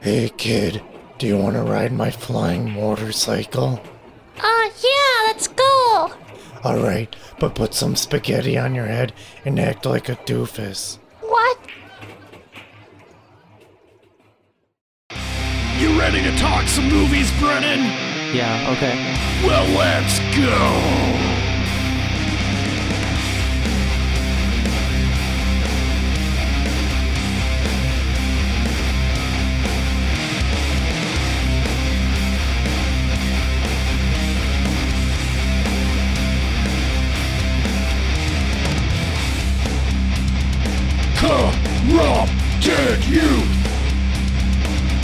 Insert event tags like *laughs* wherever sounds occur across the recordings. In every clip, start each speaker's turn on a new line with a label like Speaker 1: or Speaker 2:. Speaker 1: Hey kid, do you want to ride my flying motorcycle?
Speaker 2: Uh, yeah, let's go.
Speaker 1: Alright, but put some spaghetti on your head and act like a doofus.
Speaker 2: What?
Speaker 3: You ready to talk some movies, Brennan?
Speaker 4: Yeah, okay.
Speaker 3: Well, let's go. Corrupted youth.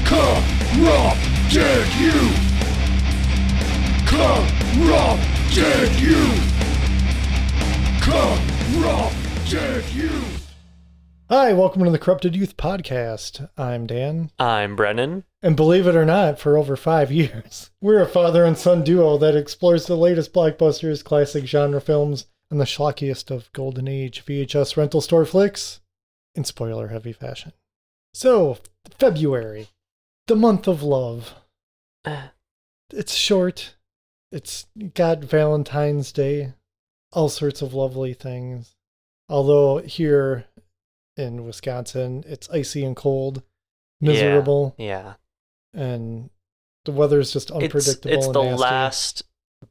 Speaker 3: Corrupted youth. Corrupted youth. Corrupted youth.
Speaker 5: Hi, welcome to the Corrupted Youth Podcast. I'm Dan.
Speaker 6: I'm Brennan.
Speaker 5: Uh, And believe it or not, for over five years, *laughs* we're a father and son duo that explores the latest blockbusters, classic genre films, and the schlockiest of golden age VHS rental store flicks in spoiler heavy fashion. So, February, the month of love. It's short, it's got Valentine's Day, all sorts of lovely things. Although, here in Wisconsin, it's icy and cold,
Speaker 6: Yeah.
Speaker 5: miserable
Speaker 6: Yeah.
Speaker 5: and the weather is just
Speaker 6: It's
Speaker 5: unpredictable.
Speaker 6: it's
Speaker 5: and
Speaker 6: the
Speaker 5: nasty.
Speaker 6: last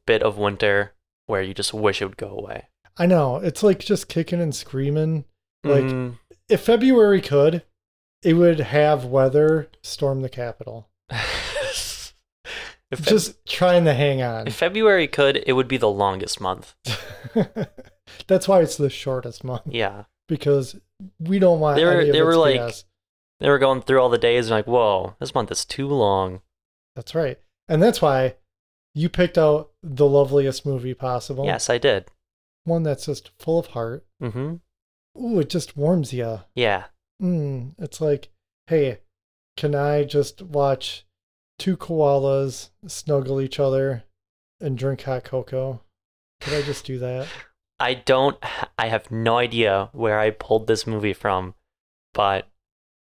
Speaker 6: bit of winter where you just wish it would go away.
Speaker 5: I know. It's like just kicking and screaming. Like
Speaker 6: Mm,
Speaker 5: if February could, it would have weather storm the Capitol.
Speaker 6: *laughs* if, Feb-
Speaker 5: just trying to hang on.
Speaker 6: if February could, it would be the longest month.
Speaker 5: *laughs* That's why it's the shortest month
Speaker 6: Yeah.
Speaker 5: because we don't want.
Speaker 6: They were-
Speaker 5: any of
Speaker 6: they
Speaker 5: its
Speaker 6: were like-
Speaker 5: BS.
Speaker 6: They were going through all the days and like, whoa, this month is too long.
Speaker 5: That's right, and that's why you picked out the loveliest movie possible.
Speaker 6: yes, I did.
Speaker 5: one that's just full of heart.
Speaker 6: hmm
Speaker 5: Ooh, it just warms you.
Speaker 6: Yeah.
Speaker 5: mm, it's like, hey, can I just watch two koalas snuggle each other and drink hot cocoa? Could I just do that?
Speaker 6: I don't. I have no idea where I pulled this movie from, but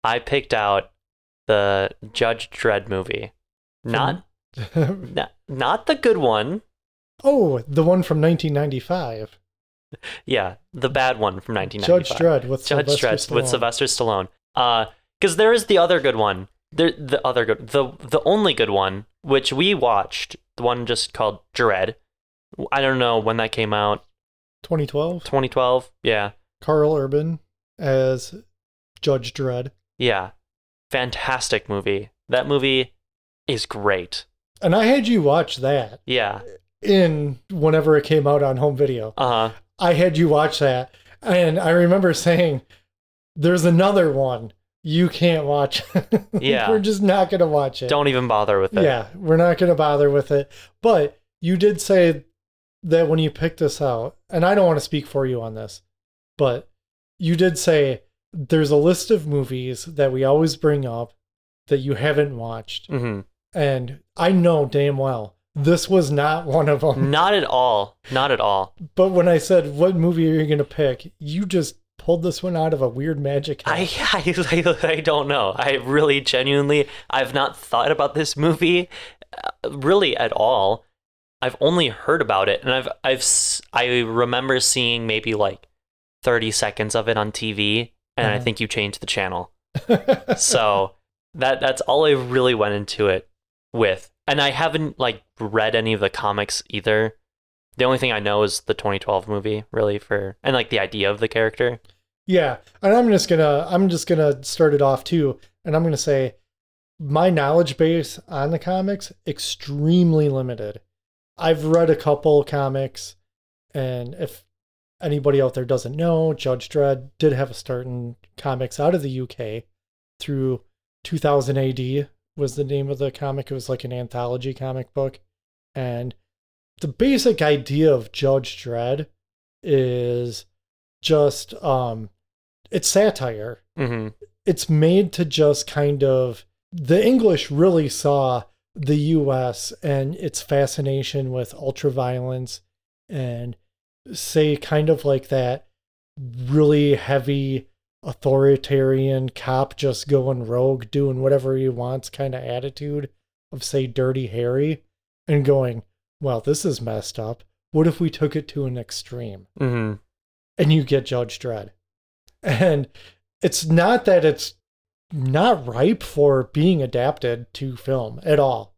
Speaker 6: I picked out the Judge Dredd movie. Not
Speaker 5: Mm-hmm.
Speaker 6: not, not the good one.
Speaker 5: oh, the one from 1995.
Speaker 6: Yeah, the bad one from 1995.
Speaker 5: Judge Dredd with
Speaker 6: Judge
Speaker 5: Sylvester
Speaker 6: Dredd with
Speaker 5: Stallone.
Speaker 6: Sylvester Stallone. Uh, because there is the other good one. There, the other good, the the only good one, which we watched, the one just called Dredd. I don't know when that came out.
Speaker 5: 2012.
Speaker 6: 2012. Yeah,
Speaker 5: Carl Urban as Judge Dredd.
Speaker 6: yeah. Fantastic movie. That movie is great.
Speaker 5: And I had you watch that
Speaker 6: Yeah.
Speaker 5: in whenever it came out on home video.
Speaker 6: Uh huh.
Speaker 5: I had you watch that, and I remember saying, "There's another one you can't watch. *laughs*
Speaker 6: Yeah.
Speaker 5: we're just not gonna watch it.
Speaker 6: Don't even bother with it.
Speaker 5: Yeah, we're not gonna bother with it." But you did say that when you picked this out, and I don't want to speak for you on this, but you did say there's a list of movies that we always bring up that you haven't watched,
Speaker 6: Mm-hmm.
Speaker 5: and I know damn well this was not one of them.
Speaker 6: Not at all. Not at all.
Speaker 5: But when I said, "What movie are you gonna pick?" you just pulled this one out of a weird magic. hat.
Speaker 6: I, *laughs* I I don't know. I really genuinely I've not thought about this movie uh, really at all. I've only heard about it and I've I've s- I remember seeing maybe like 30 seconds of it on TV and I
Speaker 5: Uh-huh.
Speaker 6: think you changed the channel. so that that's all I really went into it with. And I haven't like read any of the comics either. The only thing I know is the 2012 movie really for and like the idea of the character.
Speaker 5: yeah, and I'm just gonna I'm just gonna start it off too, and I'm gonna say my knowledge base on the comics extremely limited. I've read a couple comics, and if anybody out there doesn't know, Judge Dredd did have a start in comics out of the UK through 2000 AD was the name of the comic. It was like an anthology comic book, and the basic idea of Judge Dredd is just um, it's satire
Speaker 6: Mhm.
Speaker 5: it's made to just kind of the English really saw the US and its fascination with ultraviolence and say kind of like that really heavy authoritarian cop just going rogue, doing whatever he wants kind of attitude of, say, Dirty Harry, and going, well, this is messed up. What if we took it to an extreme?
Speaker 6: Mm-hmm.
Speaker 5: and you get Judge Dredd. And it's not that it's not ripe for being adapted to film at all.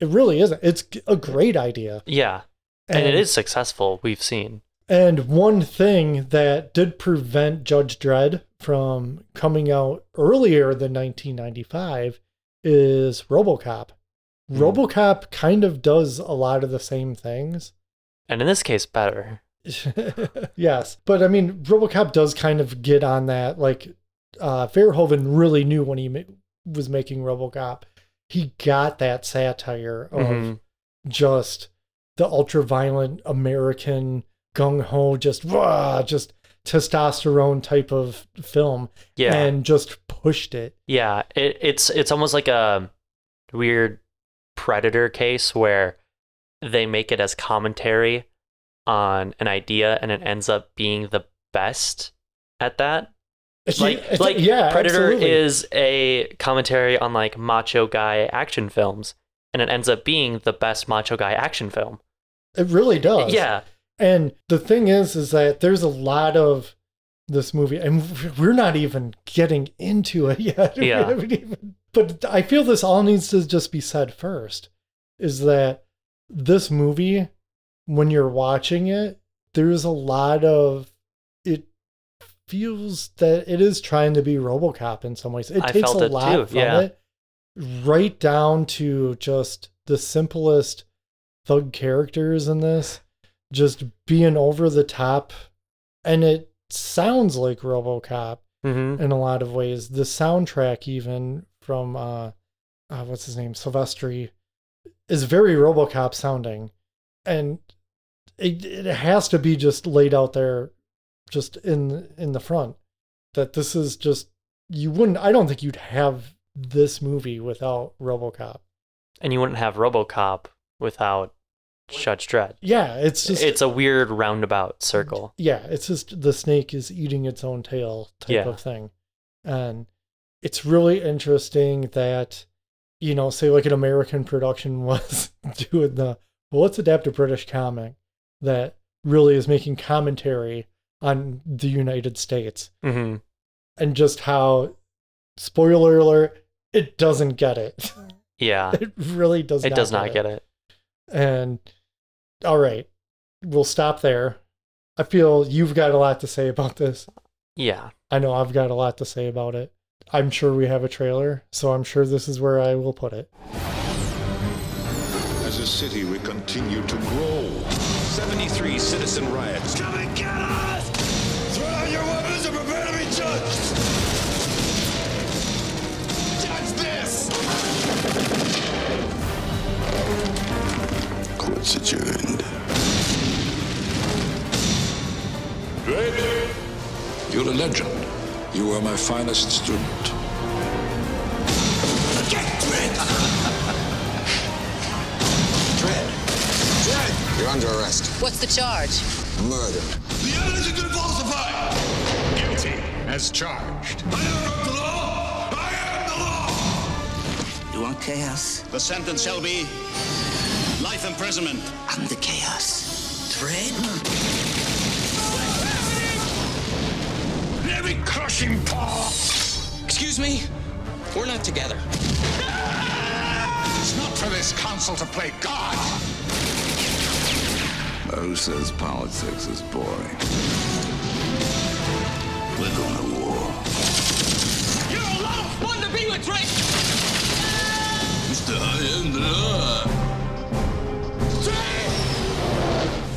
Speaker 5: It really isn't. It's a great idea.
Speaker 6: Yeah. And, it is successful, we've seen.
Speaker 5: And one thing that did prevent Judge Dredd from coming out earlier than 1995 is RoboCop.
Speaker 6: Hmm.
Speaker 5: RoboCop kind of does a lot of the same things.
Speaker 6: And in this case, better.
Speaker 5: *laughs* yes, but I mean, RoboCop does kind of get on that. Like, uh, Verhoeven really knew when he ma- was making RoboCop, he got that satire of
Speaker 6: Mhm.
Speaker 5: just the ultra-violent American gung ho, just rah, just testosterone type of film,
Speaker 6: Yeah.
Speaker 5: and just pushed it.
Speaker 6: Yeah, it, it's it's almost like a weird predator case where they make it as commentary on an idea and it ends up being the best at that. Like
Speaker 5: It's-
Speaker 6: like Predator
Speaker 5: absolutely.
Speaker 6: is a commentary on like macho guy action films and it ends up being the best macho guy action film.
Speaker 5: It really does.
Speaker 6: Yeah.
Speaker 5: And the thing is, is that there's a lot of this movie, and we're not even getting into it yet. *laughs* We
Speaker 6: Yeah.
Speaker 5: haven't even- but I feel this all needs to just be said first is that this movie, when you're watching it, there's a lot of it feels that it is trying to be Robocop in some ways. It
Speaker 6: I
Speaker 5: takes
Speaker 6: felt
Speaker 5: a
Speaker 6: it
Speaker 5: lot
Speaker 6: too,
Speaker 5: from
Speaker 6: yeah.
Speaker 5: it, right down to just the simplest thug characters in this just being over the top and it sounds like robocop
Speaker 6: Mhm.
Speaker 5: in a lot of ways the soundtrack even from uh, uh what's his name silvestri is very robocop sounding and it, it has to be just laid out there just in in the front that this is just you wouldn't i don't think you'd have this movie without robocop
Speaker 6: And you wouldn't have RoboCop without Judge Dredd.
Speaker 5: yeah it's just
Speaker 6: it's a weird roundabout circle.
Speaker 5: yeah, it's just the snake is eating its own tail type
Speaker 6: Yeah.
Speaker 5: of thing. And it's really interesting that, you know, say like an American production *laughs* was doing the, well, let's adapt a British comic that really is making commentary on the United States
Speaker 6: Mhm.
Speaker 5: and just how, spoiler alert, it doesn't get it. *laughs*
Speaker 6: Yeah.
Speaker 5: It really does
Speaker 6: It
Speaker 5: not
Speaker 6: does
Speaker 5: get
Speaker 6: not
Speaker 5: it.
Speaker 6: get it.
Speaker 5: And all right, we'll stop there. I feel you've got a lot to say about this.
Speaker 6: Yeah.
Speaker 5: I know I've got a lot to say about it. I'm sure we have a trailer, so I'm sure this is where I will put it.
Speaker 4: As a city, we continue to grow. 73 citizen riots. Come and get us! Throw down your weapons and prepare to be judged! Judge this! Court's adjourned. Drake! You're a legend. You were my finest student. Get Drake! *laughs* Dread. Dread. You're under arrest.
Speaker 7: What's the charge?
Speaker 4: Murder. The evidence has been falsified. Guilty as charged. I am not the law. I am the law.
Speaker 8: You want chaos?
Speaker 4: The sentence shall be life imprisonment.
Speaker 8: I'm the chaos. Dread?
Speaker 4: Every crushing paw.
Speaker 9: Excuse me? We're not together.
Speaker 4: It's not for this council to play God. Who says politics is boring? We're going to war.
Speaker 9: You're a lot of fun to be with, Drake!
Speaker 4: Mr. I am the law.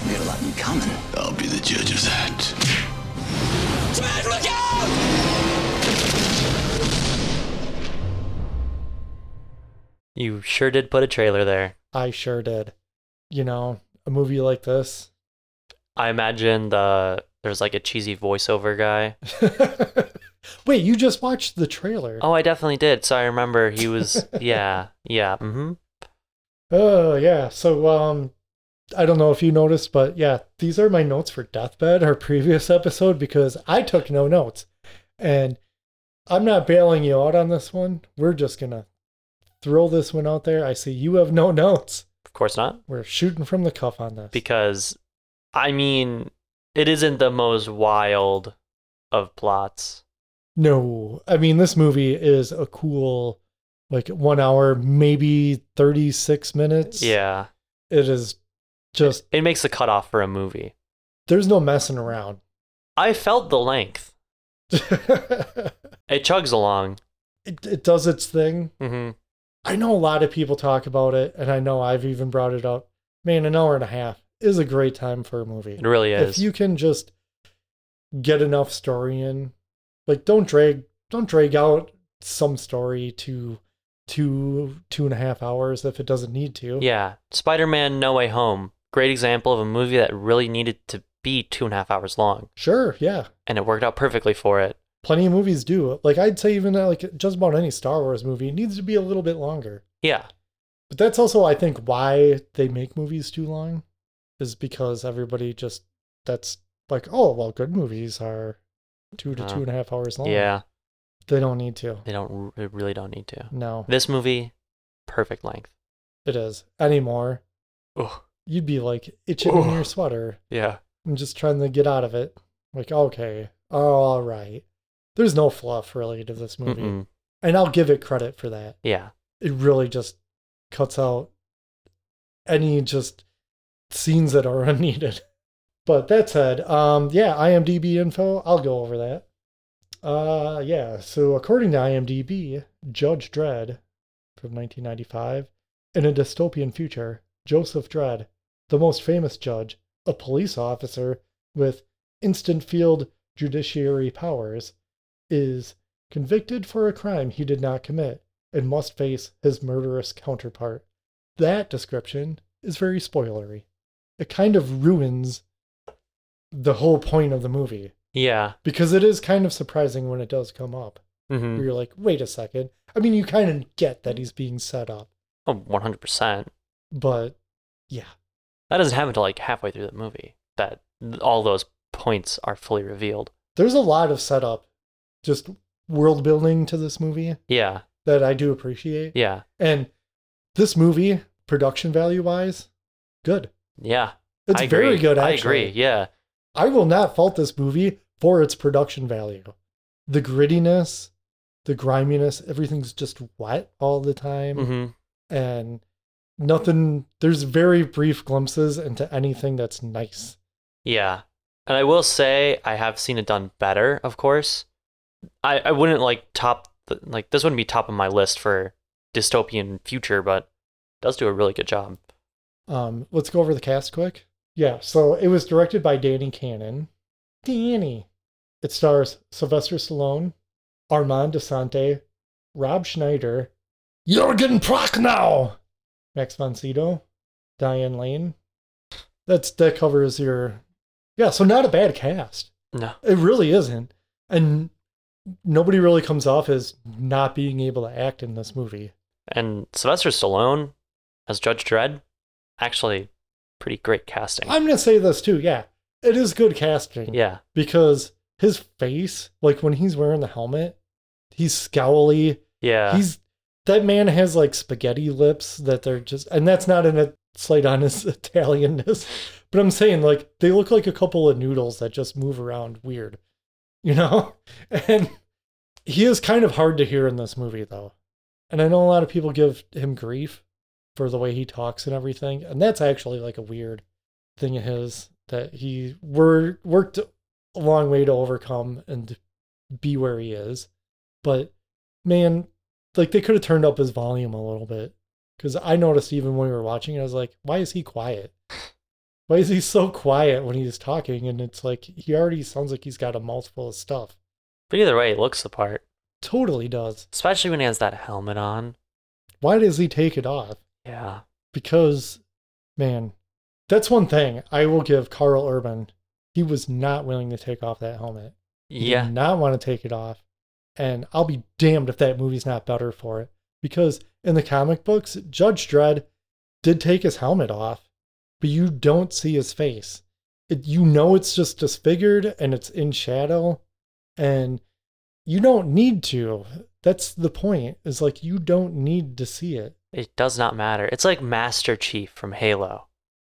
Speaker 8: We have a lot in common.
Speaker 4: I'll be the judge of that.
Speaker 9: Drake, look out!
Speaker 6: You sure did put a trailer there.
Speaker 5: I sure did. You know, a movie like this. *laughs*
Speaker 6: I imagine the there's like a cheesy voiceover guy.
Speaker 5: Wait, you just watched the trailer.
Speaker 6: Oh, I definitely did. So I remember
Speaker 5: *laughs*
Speaker 6: he was yeah, yeah. Mhm.
Speaker 5: Oh, yeah. So, um, I don't know if you noticed, *laughs* but yeah, these are my notes for Deathbed, our previous episode, because I took no notes. And I'm not bailing you out on this one. We're just going to throw this one out there. I see you have no *laughs* notes.
Speaker 6: Of course not,
Speaker 5: We're shooting from the cuff on this.
Speaker 6: because I mean, it isn't the most wild of plots.
Speaker 5: No, I mean this movie is a cool like one hour, maybe thirty six minutes.
Speaker 6: Yeah,
Speaker 5: It is just
Speaker 6: it makes the cutoff for a movie.
Speaker 5: there's no messing around. *laughs*
Speaker 6: I felt the length.
Speaker 5: it,
Speaker 6: It chugs along.
Speaker 5: it does its thing.
Speaker 6: hmm
Speaker 5: I know a lot of people talk about it, and I know I've even brought it up. Man, an hour and a half is a great time for a movie.
Speaker 6: It really is.
Speaker 5: if you can just get enough story in like don't drag don't drag out some story to two two and a half hours if it doesn't need to
Speaker 6: Yeah, Spider-Man: No Way Home. Great example of a movie that really needed to be two and a half hours long,
Speaker 5: sure yeah
Speaker 6: and it worked out perfectly for it.
Speaker 5: plenty of movies do like i'd say even uh, like just about any star wars movie it needs to be a little bit longer
Speaker 6: Yeah,
Speaker 5: but that's also i think why they make movies too long is because everybody just that's like oh well good movies are two to
Speaker 6: Uh,
Speaker 5: two and a half hours long
Speaker 6: yeah.
Speaker 5: they don't need to
Speaker 6: They don't. They really don't need to.
Speaker 5: no
Speaker 6: This movie, perfect length.
Speaker 5: it is anymore
Speaker 6: Oh
Speaker 5: you'd be like itching in your sweater
Speaker 6: yeah.
Speaker 5: and just trying to get out of it. Like, okay, all right. There's no fluff really to this movie.
Speaker 6: Mm-mm.
Speaker 5: And I'll give it credit for that.
Speaker 6: Yeah.
Speaker 5: It really just cuts out any just scenes that are *laughs* unneeded. But that said, um, yeah, IMDb info, I'll go over that. Uh, yeah, so according to IMDb, Judge Dredd from 1995, in a dystopian future, Joseph Dredd, the most famous judge, a police officer with instant field judiciary powers, is convicted for a crime he did not commit and must face his murderous counterpart. That description is very spoilery. It kind of ruins the whole point of the movie
Speaker 6: Yeah.
Speaker 5: because it is kind of surprising when it does come up.
Speaker 6: Mm-hmm.
Speaker 5: Where you're like, wait a second. I mean, you kind of get that he's being set up,
Speaker 6: Oh, one hundred percent.
Speaker 5: but yeah,
Speaker 6: That doesn't happen until like halfway through the movie that all those points are fully revealed.
Speaker 5: there's a lot of setup, just world building to this movie
Speaker 6: Yeah.
Speaker 5: that I do appreciate.
Speaker 6: Yeah.
Speaker 5: And this movie, production value wise, good.
Speaker 6: Yeah.
Speaker 5: It's
Speaker 6: I agree.
Speaker 5: very good,
Speaker 6: I
Speaker 5: actually.
Speaker 6: agree. Yeah.
Speaker 5: I will not fault this movie for its production value. The grittiness, the griminess, everything's just wet all the time.
Speaker 6: hmm
Speaker 5: And nothing, there's very brief glimpses into anything that's nice.
Speaker 6: Yeah. And I will say I have seen it done better, of course. I, I wouldn't like top the, like this wouldn't be top of my list for dystopian future, but it does do a really good job.
Speaker 5: Um, let's go over the cast quick. Yeah, so it was directed by Danny Cannon. Danny. It stars Sylvester Stallone, Armand DeSante, Rob Schneider, Jurgen Prochnow, Max von Sydow, Diane Lane. That's that covers your yeah. So not a bad cast.
Speaker 6: No.
Speaker 5: It really isn't, and nobody really comes off as not being able to act in this movie.
Speaker 6: And Sylvester Stallone as Judge Dredd, actually pretty great casting.
Speaker 5: I'm gonna say this too. Yeah, it is good casting.
Speaker 6: yeah.
Speaker 5: because his face, like when he's wearing the helmet, he's scowly.
Speaker 6: Yeah.
Speaker 5: He's that man has like spaghetti lips that they're just, and that's not an a slight on his *laughs* Italianness, but I'm saying like they look like a couple of noodles that just move around weird, you know. *laughs* And he is kind of hard to hear in this movie though, and I know a lot of people give him grief for the way he talks and everything, and that's actually like a weird thing of his that he wor- worked a long way to overcome and be where he is. But man, like they could have turned up his volume a little bit because I noticed even when we were watching it, I was like, why is he quiet? Why is he so quiet when he's talking? And it's like he already sounds like he's got a mouthful of stuff.
Speaker 6: but either way, he looks the part.
Speaker 5: Totally does.
Speaker 6: Especially when he has that helmet on.
Speaker 5: Why does he take it off?
Speaker 6: Yeah.
Speaker 5: because man that's one thing i will give carl urban he was not willing to take off that helmet he
Speaker 6: Yeah.
Speaker 5: did not want to take it off and i'll be damned if that movie's not better for it because in the comic books judge dredd did take his helmet off but you don't see his face it, you know it's just disfigured and it's in shadow and you don't need to. That's the point. Is like you don't need to see it.
Speaker 6: It does not matter. It's like Master Chief from Halo.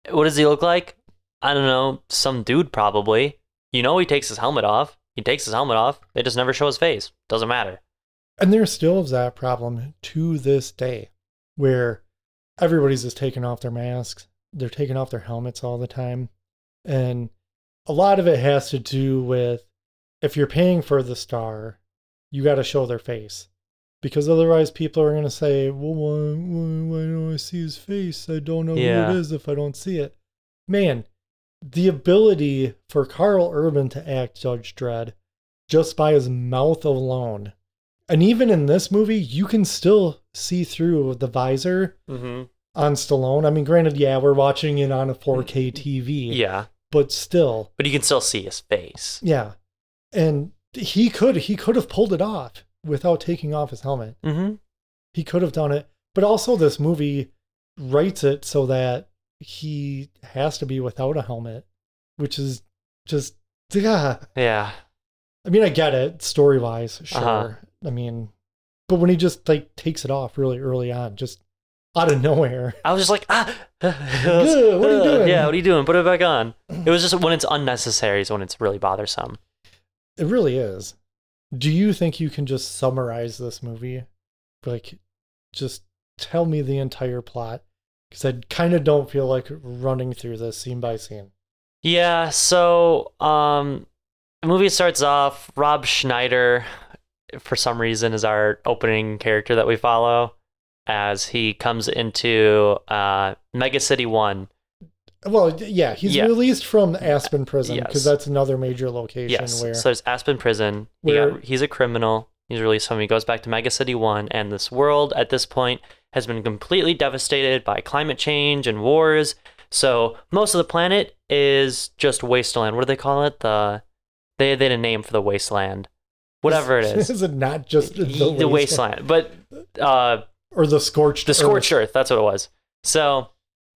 Speaker 6: What does he look like? I don't know, some dude probably. You know he takes his helmet off. He takes his helmet off. They just never show his face. Doesn't matter.
Speaker 5: And there still is that problem to this day where everybody's just taking off their masks. They're taking off their helmets all the time. And a lot of it has to do with if you're paying for the star, you got to show their face. Because otherwise, people are going to say, well, why, why, why don't I see his face? I don't know
Speaker 6: Yeah.
Speaker 5: who it is if I don't see it. Man, the ability for Carl Urban to act Judge Dredd just by his mouth alone and even in this movie, you can still see through the visor
Speaker 6: Mm-hmm.
Speaker 5: on Stallone. I mean, granted, yeah, we're watching it on a 4K TV.
Speaker 6: Mm-hmm. Yeah.
Speaker 5: But still,
Speaker 6: But you can still see his face.
Speaker 5: yeah. And he could he could have pulled it off without taking off his helmet.
Speaker 6: Mm-hmm.
Speaker 5: He could have done it. But also this movie writes it so that he has to be without a helmet, which is just yeah.
Speaker 6: Yeah.
Speaker 5: I mean, I get it story wise, sure.
Speaker 6: Uh-huh.
Speaker 5: I mean, but when he just like takes it off really early on, just out of *laughs* nowhere,
Speaker 6: I was just like, ah, what
Speaker 5: Good, what are you doing?
Speaker 6: *laughs* Yeah, what are you doing? Put it back on. It was just when it's unnecessary is when it's really bothersome.
Speaker 5: it really is. Do you think you can just summarize this movie? Like, just tell me the entire plot because I kind of don't feel like running through this scene by scene.
Speaker 6: Yeah, so um the movie starts off Rob Schneider for some reason is our opening character that we follow as he comes into uh Mega City 1.
Speaker 5: Well, yeah, he's
Speaker 6: Yeah. Uh,
Speaker 5: released from Aspen Prison
Speaker 6: Yes.
Speaker 5: because that's another major location
Speaker 6: Yes.
Speaker 5: where
Speaker 6: So there's Aspen Prison. He
Speaker 5: Where-
Speaker 6: got, he's a criminal. He's released home. He goes back to Mega City 1, and this world at this point has been completely devastated by climate change and wars. So most of the planet is just wasteland. What do they call it? The they they had a name for the wasteland, whatever it
Speaker 5: *laughs*
Speaker 6: is.
Speaker 5: is it not just the,
Speaker 6: the, wasteland. But uh,
Speaker 5: or the scorched
Speaker 6: the
Speaker 5: earth?
Speaker 6: scorched earth. That's what it was. So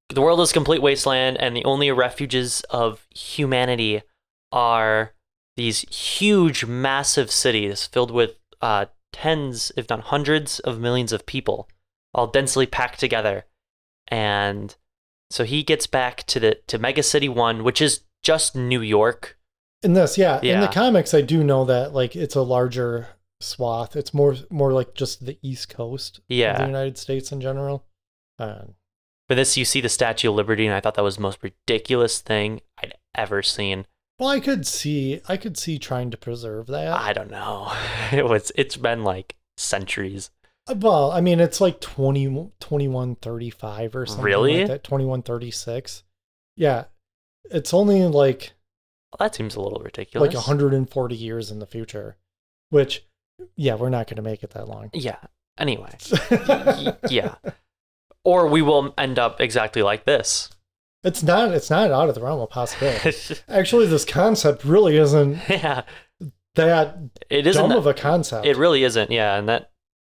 Speaker 6: the world is complete wasteland, and the only refuges of humanity are these huge, massive cities filled with uh, tens, if not hundreds, of millions of people, all densely packed together. And so he gets back to the to Mega City One, which is just New York.
Speaker 5: In this, yeah. In the
Speaker 6: Yeah.
Speaker 5: comics, I do know that like it's a larger swath. It's more more like just the East Coast of
Speaker 6: Yeah.
Speaker 5: the United States in general. Uh,
Speaker 6: But this, you see the Statue of Liberty, and I thought that was the most ridiculous thing I'd ever seen.
Speaker 5: well, I could see I could see trying to preserve that.
Speaker 6: I don't know. *laughs* It was. It's been like centuries.
Speaker 5: well, I mean, it's like 20, 2135 or something.
Speaker 6: Really?
Speaker 5: Like that, 2136. Yeah. It's only like
Speaker 6: Well, that seems a little ridiculous.
Speaker 5: like 140 years in the future, which, yeah, we're not going to make it that long.
Speaker 6: Yeah.
Speaker 5: *laughs*
Speaker 6: Anyway. Y- yeah. Or we will end up exactly like this. *laughs*
Speaker 5: It's not it's not out of the realm of possibility. Actually, this concept really isn't
Speaker 6: yeah.
Speaker 5: that
Speaker 6: It isn't.
Speaker 5: dumb
Speaker 6: that-
Speaker 5: of a concept.
Speaker 6: it really isn't. Yeah. And that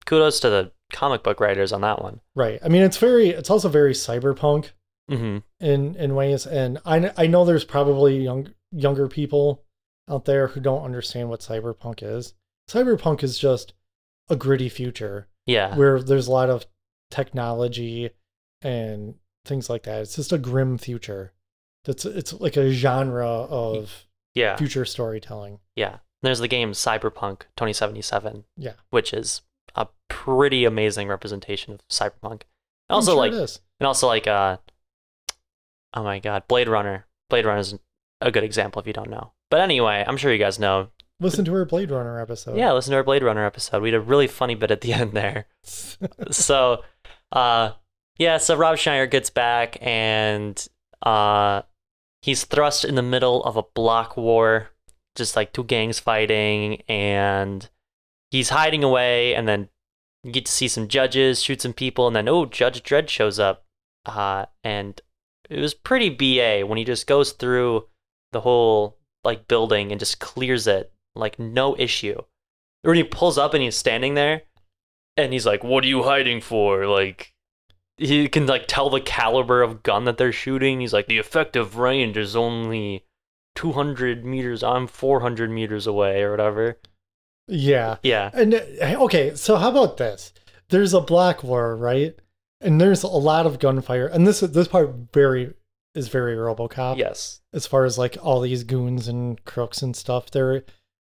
Speaker 6: kudos to the comic book writers on that one.
Speaker 5: right. I mean, it's very it's also very cyberpunk
Speaker 6: hmm
Speaker 5: in in ways and I kn- I know there's probably young younger people out there who don't understand what cyberpunk is. Cyberpunk is just a gritty future
Speaker 6: Yeah.
Speaker 5: where there's a lot of technology and things like that. It's just a grim future. That's it's like a genre of
Speaker 6: yeah.
Speaker 5: future storytelling.
Speaker 6: Yeah. There's the game Cyberpunk 2077,
Speaker 5: Yeah.
Speaker 6: which is a pretty amazing representation of cyberpunk.
Speaker 5: I'm
Speaker 6: Also,
Speaker 5: sure
Speaker 6: like
Speaker 5: it is.
Speaker 6: And also like uh oh my god, Blade Runner. Blade Runner is a good example if you don't know. But anyway, I'm sure you guys know.
Speaker 5: listen to our Blade Runner episode.
Speaker 6: Yeah, listen to our Blade Runner episode. We had a really funny bit at the *laughs* end there. so uh yeah, so Rob Schneider gets back and uh he's thrust in the middle of a block war, just like two gangs fighting, and he's hiding away and then you get to see some judges, shoot some people, and then oh Judge Dredd shows up. Uh and it was pretty BA when he just goes through the whole like building and just clears it like no issue. When he pulls up and he's standing there and he's like, "What are you hiding for?" Like he can like tell the caliber of gun that they're shooting. He's like, "The effective range is only 200 meters. I'm 400 meters away or whatever."
Speaker 5: Yeah.
Speaker 6: Yeah.
Speaker 5: And uh, okay, so how about this? There's a block war, right? And there's a lot of gunfire, and this this part very is very RoboCop.
Speaker 6: Yes.
Speaker 5: As far as like all these goons and crooks and stuff, they're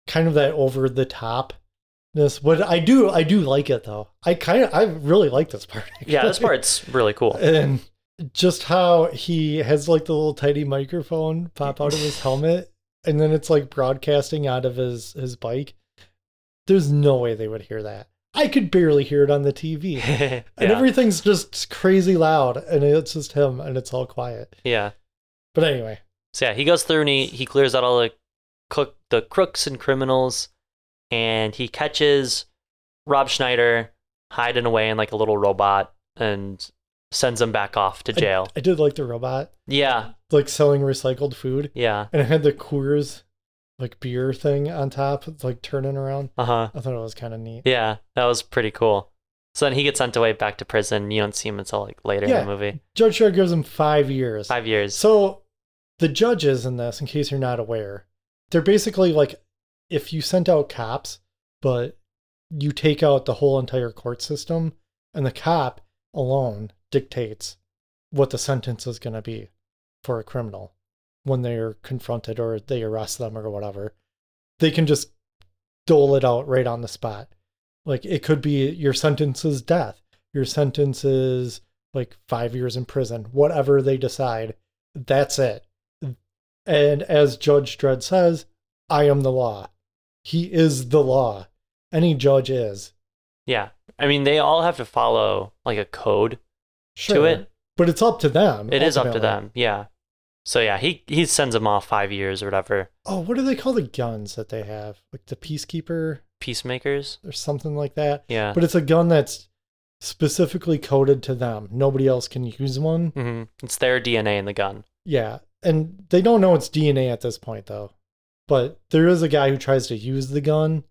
Speaker 5: kind of that over the topness. But I do I do like it though. I kind of I really like this part.
Speaker 6: Yeah,
Speaker 5: *laughs*
Speaker 6: this
Speaker 5: actually.
Speaker 6: part's really cool. *laughs*
Speaker 5: And just how he has like the little tiny microphone pop out of his helmet and then it's like broadcasting out of his his bike. There's no way they would hear that. I could barely hear it on the
Speaker 6: *laughs*
Speaker 5: TV.
Speaker 6: yeah.
Speaker 5: And everything's just crazy loud and it's just him and it's all quiet.
Speaker 6: yeah.
Speaker 5: But anyway,
Speaker 6: So yeah, he goes through and he, he clears out all the cook the crooks and criminals, and he catches Rob Schneider hiding away in like a little robot and sends him back off to
Speaker 5: I-
Speaker 6: jail.
Speaker 5: I, did like the robot
Speaker 6: yeah,
Speaker 5: like selling recycled food
Speaker 6: yeah,
Speaker 5: and it had the Coors like beer thing on top, it's, like turning around.
Speaker 6: uh huh,
Speaker 5: I thought it was kind of neat.
Speaker 6: yeah. That was pretty cool. So then he gets sent away back to prison. You don't see him until like later
Speaker 5: Yeah.
Speaker 6: in the movie.
Speaker 5: Judge Shore gives him five years.
Speaker 6: Five years.
Speaker 5: So the judges in this, in case you're not aware, they're basically like if you sent out cops, but you take out the whole entire court system, and the cop alone dictates what the sentence is going to be for a criminal when they are confronted or they arrest them or whatever. They can just dole it out right on the spot. Like it could be your sentence is death, your sentence is like five years in prison, whatever they decide that's it. And as Judge Dredd says, I am the law. He is the law. Any judge is.
Speaker 6: yeah, I mean they all have to follow like a code to
Speaker 5: Sure.
Speaker 6: it.
Speaker 5: But it's up to them.
Speaker 6: It is up to
Speaker 5: ultimately.
Speaker 6: them. Yeah. So yeah, he he sends him off five years or whatever.
Speaker 5: Oh, what do they call the guns that they have? Like the peacekeeper
Speaker 6: Peacemakers.
Speaker 5: or something like that.
Speaker 6: Yeah.
Speaker 5: But it's a gun that's specifically coded to them. Nobody else can use one.
Speaker 6: hmm It's their DNA in the gun.
Speaker 5: Yeah. And they don't know it's DNA at this point, though. But there is a guy who tries to use the gun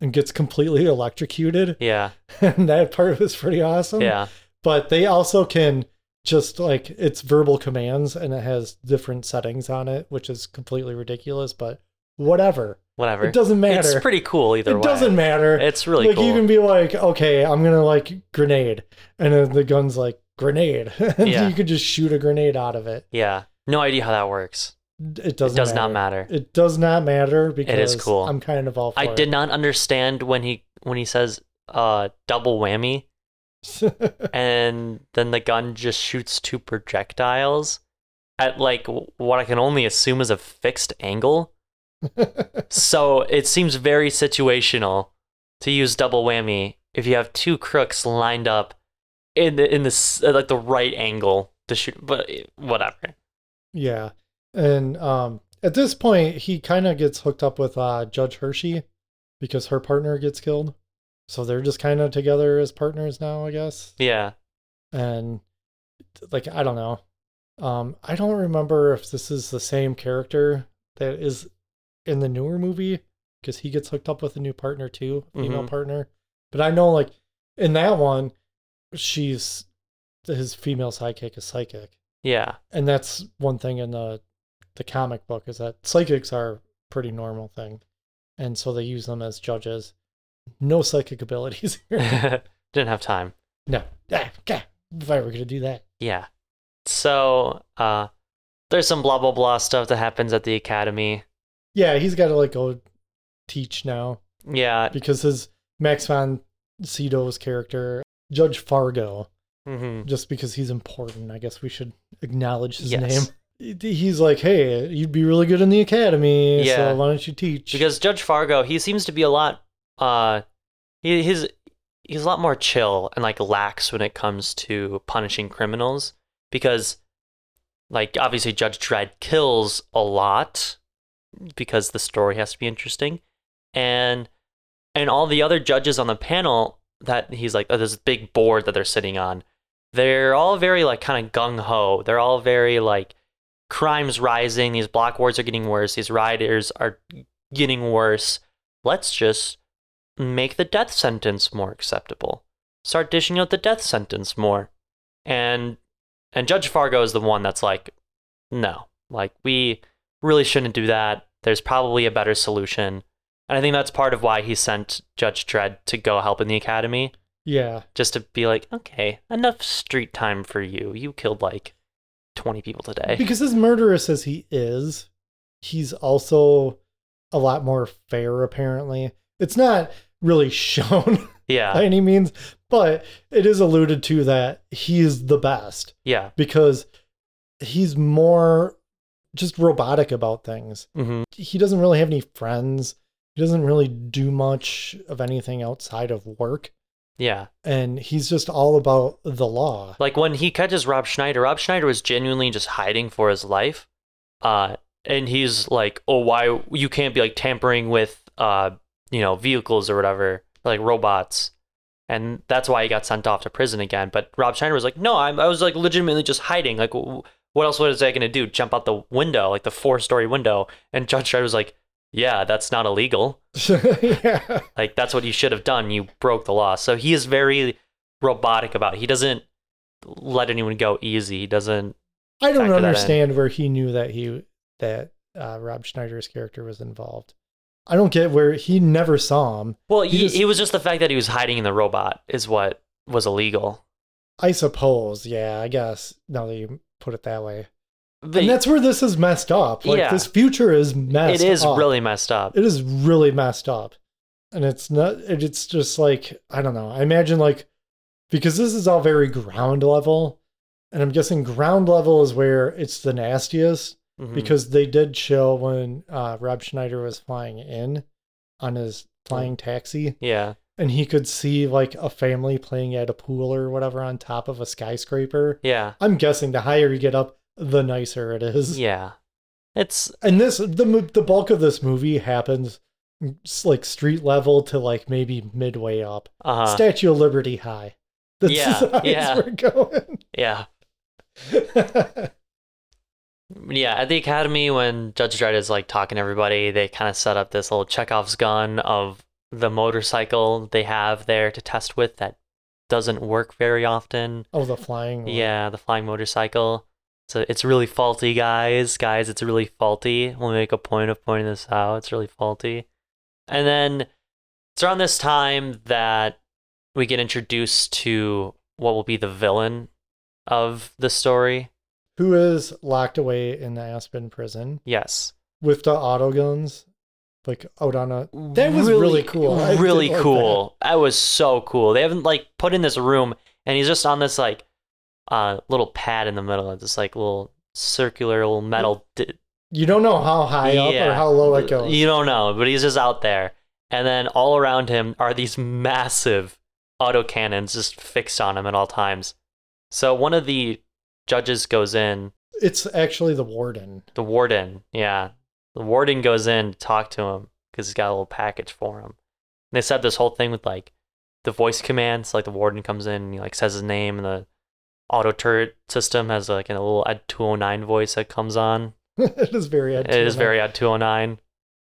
Speaker 5: and gets completely *laughs* electrocuted.
Speaker 6: Yeah,
Speaker 5: *laughs* and that part was pretty awesome.
Speaker 6: yeah,
Speaker 5: But they also can just like it's verbal commands and it has different settings on it, which is completely ridiculous, but whatever.
Speaker 6: whatever.
Speaker 5: It doesn't matter.
Speaker 6: It's pretty cool either
Speaker 5: it
Speaker 6: way.
Speaker 5: doesn't matter.
Speaker 6: It's really
Speaker 5: like
Speaker 6: cool.
Speaker 5: you can be like, okay, I'm gonna like grenade, and then the gun's like grenade. *laughs* And
Speaker 6: Yeah.
Speaker 5: you could just shoot a grenade out of it.
Speaker 6: Yeah, no idea how that works.
Speaker 5: It doesn't.
Speaker 6: does not matter.
Speaker 5: It does not matter because
Speaker 6: cool.
Speaker 5: I'm kind of all. For
Speaker 6: I
Speaker 5: it.
Speaker 6: did not understand when he when he says uh double whammy,
Speaker 5: *laughs*
Speaker 6: and then the gun just shoots two projectiles at like w- what I can only assume is a fixed angle. so it seems very situational to use double whammy if you have two crooks lined up in the in the s- uh, like the right angle to shoot. But eh, whatever.
Speaker 5: Yeah. And um at this point he kind of gets hooked up with uh Judge Hershey because her partner gets killed. So they're just kind of together as partners now, I guess.
Speaker 6: Yeah.
Speaker 5: And like I don't know. Um I don't remember if this is the same character that is in the newer movie because he gets hooked up with a new partner too, female
Speaker 6: Mhm.
Speaker 5: partner. But I know like in that one she's his female sidekick is psychic
Speaker 6: Yeah. *laughs*
Speaker 5: and that's one thing in the the comic book is that psychics are a pretty normal thing and so they use them as judges no psychic *laughs* abilities
Speaker 6: *laughs*
Speaker 5: here
Speaker 6: Didn't have time.
Speaker 5: no ah, God, if i were gonna do that
Speaker 6: Yeah. So, uh, there's some blah blah blah stuff that happens at the academy.
Speaker 5: yeah he's gotta like go teach now
Speaker 6: Yeah.
Speaker 5: because his max von Sydow's character judge fargo
Speaker 6: hmm
Speaker 5: just because he's important i guess we should acknowledge his
Speaker 6: Yes.
Speaker 5: name he's like hey you'd be really good in the academy
Speaker 6: Yeah.
Speaker 5: so why don't you teach
Speaker 6: Because Judge Fargo, he seems to be a lot. Uh, he, he's he's a lot more chill and like lax when it comes to punishing criminals. Because, like, obviously Judge Dredd kills a lot because the story has to be interesting, and and all the other judges on the panel that he's like, oh, this big board that they're sitting on. They're all very like kind of gung ho. They're all very like crimes rising. These block wars are getting worse. These rioters are getting worse. Let's just make the death sentence more acceptable. Start dishing out the death sentence more. And and Judge Fargo is the one that's like, no, like we really shouldn't do that. There's probably a better solution. And I think that's part of why he sent Judge Dredd to go help in the academy,
Speaker 5: Yeah.
Speaker 6: just to be like, okay, enough street time for you. You killed like 20 people today.
Speaker 5: Because as murderous as he is, he's also a lot more fair, apparently. It's not really *laughs* shown by
Speaker 6: Yeah.
Speaker 5: any means, but it is alluded to that he is the best
Speaker 6: Yeah.
Speaker 5: because he's more just robotic about things.
Speaker 6: hmm
Speaker 5: He doesn't really have any friends. He doesn't really do much of anything outside of work.
Speaker 6: Yeah.
Speaker 5: And he's just all about the law. *laughs*
Speaker 6: Like when he catches Rob Schneider, Rob Schneider was genuinely just hiding for his life. Uh, and he's like, oh, why you can't be like tampering with, uh, you know, vehicles or whatever, like robots. And that's why he got sent off to prison again. But Rob Schneider was like, no, I'm, I was like legitimately just hiding. Like, w- what else was I going to do? Jump out the window, like the four story window. And Judge Schneider was like, yeah, that's not illegal.
Speaker 5: yeah.
Speaker 6: Like that's what you should have done. You broke the law. So he is very robotic about it. He doesn't let anyone go easy. He doesn't
Speaker 5: I don't
Speaker 6: factor that in.
Speaker 5: understand where he knew that he that uh, Rob Schneider's character was involved. I don't get where he never saw him.
Speaker 6: Well, he,
Speaker 5: He
Speaker 6: he,
Speaker 5: just-
Speaker 6: was just the fact that he was hiding in the robot is what was illegal.
Speaker 5: I suppose, yeah, I guess now that you put it that way,
Speaker 6: But
Speaker 5: and that's where this is messed up. Like
Speaker 6: Yeah.
Speaker 5: this future is
Speaker 6: it
Speaker 5: messed.
Speaker 6: is
Speaker 5: up.
Speaker 6: really messed up.
Speaker 5: it is really messed up, and it's not. and It's just like I don't know. I imagine like because this is all very ground level, and I'm guessing ground level is where it's the nastiest.
Speaker 6: Mhm.
Speaker 5: because they did show when uh, Rob Schneider was flying in on
Speaker 6: Hmm.
Speaker 5: his flying taxi,
Speaker 6: yeah,
Speaker 5: and he could see like a family playing at a pool or whatever on top of a skyscraper.
Speaker 6: yeah,
Speaker 5: I'm guessing the higher you get up, the nicer it is.
Speaker 6: yeah. It's
Speaker 5: And this, the mo- the bulk of this movie happens mm, s- like street level to like maybe midway up,
Speaker 6: uh
Speaker 5: Statue of Liberty high. *laughs* That's
Speaker 6: Yeah,
Speaker 5: the highest
Speaker 6: yeah.
Speaker 5: we're going. *laughs*
Speaker 6: yeah, yeah. At the academy, when Judge Dredd is like talking to everybody, they kind of set up this little Chekhov's gun of the motorcycle they have there to test with that doesn't work very often.
Speaker 5: oh, the flying. one.
Speaker 6: Yeah, the flying motorcycle. So it's really faulty, guys. Guys, it's really faulty. We'll make a point of pointing this out. It's really faulty. And then it's around this time that we get introduced to what will be the villain of the story.
Speaker 5: Who is locked away in the Aspen prison?
Speaker 6: Yes.
Speaker 5: with the auto guns, like out on a. That was really, cool. I did
Speaker 6: Really
Speaker 5: like that.
Speaker 6: cool. That. was so cool. They haven't like put in this room and he's just on this like uh little pad in the middle of this like little circular little metal di-
Speaker 5: You don't know how high up or how low it goes.
Speaker 6: You don't know, but he's just out there. And then all around him are these massive autocannons just fixed on him at all times. So one of the judges goes in,
Speaker 5: It's actually the warden. *laughs*
Speaker 6: the warden, yeah. The warden goes in to talk to him because he's got a little package for him. And they said this whole thing with like the voice commands, like the warden comes in and he like says his name and the auto turret system has like a little Ed 209 voice that comes on.
Speaker 5: it is very.
Speaker 6: It is very odd 209.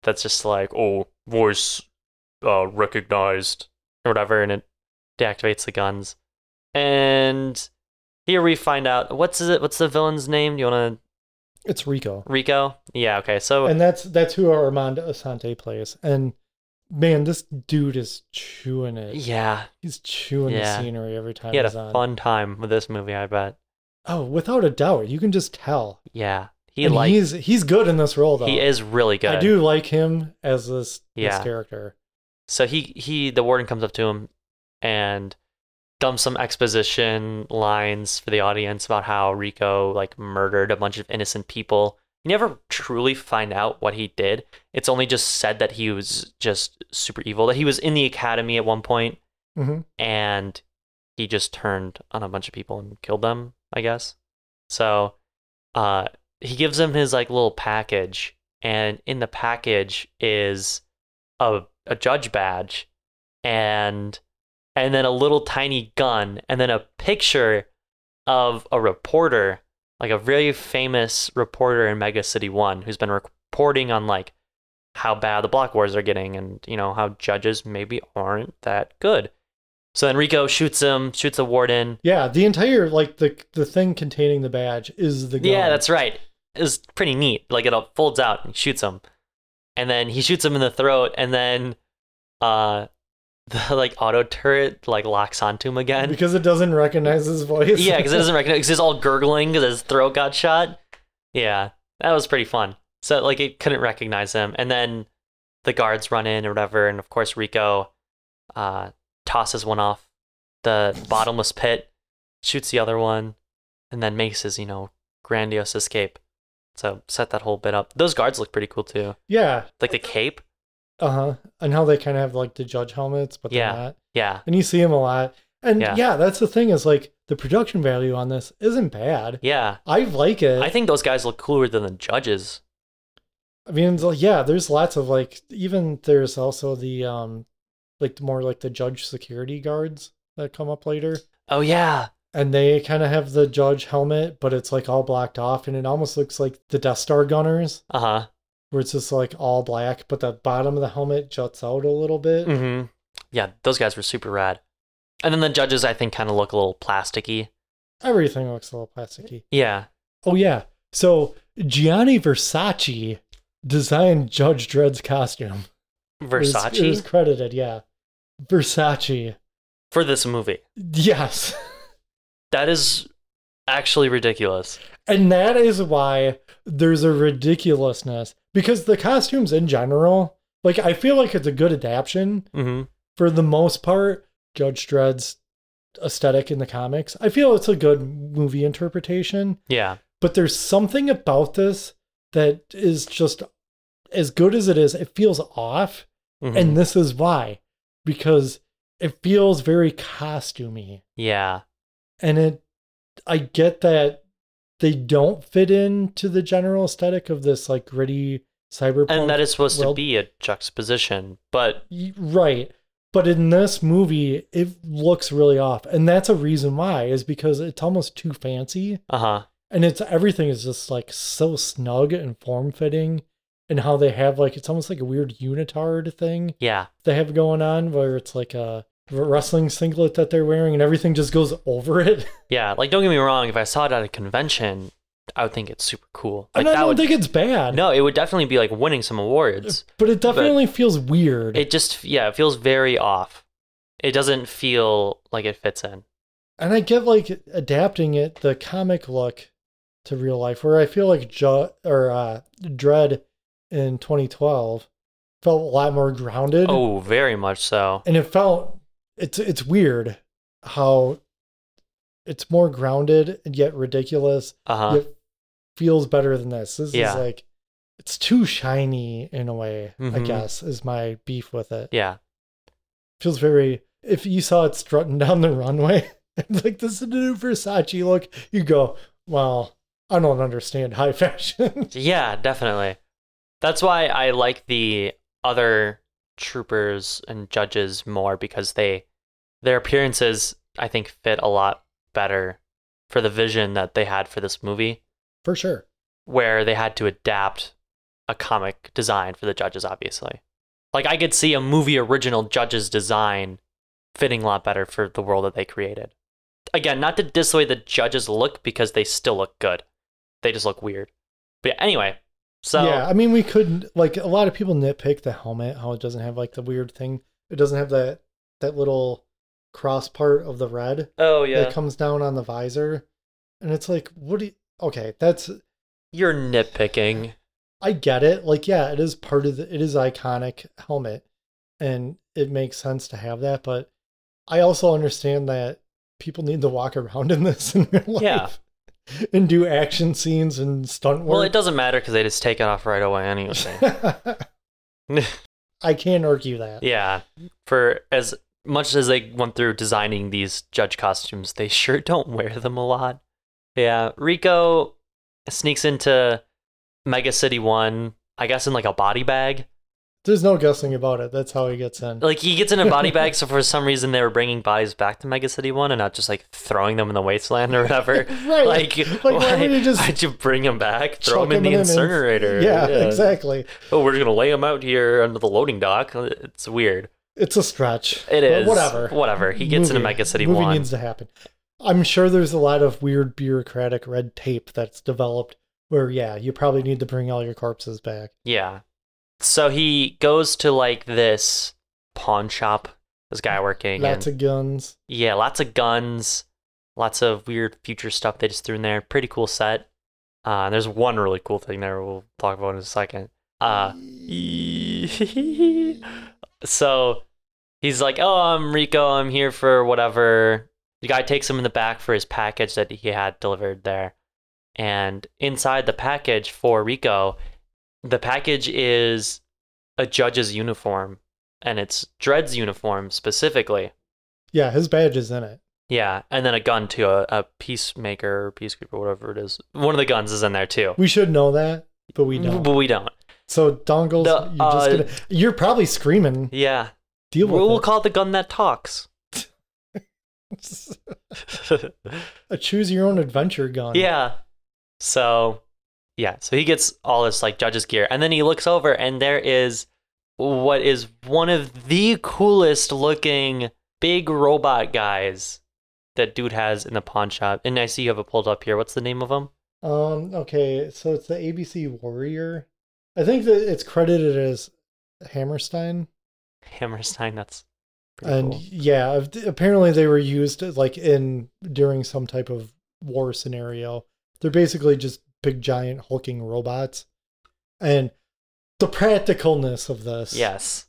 Speaker 6: That's just like, oh, voice uh, recognized or whatever, and it deactivates the guns. And here we find out what's it? What's the villain's name? Do you want
Speaker 5: It's Rico,
Speaker 6: to Rico? Yeah. Okay. So
Speaker 5: and that's that's who Armando Asante plays. And man, this dude is chewing it.
Speaker 6: yeah,
Speaker 5: He's chewing
Speaker 6: Yeah.
Speaker 5: the scenery every time
Speaker 6: he had a
Speaker 5: he's on.
Speaker 6: fun time with this movie. I bet.
Speaker 5: Oh, without a doubt, you can just tell.
Speaker 6: Yeah. He
Speaker 5: And
Speaker 6: like
Speaker 5: he's he's good in this role though.
Speaker 6: he is really good.
Speaker 5: I do like him as this,
Speaker 6: Yeah.
Speaker 5: this character.
Speaker 6: So he he the warden comes up to him and dumps some exposition lines for the audience about how Rico like murdered a bunch of innocent people. You never truly find out what he did. It's only just said that he was just super evil. That he was in the academy at one point
Speaker 5: hmm
Speaker 6: and he just turned on a bunch of people and killed them, I guess. So uh he gives him his like little package and in the package is a a judge badge and and then a little tiny gun and then a picture of a reporter like a very famous reporter in Mega City 1 who's been reporting on like how bad the block wars are getting and you know how judges maybe aren't that good. So Enrico shoots him, shoots the warden.
Speaker 5: Yeah, the entire like the the thing containing the badge is the gun.
Speaker 6: Yeah, that's right. It was pretty neat. Like it all folds out and shoots him. and then he shoots him in the throat, and then uh, *laughs* the like auto turret like locks onto him again.
Speaker 5: because it doesn't recognize his
Speaker 6: *laughs*
Speaker 5: voice.
Speaker 6: yeah, because it doesn't recognize. Because it's all gurgling because his throat got shot. Yeah, that was pretty fun. So like it couldn't recognize him, and then the guards run in or whatever, and of course Rico uh, tosses one off the bottomless pit, shoots the other one, and then makes his you know grandiose escape. So set that whole bit up. Those guards look pretty cool too,
Speaker 5: *laughs* yeah.
Speaker 6: like the cape.
Speaker 5: Uh huh. And how they kind of have like the judge helmets, but
Speaker 6: Yeah.
Speaker 5: they're not.
Speaker 6: Yeah,
Speaker 5: And you see him a lot. And
Speaker 6: Yeah.
Speaker 5: yeah. that's the thing is like the production value on this isn't bad.
Speaker 6: yeah.
Speaker 5: I like it.
Speaker 6: I think those guys look cooler than the judges.
Speaker 5: I mean, it's like, yeah, there's lots of like, even there's also the, um, like the more like the judge security guards that come up later.
Speaker 6: Oh yeah,
Speaker 5: And they kind of have the judge helmet, but it's like all blacked off. And it almost looks like the Death Star gunners,
Speaker 6: uh huh.
Speaker 5: where it's just like all black, but the bottom of the helmet juts out a little bit.
Speaker 6: hmm Yeah, those guys were super rad. And then the judges, I think, kind of look a little plasticky.
Speaker 5: Everything looks a little plasticky.
Speaker 6: Yeah.
Speaker 5: Oh, yeah. So Gianni Versace designed Judge Dredd's costume. It was-
Speaker 6: Versace
Speaker 5: It was credited, yeah. Versace.
Speaker 6: for this movie.
Speaker 5: Yes. *laughs*
Speaker 6: That is actually ridiculous.
Speaker 5: And that is why there's a ridiculousness because the costumes in general, like I feel like it's a good adaptation
Speaker 6: hmm
Speaker 5: for the most part. Judge Dredd's aesthetic in the comics, I feel it's a good movie interpretation.
Speaker 6: Yeah.
Speaker 5: But there's something about this that is just as good as it is. It feels off,
Speaker 6: Mhm.
Speaker 5: and this is why because it feels very costumey
Speaker 6: yeah.
Speaker 5: and it i get that they don't fit into the general aesthetic of this like gritty cyberpunk
Speaker 6: And that is supposed
Speaker 5: world.
Speaker 6: to be a juxtaposition, but
Speaker 5: Y- right but in this movie it looks really off and that's a reason why is because it's almost too fancy
Speaker 6: uh huh.
Speaker 5: and it's everything is just like so snug and form-fitting and how they have like it's almost like a weird unitard thing
Speaker 6: Yeah.
Speaker 5: they have going on where it's like a wrestling singlet that they're wearing and everything just goes over it *laughs*
Speaker 6: Yeah. Like, don't get me wrong. If I saw it at a convention, I would think it's super cool. Like,
Speaker 5: and i
Speaker 6: that
Speaker 5: don't
Speaker 6: would,
Speaker 5: think it's bad
Speaker 6: no, it would definitely be like winning some awards.
Speaker 5: But it definitely feels weird.
Speaker 6: It just, yeah, it feels very off. It doesn't feel like it fits in.
Speaker 5: and I get like adapting it, the comic look to real life, where I feel like Ju- or uh, Dread in 2012 felt a lot more grounded.
Speaker 6: Oh, very much so.
Speaker 5: And it felt, it's, it's weird how it's more grounded and yet ridiculous.
Speaker 6: Uh huh.
Speaker 5: Yet feels better than this. This
Speaker 6: Yeah.
Speaker 5: is like, it's too shiny in a way, I
Speaker 6: Mhm.
Speaker 5: guess, is my beef with it.
Speaker 6: Yeah.
Speaker 5: feels very if you saw it strutting *laughs* down the runway it's like this is the new versace look you go well i don't understand high fashion *laughs*
Speaker 6: Yeah, definitely. That's why I like the other troopers and judges more because they their appearances I think fit a lot better for the vision that they had for this movie
Speaker 5: for sure
Speaker 6: where they had to adapt a comic design for the judges obviously. Like I could see a movie original judges design fitting a lot better for the world that they created. Again, not to dissuade the judges look because they still look good. They just look weird. But yeah, anyway, so
Speaker 5: yeah i mean we could like a lot of people nitpick the helmet how it doesn't have like the weird thing it doesn't have that that little cross part of the red
Speaker 6: Oh
Speaker 5: that comes down on the visor and it's like what do you okay that's
Speaker 6: You're nitpicking.
Speaker 5: I get it. Like, yeah, it is part of the, it is iconic helmet, and it makes sense to have that. But I also understand that people need to walk around *laughs* in this in real life,
Speaker 6: Yeah.
Speaker 5: and do action scenes and stunt work.
Speaker 6: Well, it doesn't matter because they just take it off right away anyway.
Speaker 5: I can't argue that.
Speaker 6: yeah. For as much as they went through designing these judge costumes, they sure *laughs* don't wear them a lot. Yeah. Rico sneaks into Mega City 1, I guess in like a body bag.
Speaker 5: There's no guessing about it. That's how he gets in.
Speaker 6: Like he gets in a body bag, so for some reason they were bringing bodies back to Mega City 1 and not just like throwing them in the wasteland or whatever.
Speaker 5: Right,
Speaker 6: Like,
Speaker 5: like,
Speaker 6: why,
Speaker 5: why would you just
Speaker 6: *laughs* why'd you bring them back? Throw
Speaker 5: Chuck
Speaker 6: them in the
Speaker 5: him
Speaker 6: incinerator.
Speaker 5: yeah, exactly.
Speaker 6: oh, we're gonna lay him out here under the loading dock. It's weird.
Speaker 5: It's a stretch. but
Speaker 6: It is
Speaker 5: whatever.
Speaker 6: Whatever. He gets into Mega City
Speaker 5: movie
Speaker 6: One.
Speaker 5: needs to happen. I'm sure there's a lot of weird bureaucratic red tape that's developed where, yeah, you probably need to bring all your corpses back.
Speaker 6: yeah, So he goes to like this pawn shop. This guy working.
Speaker 5: Lots
Speaker 6: and-
Speaker 5: of guns.
Speaker 6: yeah, lots of guns, lots of weird future stuff they just threw in there. Pretty cool set. Uh, there's one really cool thing there we'll talk about in a second. Uh, *laughs* so he's like, "Oh, I'm Rico. I'm here for whatever." The guy takes him in the back for his package that he had delivered there, and inside the package for Rico, the package is a judge's uniform, and it's Dread's uniform specifically.
Speaker 5: Yeah, his badge is in it.
Speaker 6: Yeah, and then a gun too, a, a peacemaker, or peacekeeper, whatever it is. One of the guns is in there too,
Speaker 5: We should know that, but we don't.
Speaker 6: but we don't.
Speaker 5: So dongles,
Speaker 6: Mm-hmm. The,
Speaker 5: you're just
Speaker 6: uh,
Speaker 5: gonna, you're probably screaming.
Speaker 6: Yeah,
Speaker 5: Deal with
Speaker 6: we'll
Speaker 5: it.
Speaker 6: call it the gun that talks.
Speaker 5: a choose your own adventure gun.
Speaker 6: yeah. So, yeah, so he gets all this like judge's gear, and then he looks over, and there is what is one of the coolest looking big robot guys that dude has in the pawn shop. And I see you have it pulled up here. What's the name of him?
Speaker 5: Um. Okay. So it's the ABC Warrior. I think that it's credited as Hammerstein.
Speaker 6: Hammerstein. That's pretty
Speaker 5: and
Speaker 6: cool.
Speaker 5: yeah, ap- apparently they were used like in during some type of war scenario. They're basically just big giant hulking robots, and the practicalness of this
Speaker 6: Yes.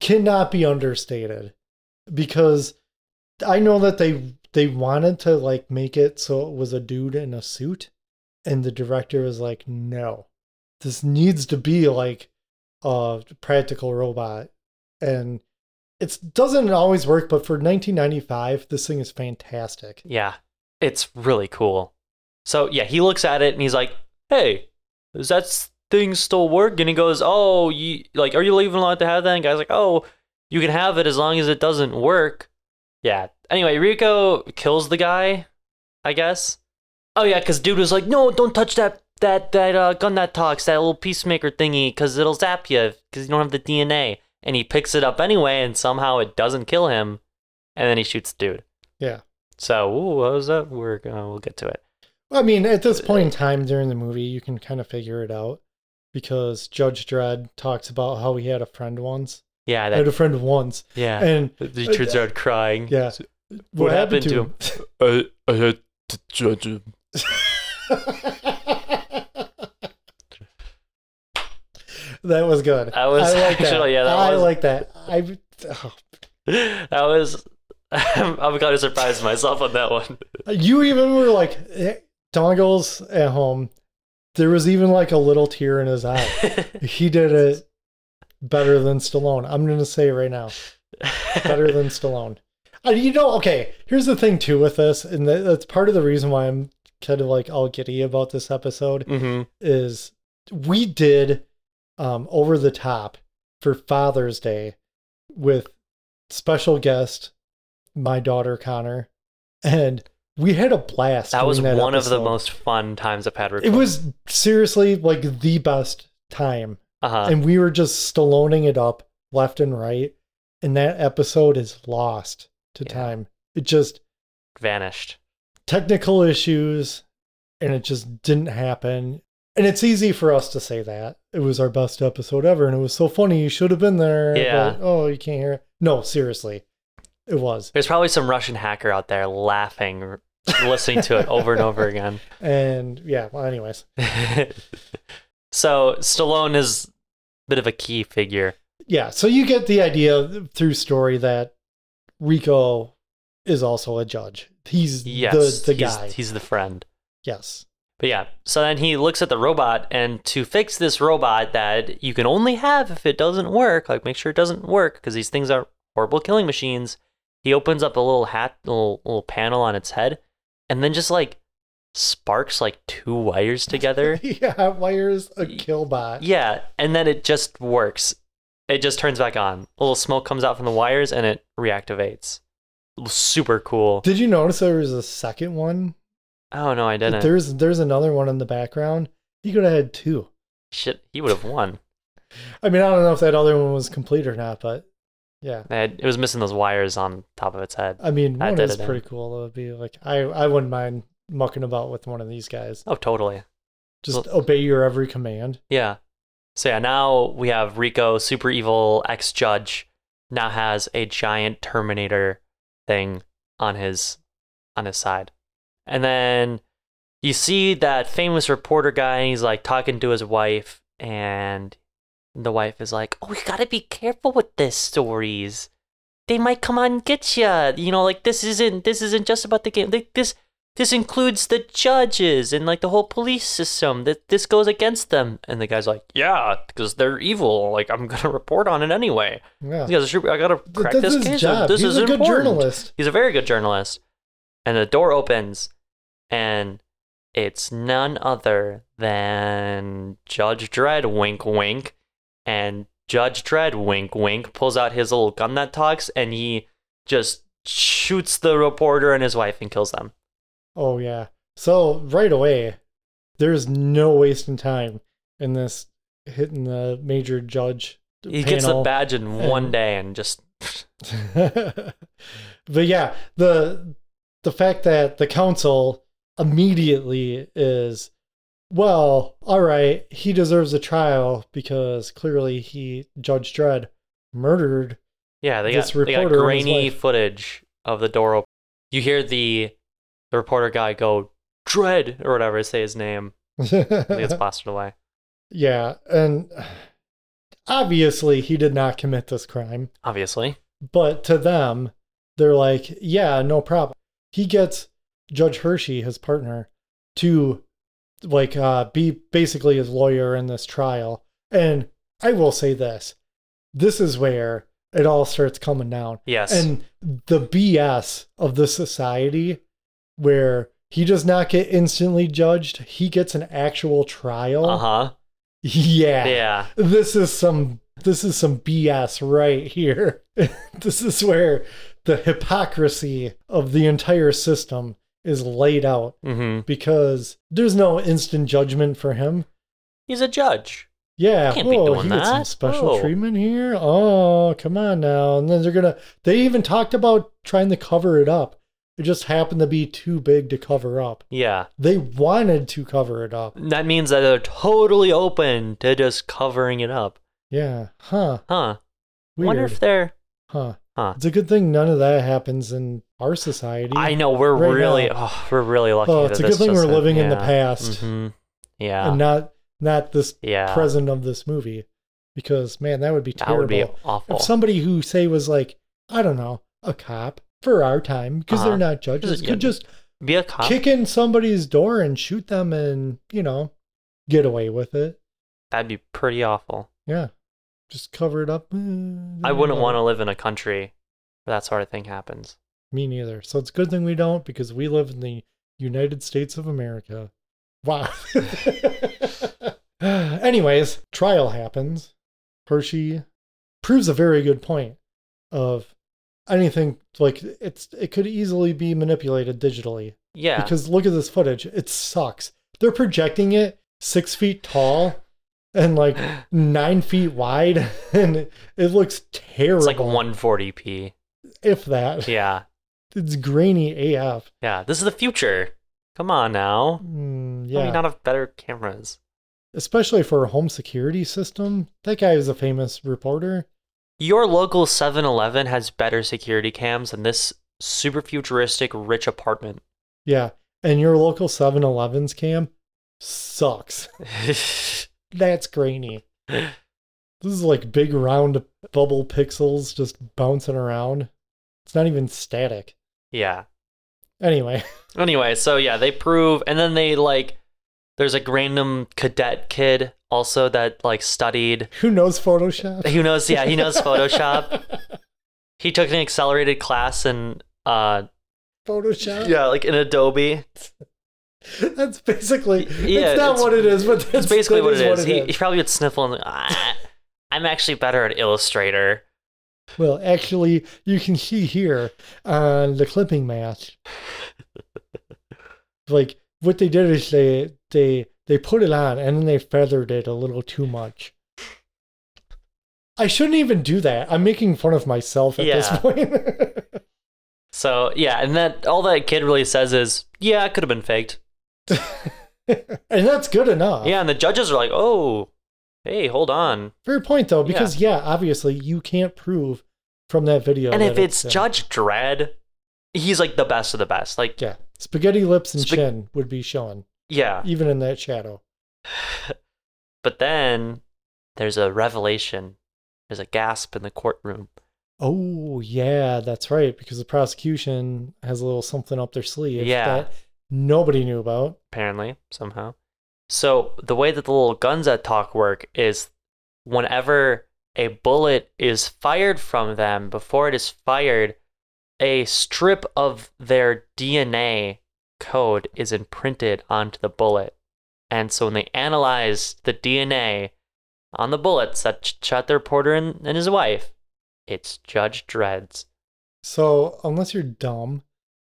Speaker 5: cannot be understated because I know that they they wanted to like make it so it was a dude in a suit and the director was like no this needs to be like a practical robot and it doesn't always work but for 1995 this thing is fantastic
Speaker 6: Yeah, it's really cool. So yeah, he looks at it and he's like, "Hey, does that s- thing still work?" And he goes, "Oh, you like, are you even allowed to have that?" And guy's like, "Oh, you can have it as long as it doesn't work." Yeah. Anyway, Rico kills the guy, I guess. Oh yeah, because dude was like, "No, don't touch that that that uh, gun that talks, that little peacemaker thingy, because it'll zap you, because you don't have the DNA." And he picks it up anyway, and somehow it doesn't kill him, and then he shoots the dude.
Speaker 5: yeah
Speaker 6: So, ooh, how does that work? Uh, we'll get to it.
Speaker 5: i mean at this point in time during the movie you can kind of figure it out because judge dredd talks about how he had a friend once
Speaker 6: Yeah,
Speaker 5: I had a
Speaker 6: that,
Speaker 5: friend once
Speaker 6: yeah.
Speaker 5: and
Speaker 6: he turns out crying.
Speaker 5: Yeah.
Speaker 6: What happened to
Speaker 5: him?
Speaker 7: I, I had to judge him.
Speaker 5: *laughs* that was good.
Speaker 6: That was actually- yeah, that
Speaker 5: I
Speaker 6: was-
Speaker 5: like that. I oh.
Speaker 6: *laughs* That was. *laughs* I'm, I'm kind of surprised myself on that one.
Speaker 5: you even were like eh, dongles at home. There was even like a little tear in his
Speaker 6: *laughs*
Speaker 5: eye. he did it better than Stallone. I'm gonna say it right now, better than Stallone. Uh, you know, okay. Here's the thing too with this, and that- that's part of the reason why I'm kind of like all giddy about this episode.
Speaker 6: Mm-hmm.
Speaker 5: is we did um, over the top for Father's Day with special guest my daughter Connor, and we had a blast.
Speaker 6: *laughs* That was
Speaker 5: doing
Speaker 6: one of the
Speaker 5: episode.
Speaker 6: most fun times I've had.
Speaker 5: It was seriously like the best time,
Speaker 6: Uh huh.
Speaker 5: and we were just stalloning it up left and right, and that episode is lost to
Speaker 6: Yeah.
Speaker 5: time. It just
Speaker 6: Vanished.
Speaker 5: technical issues and it just didn't happen. And it's easy for us to say that. It was our best episode ever and it was so funny. You should have been there.
Speaker 6: Yeah.
Speaker 5: but, oh, you can't hear it. No, seriously. It was.
Speaker 6: There's probably some Russian hacker out there laughing, listening to it over
Speaker 5: *laughs*
Speaker 6: and over again. *laughs*
Speaker 5: And yeah, well, anyways.
Speaker 6: so Stallone is a bit of a key figure.
Speaker 5: Yeah. So you get the idea through story that Rico is also a judge. He's
Speaker 6: Yes,
Speaker 5: the, the
Speaker 6: he's-
Speaker 5: guy.
Speaker 6: he's the friend.
Speaker 5: yes. *laughs*
Speaker 6: But yeah, so then he looks at the robot, and to fix this robot that you can only have if it doesn't work, like make sure it doesn't work because these things are horrible killing machines. He opens up a little hat, little, little panel on its head, and then just like sparks like
Speaker 5: *laughs*
Speaker 6: two wires together.
Speaker 5: yeah. Wires a kill bot.
Speaker 6: yeah, and then it just works. It just turns back on. A little smoke comes out from the wires, and it reactivates. Super cool.
Speaker 5: Did you notice there was a second one
Speaker 6: Oh no, I didn't.
Speaker 5: There's there's another one in the background. He could have had two.
Speaker 6: Shit, he would have won.
Speaker 5: I mean, I don't know if that other one was complete or not, but yeah.
Speaker 6: It had- it was missing those wires on top of its head.
Speaker 5: I mean,
Speaker 6: I
Speaker 5: one
Speaker 6: did
Speaker 5: is
Speaker 6: it,
Speaker 5: pretty cool. It would be like I I wouldn't mind mucking about with one of these guys.
Speaker 6: Oh, totally.
Speaker 5: Just obey your every command.
Speaker 6: Yeah. So yeah, now we have Rico, super evil ex judge, now has a giant Terminator thing on his on his side. And then you see that famous reporter guy, and he's like talking to his wife, and the wife is like, "Oh, you gotta be careful with these stories. They might come on and get you. You know, like this isn't this isn't just about the game. Like this this includes the judges and like the whole police system. That this goes against them." And the guy's like, "Yeah, because they're evil. Like I'm gonna *laughs* report on it anyway.
Speaker 5: Yeah.
Speaker 6: Because I should- I gotta crack
Speaker 5: That's
Speaker 6: this
Speaker 5: his
Speaker 6: case.
Speaker 5: job.
Speaker 6: up. This
Speaker 5: He's
Speaker 6: is
Speaker 5: a good
Speaker 6: important.
Speaker 5: journalist.
Speaker 6: He's a very good journalist." And the door opens, and it's none other than Judge Dredd, wink, wink. And Judge Dredd, wink, wink, pulls out his little gun that talks and he just shoots the reporter and his wife and kills them.
Speaker 5: Oh yeah. So right away, there's no wasting time in this hitting the major judge.
Speaker 6: He gets the
Speaker 5: panel.
Speaker 6: badge in one
Speaker 5: and-
Speaker 6: day and just.
Speaker 5: *laughs* but yeah, the the fact that the council immediately is well, all right, he deserves a trial because clearly he Judge Dredd murdered
Speaker 6: Yeah, they got,
Speaker 5: This
Speaker 6: they
Speaker 5: reporter
Speaker 6: got
Speaker 5: and his
Speaker 6: grainy
Speaker 5: wife.
Speaker 6: footage of the door open. You hear the, the reporter guy go, Dread, or whatever, say his name. He
Speaker 5: *laughs*
Speaker 6: gets blasted away.
Speaker 5: Yeah, and obviously he did not commit this crime.
Speaker 6: Obviously.
Speaker 5: But to them, they're like, yeah, no problem. He gets Judge Hershey, his partner, to like uh, be basically his lawyer in this trial. And I will say this this is where it all starts coming down.
Speaker 6: Yes.
Speaker 5: And the BS of the society where he does not get instantly judged, he gets an actual trial.
Speaker 6: Uh huh.
Speaker 5: Yeah
Speaker 6: Yeah.
Speaker 5: this is some this is some BS right here. *laughs* this is where the hypocrisy of the entire system is laid out
Speaker 6: Mm-hmm.
Speaker 5: because there's no instant judgment for him.
Speaker 6: He's a judge.
Speaker 5: Yeah,
Speaker 6: Can't be
Speaker 5: whoa,
Speaker 6: doing
Speaker 5: he gets some
Speaker 6: that.
Speaker 5: special
Speaker 6: Whoa.
Speaker 5: treatment here. Oh, come on now. And then they're gonna they even talked about trying to cover it up. It just happened to be too big to cover up.
Speaker 6: Yeah.
Speaker 5: They wanted to cover it up.
Speaker 6: That means that they're totally open to just covering it up.
Speaker 5: Yeah. Huh.
Speaker 6: Huh.
Speaker 5: Weird.
Speaker 6: Wonder if they're.
Speaker 5: huh.
Speaker 6: Huh.
Speaker 5: It's a good thing none of that happens in our society.
Speaker 6: I know we're
Speaker 5: Right
Speaker 6: really,
Speaker 5: now.
Speaker 6: oh, we're really lucky.
Speaker 5: Oh,
Speaker 6: that
Speaker 5: it's a
Speaker 6: this
Speaker 5: good thing we're
Speaker 6: doesn't-
Speaker 5: living in the
Speaker 6: yeah.
Speaker 5: past.
Speaker 6: Mhm. Yeah.
Speaker 5: and not not this
Speaker 6: Yeah.
Speaker 5: present of this movie, because man, that would be
Speaker 6: That
Speaker 5: terrible.
Speaker 6: would be awful.
Speaker 5: If somebody who say was like, I don't know, a cop for our time, because
Speaker 6: Uh-huh.
Speaker 5: they're not judges,
Speaker 6: Yeah. Uh-huh.
Speaker 5: could just
Speaker 6: be a cop.
Speaker 5: kick in somebody's door and shoot them, and you know, get away with it.
Speaker 6: That'd be pretty awful.
Speaker 5: Yeah, just cover it up.
Speaker 6: I wouldn't want to live in a country where that sort of thing happens.
Speaker 5: Me neither. So it's a good thing we don't, because we live in the United States of America. Wow. *laughs* Anyways, trial happens. Hershey proves a very good point of anything like it's it could easily be manipulated digitally.
Speaker 6: Yeah.
Speaker 5: Because look at this footage. It sucks. They're projecting it six feet tall and
Speaker 6: *gasps*
Speaker 5: like nine feet wide, *laughs* and it, it looks terrible.
Speaker 6: it's like 140p.
Speaker 5: if that.
Speaker 6: Yeah.
Speaker 5: It's grainy AF.
Speaker 6: Yeah. This is the future. Come on now.
Speaker 5: Mm,
Speaker 6: Yeah.
Speaker 5: yeah,
Speaker 6: We not have better cameras.
Speaker 5: especially for a home security system. That guy was a famous reporter.
Speaker 6: Your local 7 Eleven has better security cams than this super futuristic rich apartment. *laughs*
Speaker 5: Yeah, and your local 7-Eleven's cam sucks. *laughs* That's
Speaker 6: *laughs*
Speaker 5: grainy. This is like big round bubble pixels just bouncing around. It's not even static.
Speaker 6: yeah.
Speaker 5: Anyway, *laughs*
Speaker 6: Anyway, so yeah, they prove, and then they like, there's a random cadet kid also that like studied.
Speaker 5: who knows
Speaker 6: *laughs*
Speaker 5: Photoshop?
Speaker 6: Who knows? Yeah, he knows Photoshop. he took an accelerated class in, uh,
Speaker 5: Photoshop.
Speaker 6: yeah, like in Adobe.
Speaker 5: that's basically.
Speaker 6: Yeah,
Speaker 5: it's not
Speaker 6: it's-
Speaker 5: what it is, but that's
Speaker 6: That's basically
Speaker 5: that
Speaker 6: what it is.
Speaker 5: What
Speaker 6: he, he probably would sniffle and ah, I'm actually better at Illustrator.
Speaker 5: Well, actually, you can see here on the clipping
Speaker 6: *laughs*
Speaker 5: match, like what they did is they they they put it on and then they feathered it a little too much. I shouldn't even do that. I'm making fun of myself at this
Speaker 6: Yeah.
Speaker 5: point. *laughs*
Speaker 6: So yeah, and that all that kid really says is, yeah, it could have been faked.
Speaker 5: and that's good enough.
Speaker 6: Yeah, and the judges are like, oh, hey, hold on.
Speaker 5: Fair point though, because yeah, obviously you can't prove from that video.
Speaker 6: and
Speaker 5: that
Speaker 6: if it's
Speaker 5: uh,
Speaker 6: Judge Dredd, he's like the best of the best. Like,
Speaker 5: yeah, spaghetti lips and
Speaker 6: Spa-
Speaker 5: chin would be showing
Speaker 6: yeah.
Speaker 5: even in that shadow.
Speaker 6: But then there's a revelation. There's a gasp in the courtroom.
Speaker 5: Oh yeah, that's right, because the prosecution has a little something up their sleeve
Speaker 6: Yeah.
Speaker 5: that nobody knew about.
Speaker 6: apparently somehow. So the way that the little guns that talk work is whenever a bullet is fired from them, before it is fired, a strip of their DNA code is imprinted onto the bullet. And so when they analyze the DNA on the bullets that sh- shot the reporter and, and his wife, it's Judge Dredd's.
Speaker 5: So unless you're dumb,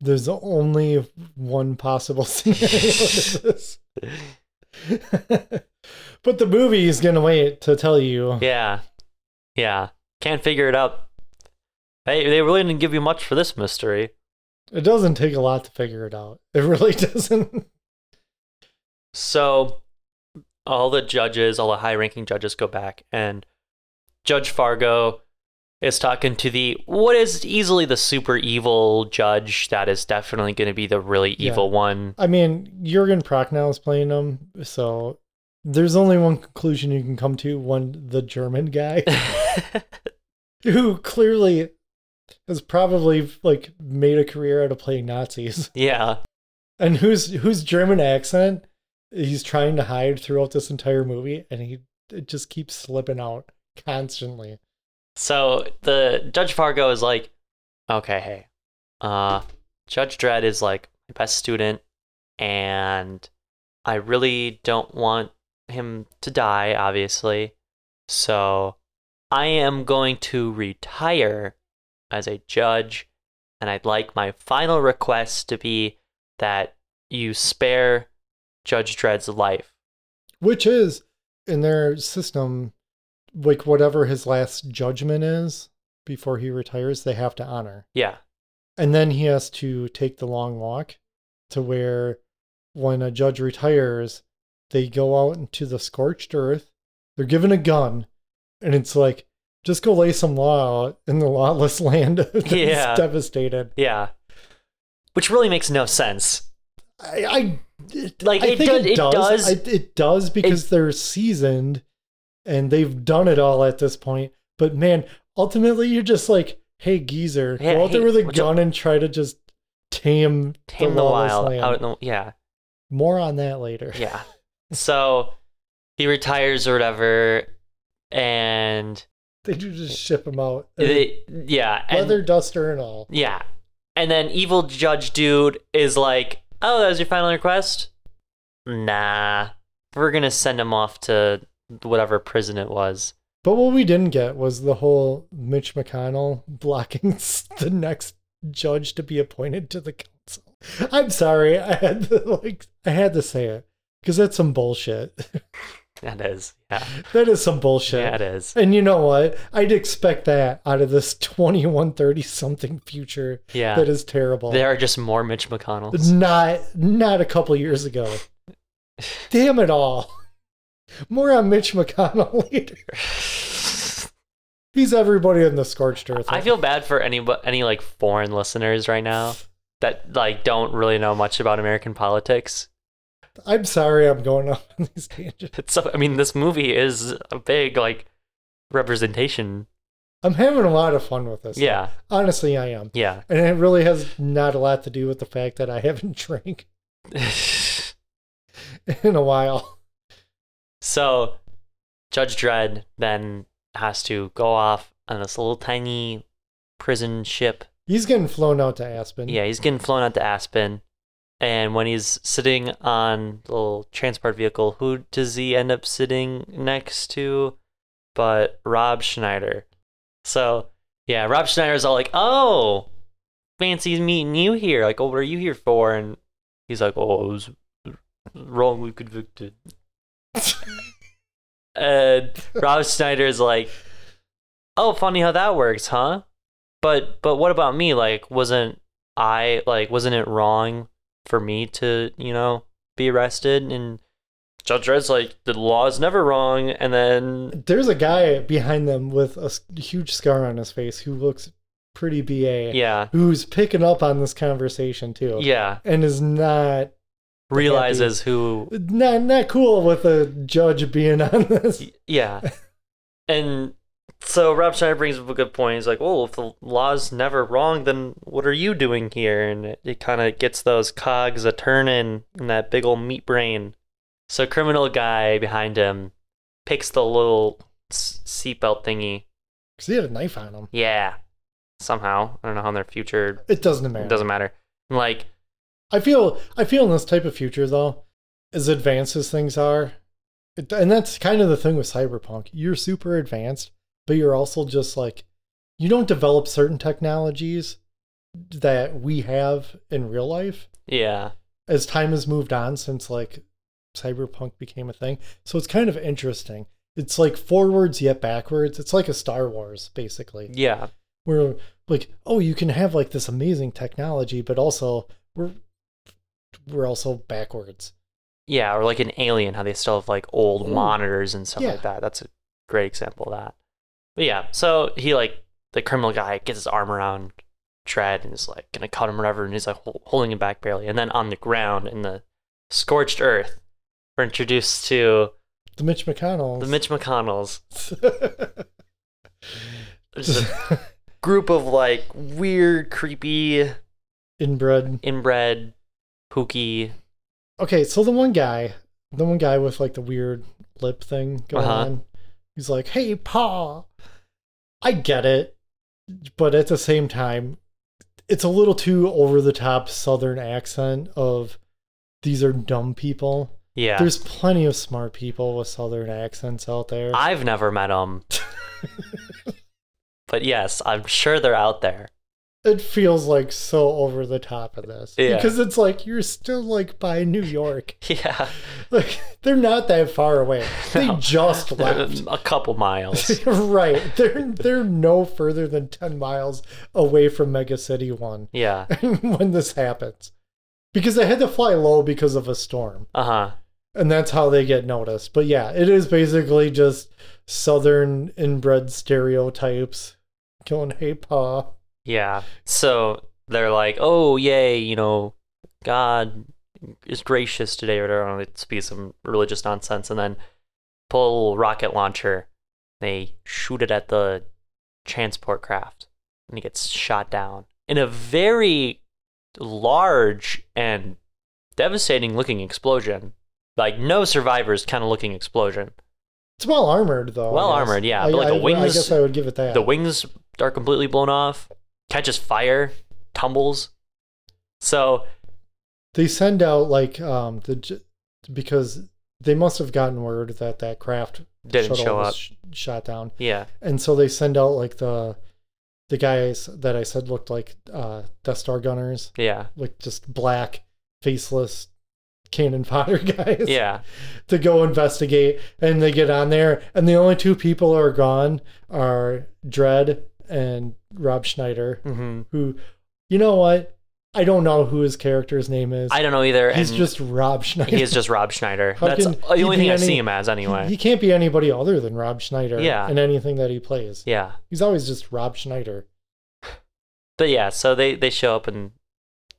Speaker 5: there's only one possible *laughs* scenario. to
Speaker 6: *laughs*
Speaker 5: this. but the movie is gonna wait to tell you.
Speaker 6: Yeah. Yeah. Can't figure it out. They, they really didn't give you much for this mystery.
Speaker 5: It doesn't take a lot to figure it out. It really *laughs* doesn't.
Speaker 6: So all the judges, all the high ranking judges go back and Judge Fargo is talking to the what is easily the super evil judge that is definitely going to be the really
Speaker 5: Yeah.
Speaker 6: evil one. *laughs*
Speaker 5: I mean, Jurgen Prochnow is playing him, so there's only one conclusion you can come to: one, the German guy who clearly has probably like made a career out of playing Nazis, *laughs*
Speaker 6: yeah.
Speaker 5: and whose whose German accent he's trying to hide throughout this entire movie, and he it just keeps slipping out constantly.
Speaker 6: So the Judge Fargo is like, okay, hey, uh, Judge Dredd is like my best student, and I really don't want him to die, obviously. So I am going to retire as a judge, and I'd like my final request to be that you spare Judge Dredd's life.
Speaker 5: which is in their system like whatever his last judgment is before he retires they have to honor
Speaker 6: Yeah.
Speaker 5: and then he has to take the long walk to where when a judge retires they go out into the scorched earth they're given a gun and it's like just go lay some law out in the lawless *laughs* land that's
Speaker 6: Yeah.
Speaker 5: devastated
Speaker 6: Yeah. Which really makes no sense.
Speaker 5: I, I it,
Speaker 6: Like,
Speaker 5: I
Speaker 6: it
Speaker 5: think
Speaker 6: did-
Speaker 5: it
Speaker 6: it
Speaker 5: does.
Speaker 6: does-
Speaker 5: I, it does because they're seasoned and they've done it all at this point. But man, ultimately, you're just like, hey, geezer,
Speaker 6: Yeah,
Speaker 5: go out there
Speaker 6: hey,
Speaker 5: with a
Speaker 6: what's
Speaker 5: gun and try to just tame
Speaker 6: Tame
Speaker 5: the,
Speaker 6: the,
Speaker 5: lawless
Speaker 6: wild
Speaker 5: land.
Speaker 6: out in the yeah.
Speaker 5: More on that later.
Speaker 6: Yeah. So he retires or whatever, and
Speaker 5: *laughs* they do just ship him out,
Speaker 6: they, yeah, and,
Speaker 5: leather duster and all.
Speaker 6: yeah, and then evil judge dude is like, "Oh, that was your final request? Nah, we're gonna send him off to whatever prison it was."
Speaker 5: But what we didn't get was the whole Mitch McConnell blocking *laughs* the next judge to be appointed to the council. I'm sorry, I had to like I had to say it because that's some bullshit. *laughs*
Speaker 6: That is, yeah,
Speaker 5: that is some bullshit.
Speaker 6: yeah, it is,
Speaker 5: And you know what? I'd expect that out of this 2130 something future
Speaker 6: yeah.
Speaker 5: that is terrible.
Speaker 6: There are just more Mitch McConnells.
Speaker 5: Not not a couple years ago.
Speaker 6: *laughs*
Speaker 5: Damn it all. More on Mitch McConnell *laughs* later. He's everybody in the scorched earth.
Speaker 6: I feel bad for any any like foreign listeners right now that like don't really know much about American politics.
Speaker 5: I'm sorry I'm going off on these tangents.
Speaker 6: *laughs* It's so, I mean, this movie is a big like representation.
Speaker 5: I'm having a lot of fun with this.
Speaker 6: Yeah,
Speaker 5: Honestly, I am.
Speaker 6: yeah.
Speaker 5: And it really has not a lot to do with the fact that I haven't *laughs*
Speaker 6: *laughs*
Speaker 5: drank in a while.
Speaker 6: so, Judge Dredd then has to go off on this little tiny prison ship.
Speaker 5: He's getting flown out to Aspen.
Speaker 6: Yeah, he's getting flown out to Aspen, and when he's sitting on the little transport vehicle, who does he end up sitting next to? But Rob Schneider. So yeah, Rob Schneider's all like, "Oh, fancy meeting you here. Like, oh, what are you here for?" And he's like, "Oh, I was wrongly convicted." and Rob Schneider's like, "Oh, funny how that works, huh? But but what about me? Like, wasn't I like wasn't it wrong for me to you know be arrested and Judge Red's like, the law is never wrong. And then
Speaker 5: There's a guy behind them with a s- huge scar on his face who looks pretty BA.
Speaker 6: Yeah.
Speaker 5: Who's picking up on this conversation too.
Speaker 6: Yeah.
Speaker 5: And is not
Speaker 6: realizes who
Speaker 5: not not cool with a judge being on this.
Speaker 6: Yeah. and so Rob Schneider brings up a good point. He's like, well, if the law's never wrong, then what are you doing here? And it, it kind of gets those cogs a turning in that big old meat brain. So criminal guy behind him picks the little s- seatbelt thingy.
Speaker 5: Because he had a knife on him.
Speaker 6: Yeah. Somehow. I don't know how in their future.
Speaker 5: It doesn't matter.
Speaker 6: It doesn't matter. And like,
Speaker 5: I feel I feel in this type of future though, as advanced as things are, it, and that's kind of the thing with cyberpunk. You're super advanced, but you're also just like you don't develop certain technologies that we have in real life
Speaker 6: yeah.
Speaker 5: as time has moved on since like cyberpunk became a thing. So it's kind of interesting. It's like forwards yet backwards. It's like a Star Wars basically
Speaker 6: Yeah.
Speaker 5: where like oh you can have like this amazing technology but also we're we're also backwards
Speaker 6: Yeah, or like an alien, how they still have like old monitors and stuff
Speaker 5: Yeah.
Speaker 6: like that. That's a great example of that. But yeah, so he like the criminal guy gets his arm around Tread and is like gonna cut him or whatever, and he's like hol- holding him back barely. And then on the ground in the scorched earth, we're introduced to
Speaker 5: the mitch mcconnell
Speaker 6: the Mitch McConnells. Just a group of like weird, creepy,
Speaker 5: *laughs* inbred
Speaker 6: inbred, kooky.
Speaker 5: okay so the one guy the one guy with like the weird lip thing going
Speaker 6: Uh-huh.
Speaker 5: on he's like hey pa i get it but at the same time it's a little too over the top southern accent of these are dumb people
Speaker 6: Yeah.
Speaker 5: There's plenty of smart people with southern accents out there.
Speaker 6: I've never met them. but yes, I'm sure they're out there. *laughs*
Speaker 5: it feels like so over the top of this
Speaker 6: Yeah.
Speaker 5: because it's like you're still like by New York. *laughs*
Speaker 6: Yeah.
Speaker 5: Like they're not that far away. They
Speaker 6: *laughs* No.
Speaker 5: just left.
Speaker 6: A couple
Speaker 5: *laughs*
Speaker 6: miles.
Speaker 5: right. They're they're no further than 10 miles away from Mega City 1
Speaker 6: Yeah.
Speaker 5: *laughs* when this happens. Because they had to fly low because of a storm.
Speaker 6: Uh huh.
Speaker 5: and that's how they get noticed. But yeah, it is basically just southern inbred stereotypes going, "Hey pa,
Speaker 6: Yeah. So they're like, oh, yay, you know, God is gracious today, or whatever. and It be some religious nonsense. And then pull a little rocket launcher. They shoot it at the transport craft, and he gets shot down in a very large and devastating looking explosion. Like, no survivors kind of looking explosion.
Speaker 5: it's well armored though." I
Speaker 6: Well
Speaker 5: guess.
Speaker 6: armored, yeah,
Speaker 5: I,
Speaker 6: but, like, the
Speaker 5: I- I
Speaker 6: wings-
Speaker 5: guess I would give it that.
Speaker 6: The wings are completely blown off, catches fire, tumbles. So,
Speaker 5: they send out like um the j- because they must have gotten word that that craft
Speaker 6: Didn't
Speaker 5: shuttle
Speaker 6: show
Speaker 5: was
Speaker 6: up.
Speaker 5: sh- shot down,
Speaker 6: yeah.
Speaker 5: and so they send out like the the guys that I said looked like uh Death Star gunners,
Speaker 6: Yeah.
Speaker 5: like just black faceless cannon *laughs* fodder guys.
Speaker 6: Yeah.
Speaker 5: to go investigate and they get on there and the only two people who are gone are Dredd and Rob Schneider
Speaker 6: hmm
Speaker 5: who you know what I don't know who his character's name is
Speaker 6: I don't know either.
Speaker 5: he's
Speaker 6: and
Speaker 5: just Rob Schneider
Speaker 6: he is just
Speaker 5: *laughs*
Speaker 6: Rob Schneider.
Speaker 5: How
Speaker 6: That's
Speaker 5: can
Speaker 6: the
Speaker 5: he
Speaker 6: only
Speaker 5: be
Speaker 6: thing I
Speaker 5: any-
Speaker 6: see him as,
Speaker 5: he,
Speaker 6: anyway.
Speaker 5: *laughs* he can't be anybody other than Rob Schneider
Speaker 6: Yeah.
Speaker 5: in anything that he plays
Speaker 6: yeah.
Speaker 5: he's always just Rob Schneider
Speaker 6: But yeah, so they they show up and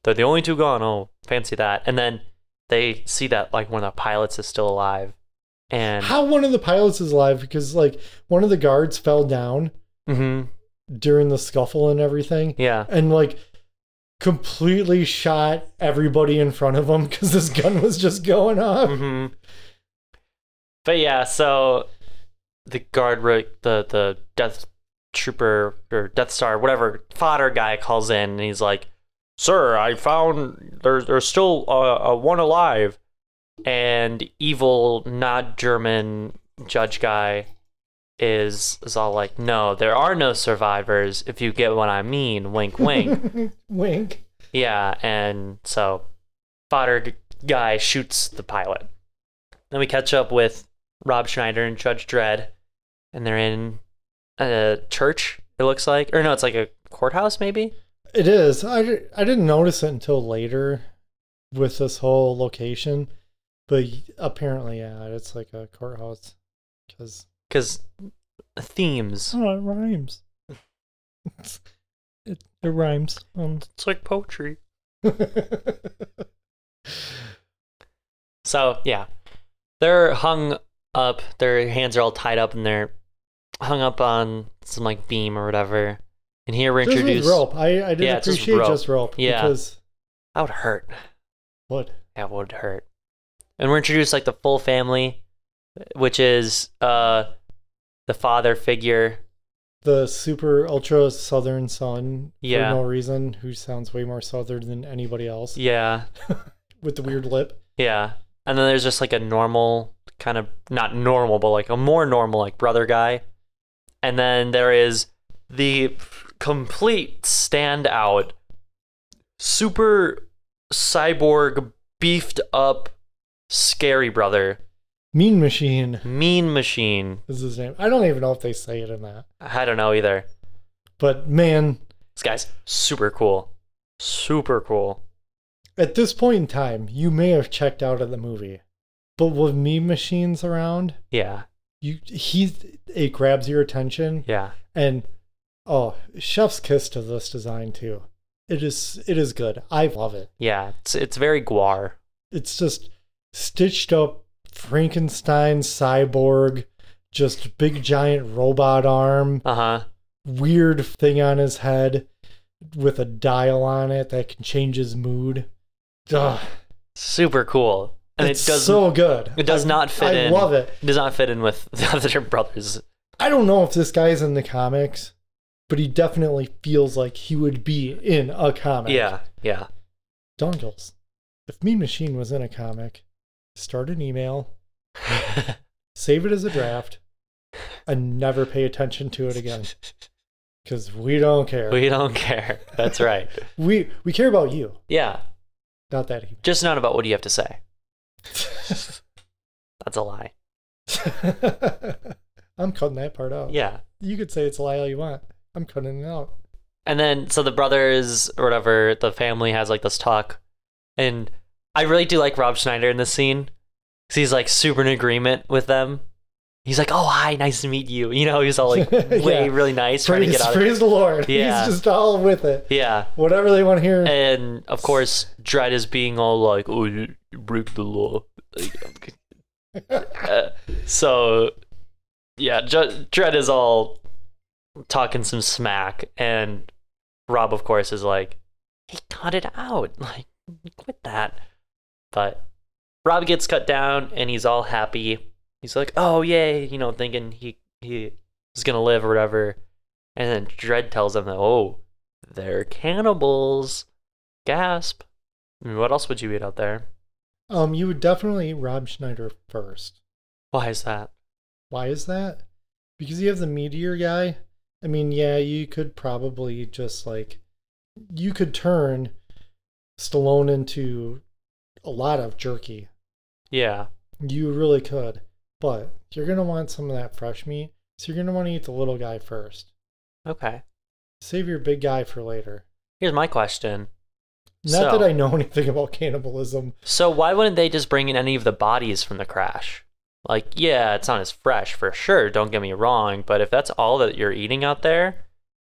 Speaker 6: they're the only two gone. Oh, fancy that! And then they see that like one of the pilots is still alive, and
Speaker 5: how one of the pilots is alive because like one of the guards fell down
Speaker 6: Mhm.
Speaker 5: during the scuffle and everything
Speaker 6: yeah,
Speaker 5: and like completely shot everybody in front of him because this gun was just going off.
Speaker 6: hmm But yeah, so the guard, ro- the the Death Trooper or Death Star, whatever fodder guy calls in, and he's like, "Sir, I found there's there's still uh, uh, one alive." And evil, not German judge guy is is all like, "No, there are no survivors. If you get what I mean, wink, wink."
Speaker 5: Wink.
Speaker 6: Yeah, and so fodder g- guy shoots the pilot. Then we catch up with Rob Schneider and Judge Dredd, and they're in a church. It looks like, or no, it's like a courthouse, maybe.
Speaker 5: It is. I, I didn't notice it until later with this whole location. But y- apparently, yeah, it's like a courthouse because
Speaker 6: because themes.
Speaker 5: oh, it *laughs* rhymes. It's, it it rhymes. *laughs* Um,
Speaker 6: It's like poetry. So yeah, they're hung up. Their hands are all tied up, and they're hung up on some like beam or whatever. And here we're
Speaker 5: just with
Speaker 6: introduced.
Speaker 5: rope. I I did
Speaker 6: Yeah, just
Speaker 5: appreciate
Speaker 6: rope.
Speaker 5: just rope,
Speaker 6: Yeah.
Speaker 5: because
Speaker 6: That would hurt.
Speaker 5: what
Speaker 6: That would hurt. And we're introduced like the full family, which is uh, the father figure.
Speaker 5: the super ultra southern son
Speaker 6: Yeah.
Speaker 5: for no reason who sounds way more southern than anybody else
Speaker 6: Yeah,
Speaker 5: with the weird lip.
Speaker 6: yeah. And then there's just like a normal kind of not normal, but like a more normal like brother guy. And then there is the complete standout, super cyborg beefed up scary brother
Speaker 5: Mean Machine
Speaker 6: mean machine
Speaker 5: is his name. I don't even know if they say it in that,
Speaker 6: i don't know either
Speaker 5: but man,
Speaker 6: This guy's super cool. Super cool.
Speaker 5: At this point in time, you may have checked out of the movie, but with meme machines around,
Speaker 6: Yeah.
Speaker 5: you he it grabs your attention,
Speaker 6: Yeah.
Speaker 5: and oh, chef's kiss to this design too. It is it is good. I love it.
Speaker 6: Yeah. It's it's very guar.
Speaker 5: It's just stitched up Frankenstein cyborg, just big giant robot arm,
Speaker 6: Uh-huh.
Speaker 5: weird thing on his head with a dial on it that can change his mood. Ugh.
Speaker 6: Super cool. And
Speaker 5: it's
Speaker 6: it does
Speaker 5: so good.
Speaker 6: it does
Speaker 5: I-
Speaker 6: not fit
Speaker 5: I
Speaker 6: in.
Speaker 5: love it.
Speaker 6: It does not fit in with *laughs* the other brothers.
Speaker 5: I don't know if this guy's in the comics, but he definitely feels like he would be in a comic.
Speaker 6: Yeah. Yeah.
Speaker 5: Dongles. If Mean Machine was in a comic, start an
Speaker 6: *laughs*
Speaker 5: email, save it as a draft, and never pay attention to it again. Because we don't care. We,
Speaker 6: we don't care. That's right.
Speaker 5: we care about you,
Speaker 6: Yeah.
Speaker 5: not that email.
Speaker 6: Just not about what you have to say. That's a lie.
Speaker 5: *laughs* I'm cutting that part out.
Speaker 6: Yeah.
Speaker 5: You could say it's a lie all you want. I'm cutting it out.
Speaker 6: And then so the brothers or whatever, the family has like this talk. And I really do like Rob Schneider in this scene. 'cause he's like super in agreement with them. He's like, Oh hi, nice to meet you. You know, he's all like
Speaker 5: Yeah.
Speaker 6: way really nice, trying to
Speaker 5: praise,
Speaker 6: get out of
Speaker 5: praise the Lord.
Speaker 6: Yeah.
Speaker 5: He's just all with it.
Speaker 6: Yeah.
Speaker 5: Whatever they want to hear.
Speaker 6: And of course, Dredd is being all like, Oh, you you break the law. Uh, so yeah, J- Dredd is all talking some smack, and Rob, of course, is like, "Hey, cut it out! *laughs* Like, quit that." But Rob gets cut down, and he's all happy. He's like, "Oh yay!" You know, thinking he he is gonna live or whatever. And then Dredd tells him that, "Oh, they're cannibals." Gasp! I mean, what else would you eat out there?
Speaker 5: Um, you would definitely eat Rob Schneider first.
Speaker 6: Why is that?
Speaker 5: Why is that? Because you have the meteor guy. I mean, yeah, you could probably just like you could turn Stallone into a lot of jerky.
Speaker 6: Yeah,
Speaker 5: You really could. But you're gonna want some of that fresh meat, so you're gonna want to eat the little guy first.
Speaker 6: okay.
Speaker 5: Save your big guy for later.
Speaker 6: Here's my question.
Speaker 5: Not
Speaker 6: So-
Speaker 5: that I know *laughs* anything about cannibalism.
Speaker 6: So why wouldn't they just bring in any of the bodies from the crash? Like, yeah, it's not as fresh for sure, don't get me wrong, but if that's all that you're eating out there,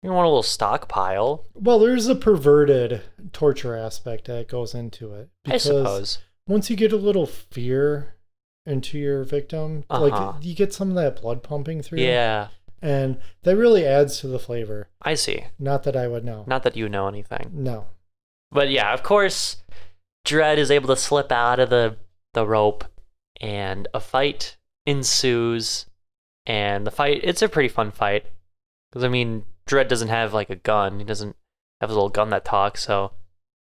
Speaker 6: you want a little stockpile,
Speaker 5: Well, there's a perverted torture aspect that goes into it.
Speaker 6: I suppose.
Speaker 5: once you get a little fear into your victim,
Speaker 6: Uh-huh.
Speaker 5: like you get some of that blood pumping through,
Speaker 6: Yeah,
Speaker 5: and that really adds to the flavor.
Speaker 6: I see.
Speaker 5: Not that I would know.
Speaker 6: Not that you know anything.
Speaker 5: no.
Speaker 6: But yeah, of course, Dredd is able to slip out of the, the rope, and a fight ensues. And the fight, it's a pretty fun fight. Because, I mean, Dredd doesn't have, like, a gun. He doesn't have his little gun that talks, so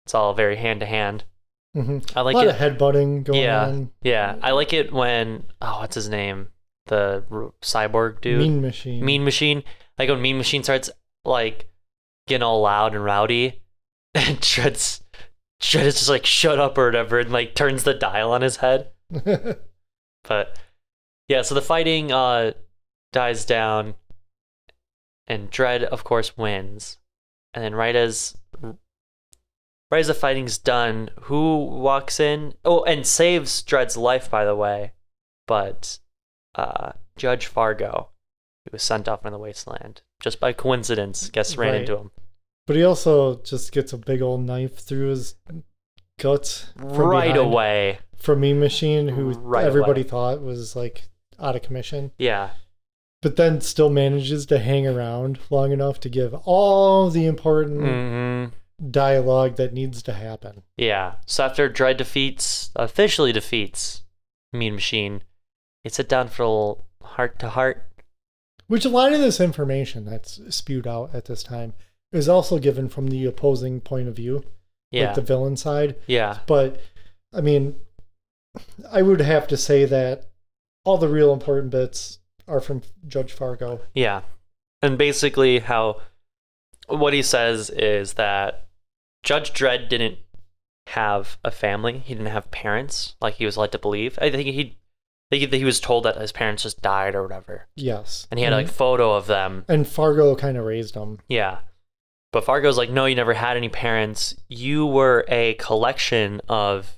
Speaker 6: it's all very hand to hand.
Speaker 5: hmm
Speaker 6: I like
Speaker 5: a lot of
Speaker 6: it.
Speaker 5: headbutting going
Speaker 6: yeah,
Speaker 5: on.
Speaker 6: yeah. I like it when oh, what's his name? The r- cyborg dude,
Speaker 5: Mean machine.
Speaker 6: Mean Machine. Like when Mean Machine starts like getting all loud and rowdy, *laughs* and Shred's Shred is just like shut up or whatever, and like turns the dial on his head. But yeah, so the fighting uh dies down, and Dread of course wins, and then right as right as the fighting's done, who walks in? Oh, and saves Dredd's life, by the way. But uh, Judge Fargo, who was sent off in the wasteland just by coincidence, guess ran
Speaker 5: Right.
Speaker 6: into him.
Speaker 5: But he also just gets a big old knife through his guts from
Speaker 6: right
Speaker 5: behind
Speaker 6: away.
Speaker 5: from Meme Machine, who
Speaker 6: Right
Speaker 5: everybody
Speaker 6: away.
Speaker 5: thought was like out of commission,
Speaker 6: Yeah.
Speaker 5: but then still manages to hang around long enough to give all the important
Speaker 6: hmm
Speaker 5: Mm-hmm. dialogue that needs to happen.
Speaker 6: Yeah. So after Dread defeats, officially defeats Mean Machine, they sit down for a little heart to heart.
Speaker 5: Which a lot of this information that's spewed out at this time is also given from the opposing point of view,
Speaker 6: Yeah.
Speaker 5: like the villain side.
Speaker 6: yeah.
Speaker 5: But I mean, I would have to say that all the real important bits are from Judge Fargo.
Speaker 6: Yeah. And basically, how what he says is that Judge Dredd didn't have a family. He didn't have parents, like he was led to believe. I think he, I think that he was told that his parents just died or whatever,
Speaker 5: Yes,
Speaker 6: and he had like photo of them.
Speaker 5: and Fargo kind of raised him.
Speaker 6: Yeah. But Fargo's like, no, you never had any parents. You were a collection of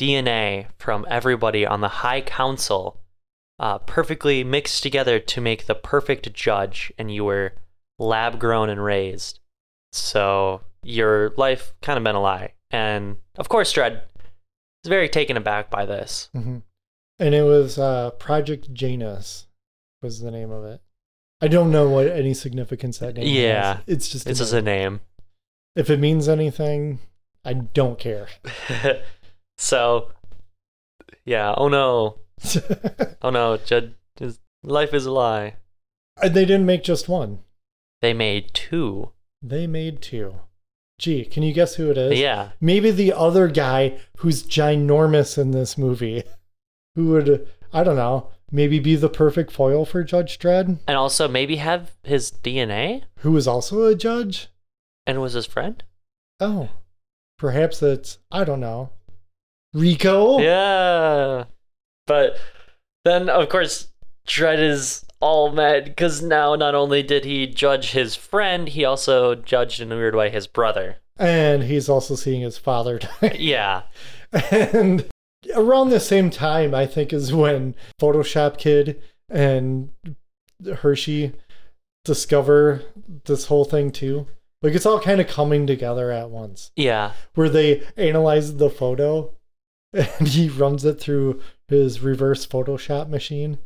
Speaker 6: DNA from everybody on the High Council, uh, perfectly mixed together to make the perfect judge, and you were lab grown and raised. So your life kind of been a lie. And of course, Dredd is very taken aback by this.
Speaker 5: hmm And it was uh, Project Janus was the name of it. I don't know what any significance that name has.
Speaker 6: Yeah.
Speaker 5: It's just, a
Speaker 6: This is
Speaker 5: name.
Speaker 6: a name.
Speaker 5: if it means anything, I don't care. *laughs*
Speaker 6: so, yeah, oh no, Oh no, Jed, his life is a lie.
Speaker 5: And Uh, they didn't make just one.
Speaker 6: They made two.
Speaker 5: They made two. Gee, can you guess who it is?
Speaker 6: Yeah.
Speaker 5: Maybe the other guy who's ginormous in this movie, *laughs* who would, I don't know, maybe be the perfect foil for Judge Dredd,
Speaker 6: And also maybe have his DNA
Speaker 5: who is also a judge?
Speaker 6: and was his friend?
Speaker 5: Oh, perhaps it's, I don't know, Rico?
Speaker 6: Yeah. But then, of course, Dredd is all mad because now not only did he judge his friend, he also judged in a weird way his brother.
Speaker 5: And he's also seeing his father die.
Speaker 6: Yeah.
Speaker 5: and around the same time, I think, is when Photoshop Kid and Hershey discover this whole thing too. Like it's all kind of coming together at once,
Speaker 6: Yeah.
Speaker 5: where they analyze the photo and he runs it through his reverse Photoshop machine,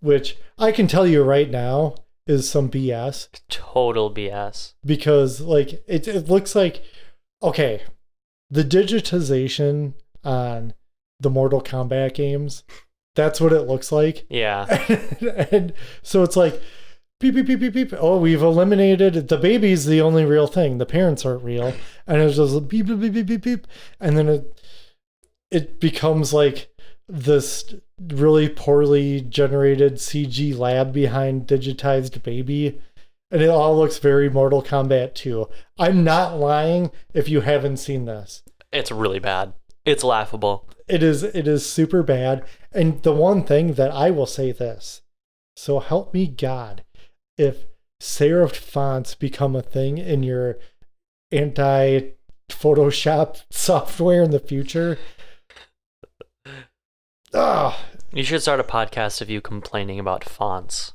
Speaker 5: which I can tell you right now is some BS
Speaker 6: Total BS.
Speaker 5: because like it, it looks like okay the digitization on the mortal kombat games that's what it looks like
Speaker 6: Yeah.
Speaker 5: *laughs* and so it's like beep beep beep beep beep oh we've eliminated the baby's the only real thing the parents aren't real and it's just beep beep beep beep beep beep and then it it becomes like this really poorly generated cg lab behind digitized baby and it all looks very mortal kombat 2 i'm not lying if you haven't seen this
Speaker 6: It's really bad. It's laughable.
Speaker 5: it is it is super bad and the one thing that i will say this so help me god if serif fonts become a thing in your anti photoshop *laughs* software in the future ah
Speaker 6: You should start a podcast of you complaining about fonts.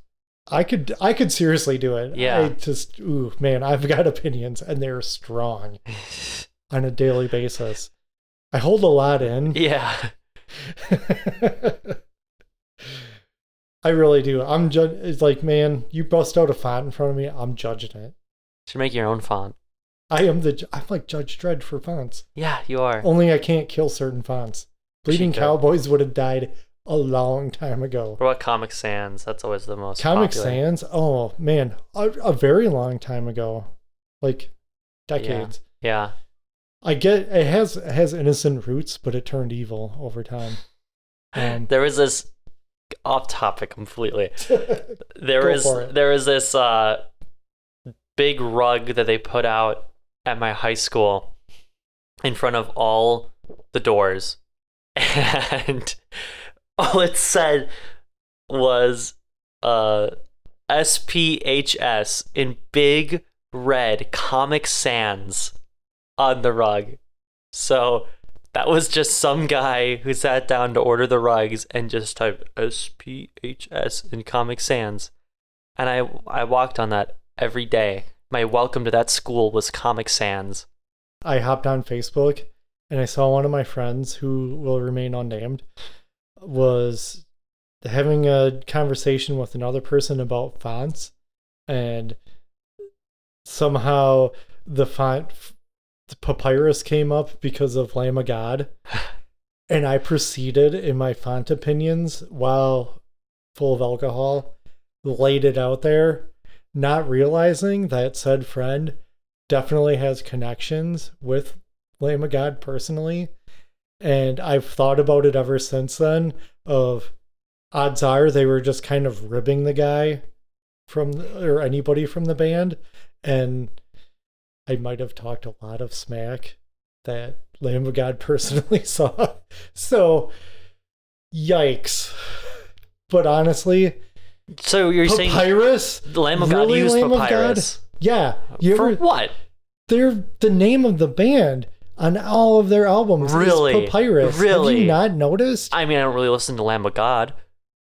Speaker 5: i could i could seriously do it
Speaker 6: Yeah.
Speaker 5: i just ooh man i've got *laughs* opinions and they're strong on a daily basis i hold a lot in
Speaker 6: Yeah.
Speaker 5: *laughs*
Speaker 6: *laughs*
Speaker 5: I really do. I'm judge. It's like, man, you bust out a font in front of me. I'm judging it.
Speaker 6: should make your own font.
Speaker 5: I am the. ju- I'm like Judge Dredd for fonts.
Speaker 6: Yeah, you are.
Speaker 5: Only I can't kill certain fonts. Bleeding
Speaker 6: Chica.
Speaker 5: Cowboys would have died a long time ago.
Speaker 6: What about Comic Sans? That's always the most
Speaker 5: Comic
Speaker 6: popular.
Speaker 5: Sans. Oh man, a, a very long time ago, like decades.
Speaker 6: Yeah.
Speaker 5: I get it has it has innocent roots, but it turned evil over time. Um,
Speaker 6: There was this off topic completely. There
Speaker 5: Go
Speaker 6: was
Speaker 5: for it.
Speaker 6: there was this uh big rug that they put out at my high school in front of all the doors. *laughs* And all it said was uh SPHS in big red Comic Sans on the rug. So that was just some guy who sat down to order the rugs and just typed SPHS in Comic Sans. And I I walked on that every day. My welcome to that school was Comic Sans.
Speaker 5: I hopped on Facebook and I saw one of my friends who will remain unnamed was having a conversation with another person about fonts and somehow the font f- the papyrus came up because of Lamb of God and I proceeded in my font opinions while full of alcohol laid it out there not realizing that said friend definitely has connections with Lamb of God personally. And I've thought about it ever since then of odds are they were just kind of ribbing the guy from or anybody from the band. And I might have talked a lot of smack that Lamb of God *laughs* personally saw. So yikes. But honestly,
Speaker 6: So you're saying
Speaker 5: papyrus?
Speaker 6: Lamb of God used
Speaker 5: Lamb of God?
Speaker 6: papyrus?
Speaker 5: Yeah. You
Speaker 6: for
Speaker 5: ever-
Speaker 6: what?
Speaker 5: they're the name of the band on all of their albums. is
Speaker 6: Really?
Speaker 5: Papyrus. Have
Speaker 6: Really?
Speaker 5: you not noticed?
Speaker 6: I mean, I don't really listen to Lamb of God.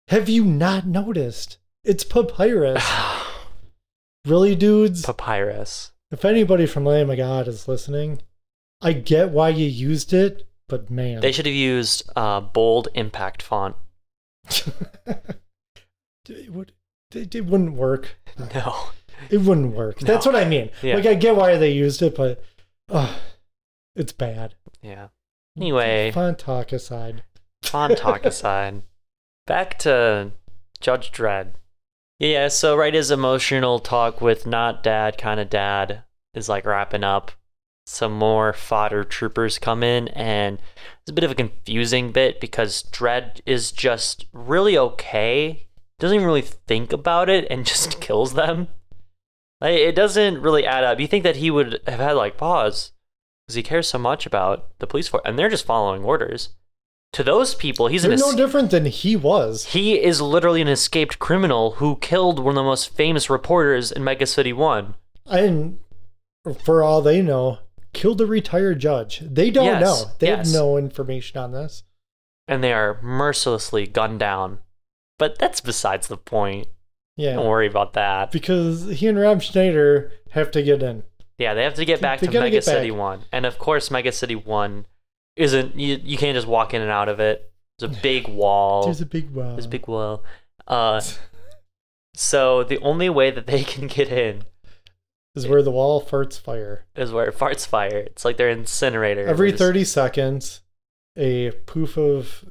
Speaker 5: Have you not noticed? It's
Speaker 6: *sighs*
Speaker 5: Papyrus. really, dudes?
Speaker 6: Papyrus.
Speaker 5: if anybody from Lamb of God is listening, I get why you used it, but man.
Speaker 6: They should have used uh, bold impact font. *laughs*
Speaker 5: it, would, it, it wouldn't work.
Speaker 6: No.
Speaker 5: It wouldn't work. That's
Speaker 6: No.
Speaker 5: what I mean.
Speaker 6: Yeah.
Speaker 5: Like, I get why they used it, but uh, it's bad.
Speaker 6: Yeah. Anyway,
Speaker 5: Font talk aside.
Speaker 6: font talk aside, back to Judge Dredd. Yeah, so right his emotional talk with not dad kind of dad is like wrapping up. Some more fodder troopers come in, and it's a bit of a confusing bit because Dredd is just really okay. Doesn't even really think about it and *laughs* just kills them. Like, it doesn't really add up. You think that he would have had like pause because he cares so much about the police force, and they're just following orders. To those people, he's
Speaker 5: They're
Speaker 6: an
Speaker 5: no
Speaker 6: es-
Speaker 5: different than he was.
Speaker 6: he is literally an escaped criminal who killed one of the most famous reporters in Mega City 1.
Speaker 5: and for all they know, killed a retired judge. They don't
Speaker 6: Yes,
Speaker 5: know. They
Speaker 6: yes.
Speaker 5: have no information on this.
Speaker 6: And they are mercilessly gunned down. But that's besides the point.
Speaker 5: Yeah,
Speaker 6: Don't worry about that.
Speaker 5: because he and Rob Schneider have to get in.
Speaker 6: Yeah, they have to get back
Speaker 5: They
Speaker 6: to
Speaker 5: gotta
Speaker 6: Mega
Speaker 5: get back.
Speaker 6: City 1. And of course, Mega City 1 isn't, you, you can't just walk in and out of it. There's a big wall.
Speaker 5: There's a big wow.
Speaker 6: There's a big wall. Uh, so the only way that they *laughs* can get in
Speaker 5: is where the wall farts fire.
Speaker 6: is where it farts fire. It's like their incinerator.
Speaker 5: Every
Speaker 6: There's-
Speaker 5: thirty seconds, a poof of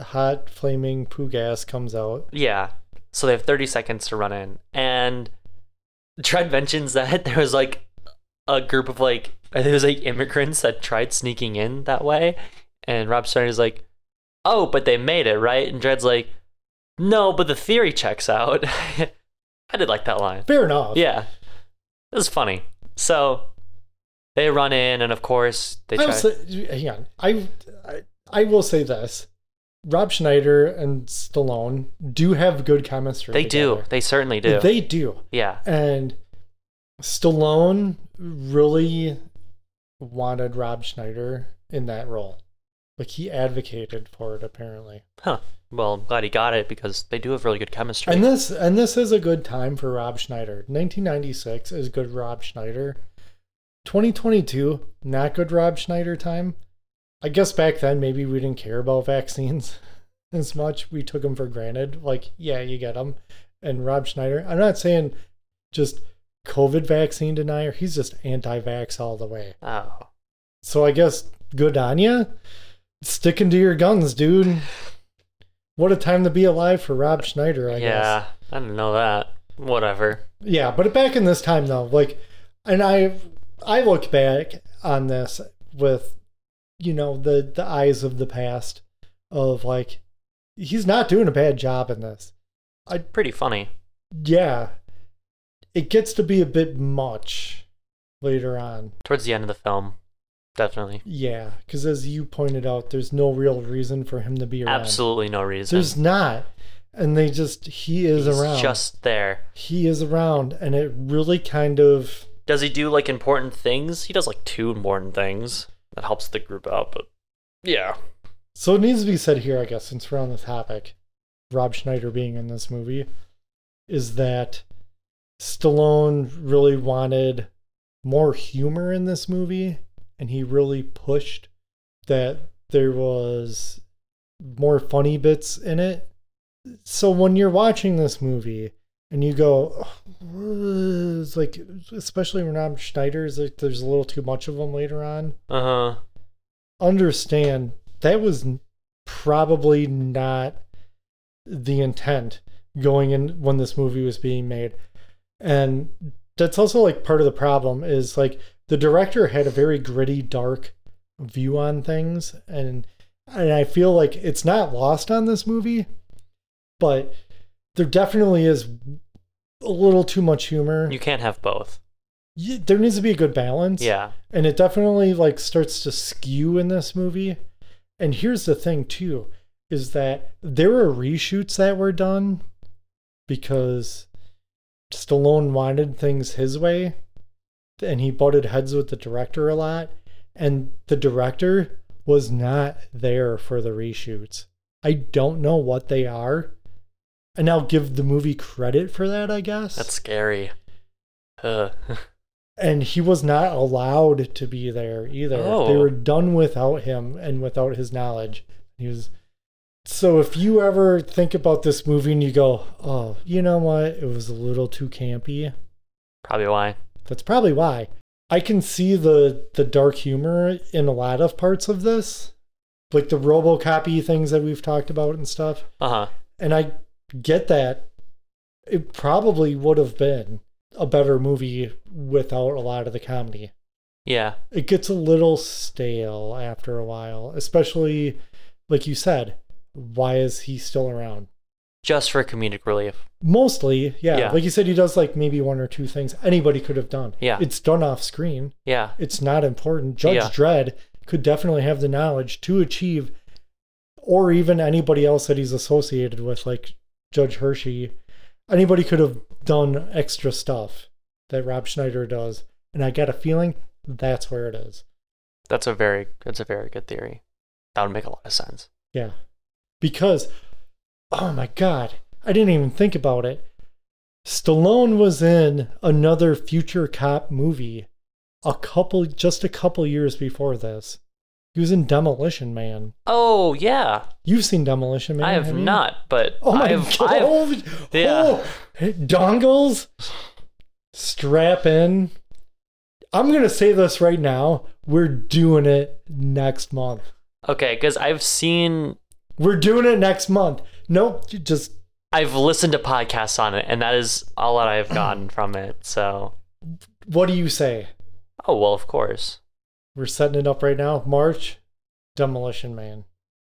Speaker 5: hot flaming poo gas comes out.
Speaker 6: Yeah. So they have 30 seconds to run in. And Tread mentions *laughs* that there was like a group of like, I think it was like immigrants that tried sneaking in that way. And Rob Schneider's like, oh, but they made it, right? And Dredd's like, no, but the theory checks out. *laughs* I did like that line.
Speaker 5: Fair enough.
Speaker 6: Yeah. It was funny. So they run in, and of course, they
Speaker 5: I
Speaker 6: try.
Speaker 5: will say, hang on. I, I I will say this: Rob Schneider and Stallone do have good chemistry.
Speaker 6: they do.
Speaker 5: together.
Speaker 6: They certainly do.
Speaker 5: They do.
Speaker 6: yeah.
Speaker 5: And Stallone really wanted Rob Schneider in that role. Like he advocated for it apparently.
Speaker 6: Huh. Well, I'm glad he got it because they do have really good chemistry.
Speaker 5: And this and this is a good time for Rob Schneider. 1996 is good Rob Schneider. 2022 not good Rob Schneider time. I guess back then maybe we didn't care about vaccines *laughs* as much. We took them for granted. Like, yeah, you get them. And Rob Schneider, I'm not saying just COVID vaccine denier. He's just anti-vax all the way.
Speaker 6: oh.
Speaker 5: So I guess good on ya. Sticking to your guns, dude. What a time to be alive for Rob Schneider, I
Speaker 6: yeah,
Speaker 5: guess.
Speaker 6: I didn't know that. Whatever.
Speaker 5: Yeah, but back in this time though, like and I I look back on this with you know the the eyes of the past of like he's not doing a bad job in this.
Speaker 6: Pretty funny.
Speaker 5: Yeah. It gets to be a bit much later on.
Speaker 6: Towards the end of the film, definitely.
Speaker 5: Yeah, cuz as you pointed out, there's no real reason for him to be around.
Speaker 6: Absolutely no reason.
Speaker 5: There's not. And they just he is
Speaker 6: He's
Speaker 5: around.
Speaker 6: Just there.
Speaker 5: he is around and it really kind of
Speaker 6: Does he do like important things? He does like two important things. That helps the group out, but yeah.
Speaker 5: So it needs to be said here, I guess, since we're on the topic, Rob Schneider being in this movie, is that Stallone really wanted more humor in this movie, and he really pushed that there was more funny bits in it. So when you're watching this movie and you go, "Ugh," it's like, especially when Rob Schneider's, like, there's a little too much of him later on
Speaker 6: Uh huh.
Speaker 5: understand that was n- probably not the intent going in when this movie was being made and that's also like part of the problem is like the director had a very gritty dark view on things and and i feel like it's not lost on this movie but there definitely is a little too much humor
Speaker 6: You can't have both.
Speaker 5: Y- there needs to be a good balance
Speaker 6: Yeah.
Speaker 5: and it definitely like starts to skew in this movie and here's the thing too is that there were reshoots that were done because stallone wanted things his way and he butted heads with the director a lot and the director was not there for the reshoots i don't know what they are and i'll give the movie credit for that i guess
Speaker 6: That's scary. Uh,
Speaker 5: and he was not allowed to be there either.
Speaker 6: Oh.
Speaker 5: They were done without him and without his knowledge. He was so if you ever think about this movie and you go, "Oh, you know what? It was a little too campy."
Speaker 6: *laughs* probably why.
Speaker 5: That's probably why. I can see the the dark humor in a lot of parts of this, like the RoboCopy things that we've talked about and stuff.
Speaker 6: Uh huh.
Speaker 5: And I get that it probably would have been a better movie without a lot of the comedy
Speaker 6: Yeah.
Speaker 5: it gets a little stale after a while, especially like you said, why is he still around?
Speaker 6: Just for comedic relief.
Speaker 5: Mostly, yeah.
Speaker 6: Yeah.
Speaker 5: Like you said, he does like maybe one or two things anybody could have done.
Speaker 6: Yeah.
Speaker 5: It's done off screen.
Speaker 6: Yeah.
Speaker 5: It's not important. Judge
Speaker 6: Yeah.
Speaker 5: Dredd could definitely have the knowledge to achieve or even anybody else that he's associated with, like Judge Hershey. Anybody could have done extra stuff that Rob Schneider does. And I got a feeling that's where it is.
Speaker 6: That's a very that's a very good theory. That would make a lot of sense.
Speaker 5: Yeah. Because, oh my God, I didn't even think about it. Stallone was in another future cop movie a couple, just a couple years before this. He was in Demolition Man.
Speaker 6: Oh yeah.
Speaker 5: You've seen Demolition Man.
Speaker 6: I have
Speaker 5: you?
Speaker 6: not, but
Speaker 5: Oh my
Speaker 6: I have,
Speaker 5: God.
Speaker 6: I have-
Speaker 5: Oh,
Speaker 6: Yeah.
Speaker 5: dongles, strap in. I'm going to say this right now. We're doing it next month.
Speaker 6: okay, because I've seen
Speaker 5: We're doing it next month. Nope, j- just
Speaker 6: I've listened to podcasts on it, and that is all that I
Speaker 5: *clears throat*
Speaker 6: have gotten from it. So,
Speaker 5: what do you say?
Speaker 6: oh well, of course.
Speaker 5: We're setting it up right now. March, Demolition Man.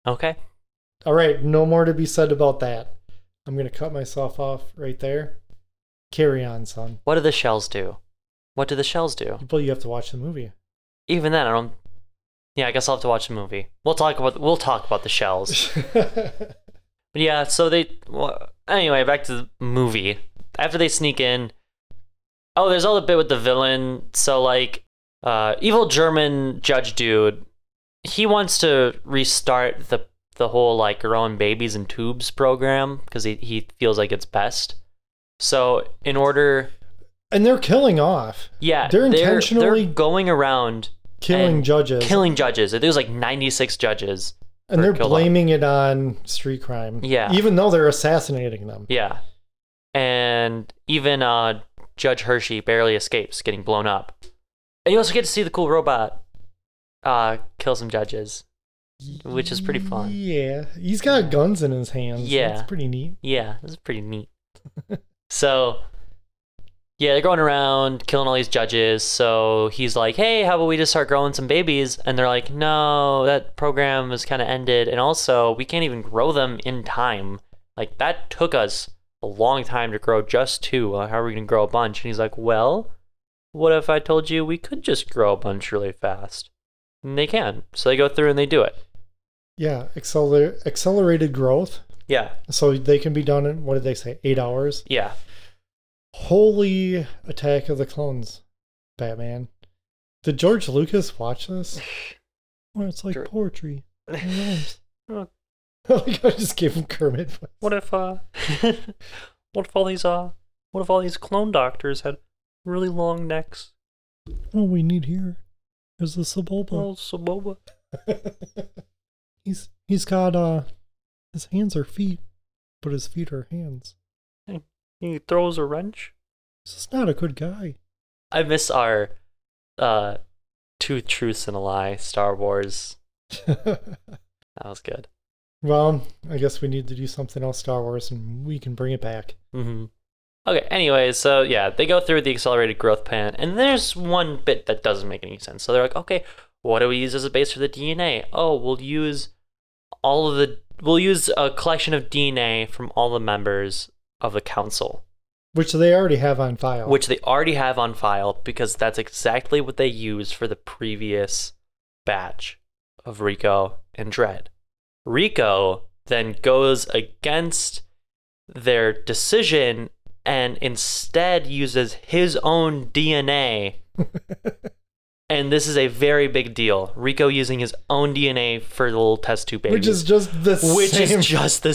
Speaker 6: Okay.
Speaker 5: All right, no more to be said about that. I'm going to cut myself off right there. Carry on, son.
Speaker 6: What do the shells do? What do the shells do?
Speaker 5: But you have to watch the movie.
Speaker 6: Even then, I don't. Yeah, I guess I'll have to watch the movie. We'll talk about we'll talk about the shells.
Speaker 5: *laughs*
Speaker 6: But yeah, so they. Well, anyway, back to the movie. After they sneak in, oh, there's all the bit with the villain. So like, uh, evil German judge dude, he wants to restart the the whole like growing babies and tubes program because he he feels like it's best. So in order,
Speaker 5: and they're killing off,
Speaker 6: yeah,
Speaker 5: They're
Speaker 6: they're
Speaker 5: intentionally
Speaker 6: going around
Speaker 5: killing
Speaker 6: and
Speaker 5: judges,
Speaker 6: killing judges. There's like 96 judges.
Speaker 5: and they're
Speaker 6: or kill off.
Speaker 5: blaming it on street crime.
Speaker 6: Yeah.
Speaker 5: Even though they're assassinating them.
Speaker 6: Yeah. And even uh, Judge Hershey barely escapes getting blown up. And you also get to see the cool robot uh, kill some judges, which is pretty fun.
Speaker 5: Yeah. He's got guns in his hands.
Speaker 6: Yeah.
Speaker 5: It's pretty neat.
Speaker 6: Yeah, this is pretty neat. so, yeah, they're going around killing all these judges. So he's like, hey, how about we just start growing some babies? And they're like, no, that program is kind of ended. And also, we can't even grow them in time. Like, that took us a long time to grow just two. Uh, How are we going to grow a bunch? And he's like, well, what if I told you we could just grow a bunch really fast? And they can. So they go through and they do it.
Speaker 5: Yeah. Acceler- accelerated growth.
Speaker 6: Yeah.
Speaker 5: So they can be done in, what did they say, eight hours?
Speaker 6: Yeah.
Speaker 5: Holy Attack of the Clones. Batman. Did George Lucas watch
Speaker 6: *laughs*
Speaker 5: this? Where it's like
Speaker 6: Ger- *laughs*
Speaker 5: poetry. and rhymes.
Speaker 6: Oh.
Speaker 5: *laughs* like I just gave him Kermit. voice.
Speaker 6: What if uh *laughs* what if all these uh what if all these clone doctors had really long necks?
Speaker 5: What we need here is the Sebulba.
Speaker 6: Oh, Saboba.
Speaker 5: he's he's got uh his hands are feet, but his feet are hands.
Speaker 6: He throws a wrench.
Speaker 5: He's just not a good guy. *laughs*
Speaker 6: I miss our uh two truths and a lie Star Wars. That was good.
Speaker 5: well, I guess we need to do something else Star Wars, and we can bring it back.
Speaker 6: hmm Okay, anyway, so yeah, they go through the accelerated growth plan, and there's one bit that doesn't make any sense. So they're like, okay, what do we use as a base for the DNA? Oh, we'll use all of the, we'll use a collection of DNA from all the members of the council,
Speaker 5: Which they already have on file.
Speaker 6: which they already have on file because that's exactly what they used for the previous batch of Rico and Dread. Rico then goes against their decision and instead uses his own DNA.
Speaker 5: *laughs*
Speaker 6: and this is a very big deal. Rico using his own DNA for the little test tube babies.
Speaker 5: which is just the
Speaker 6: which
Speaker 5: same-
Speaker 6: is just the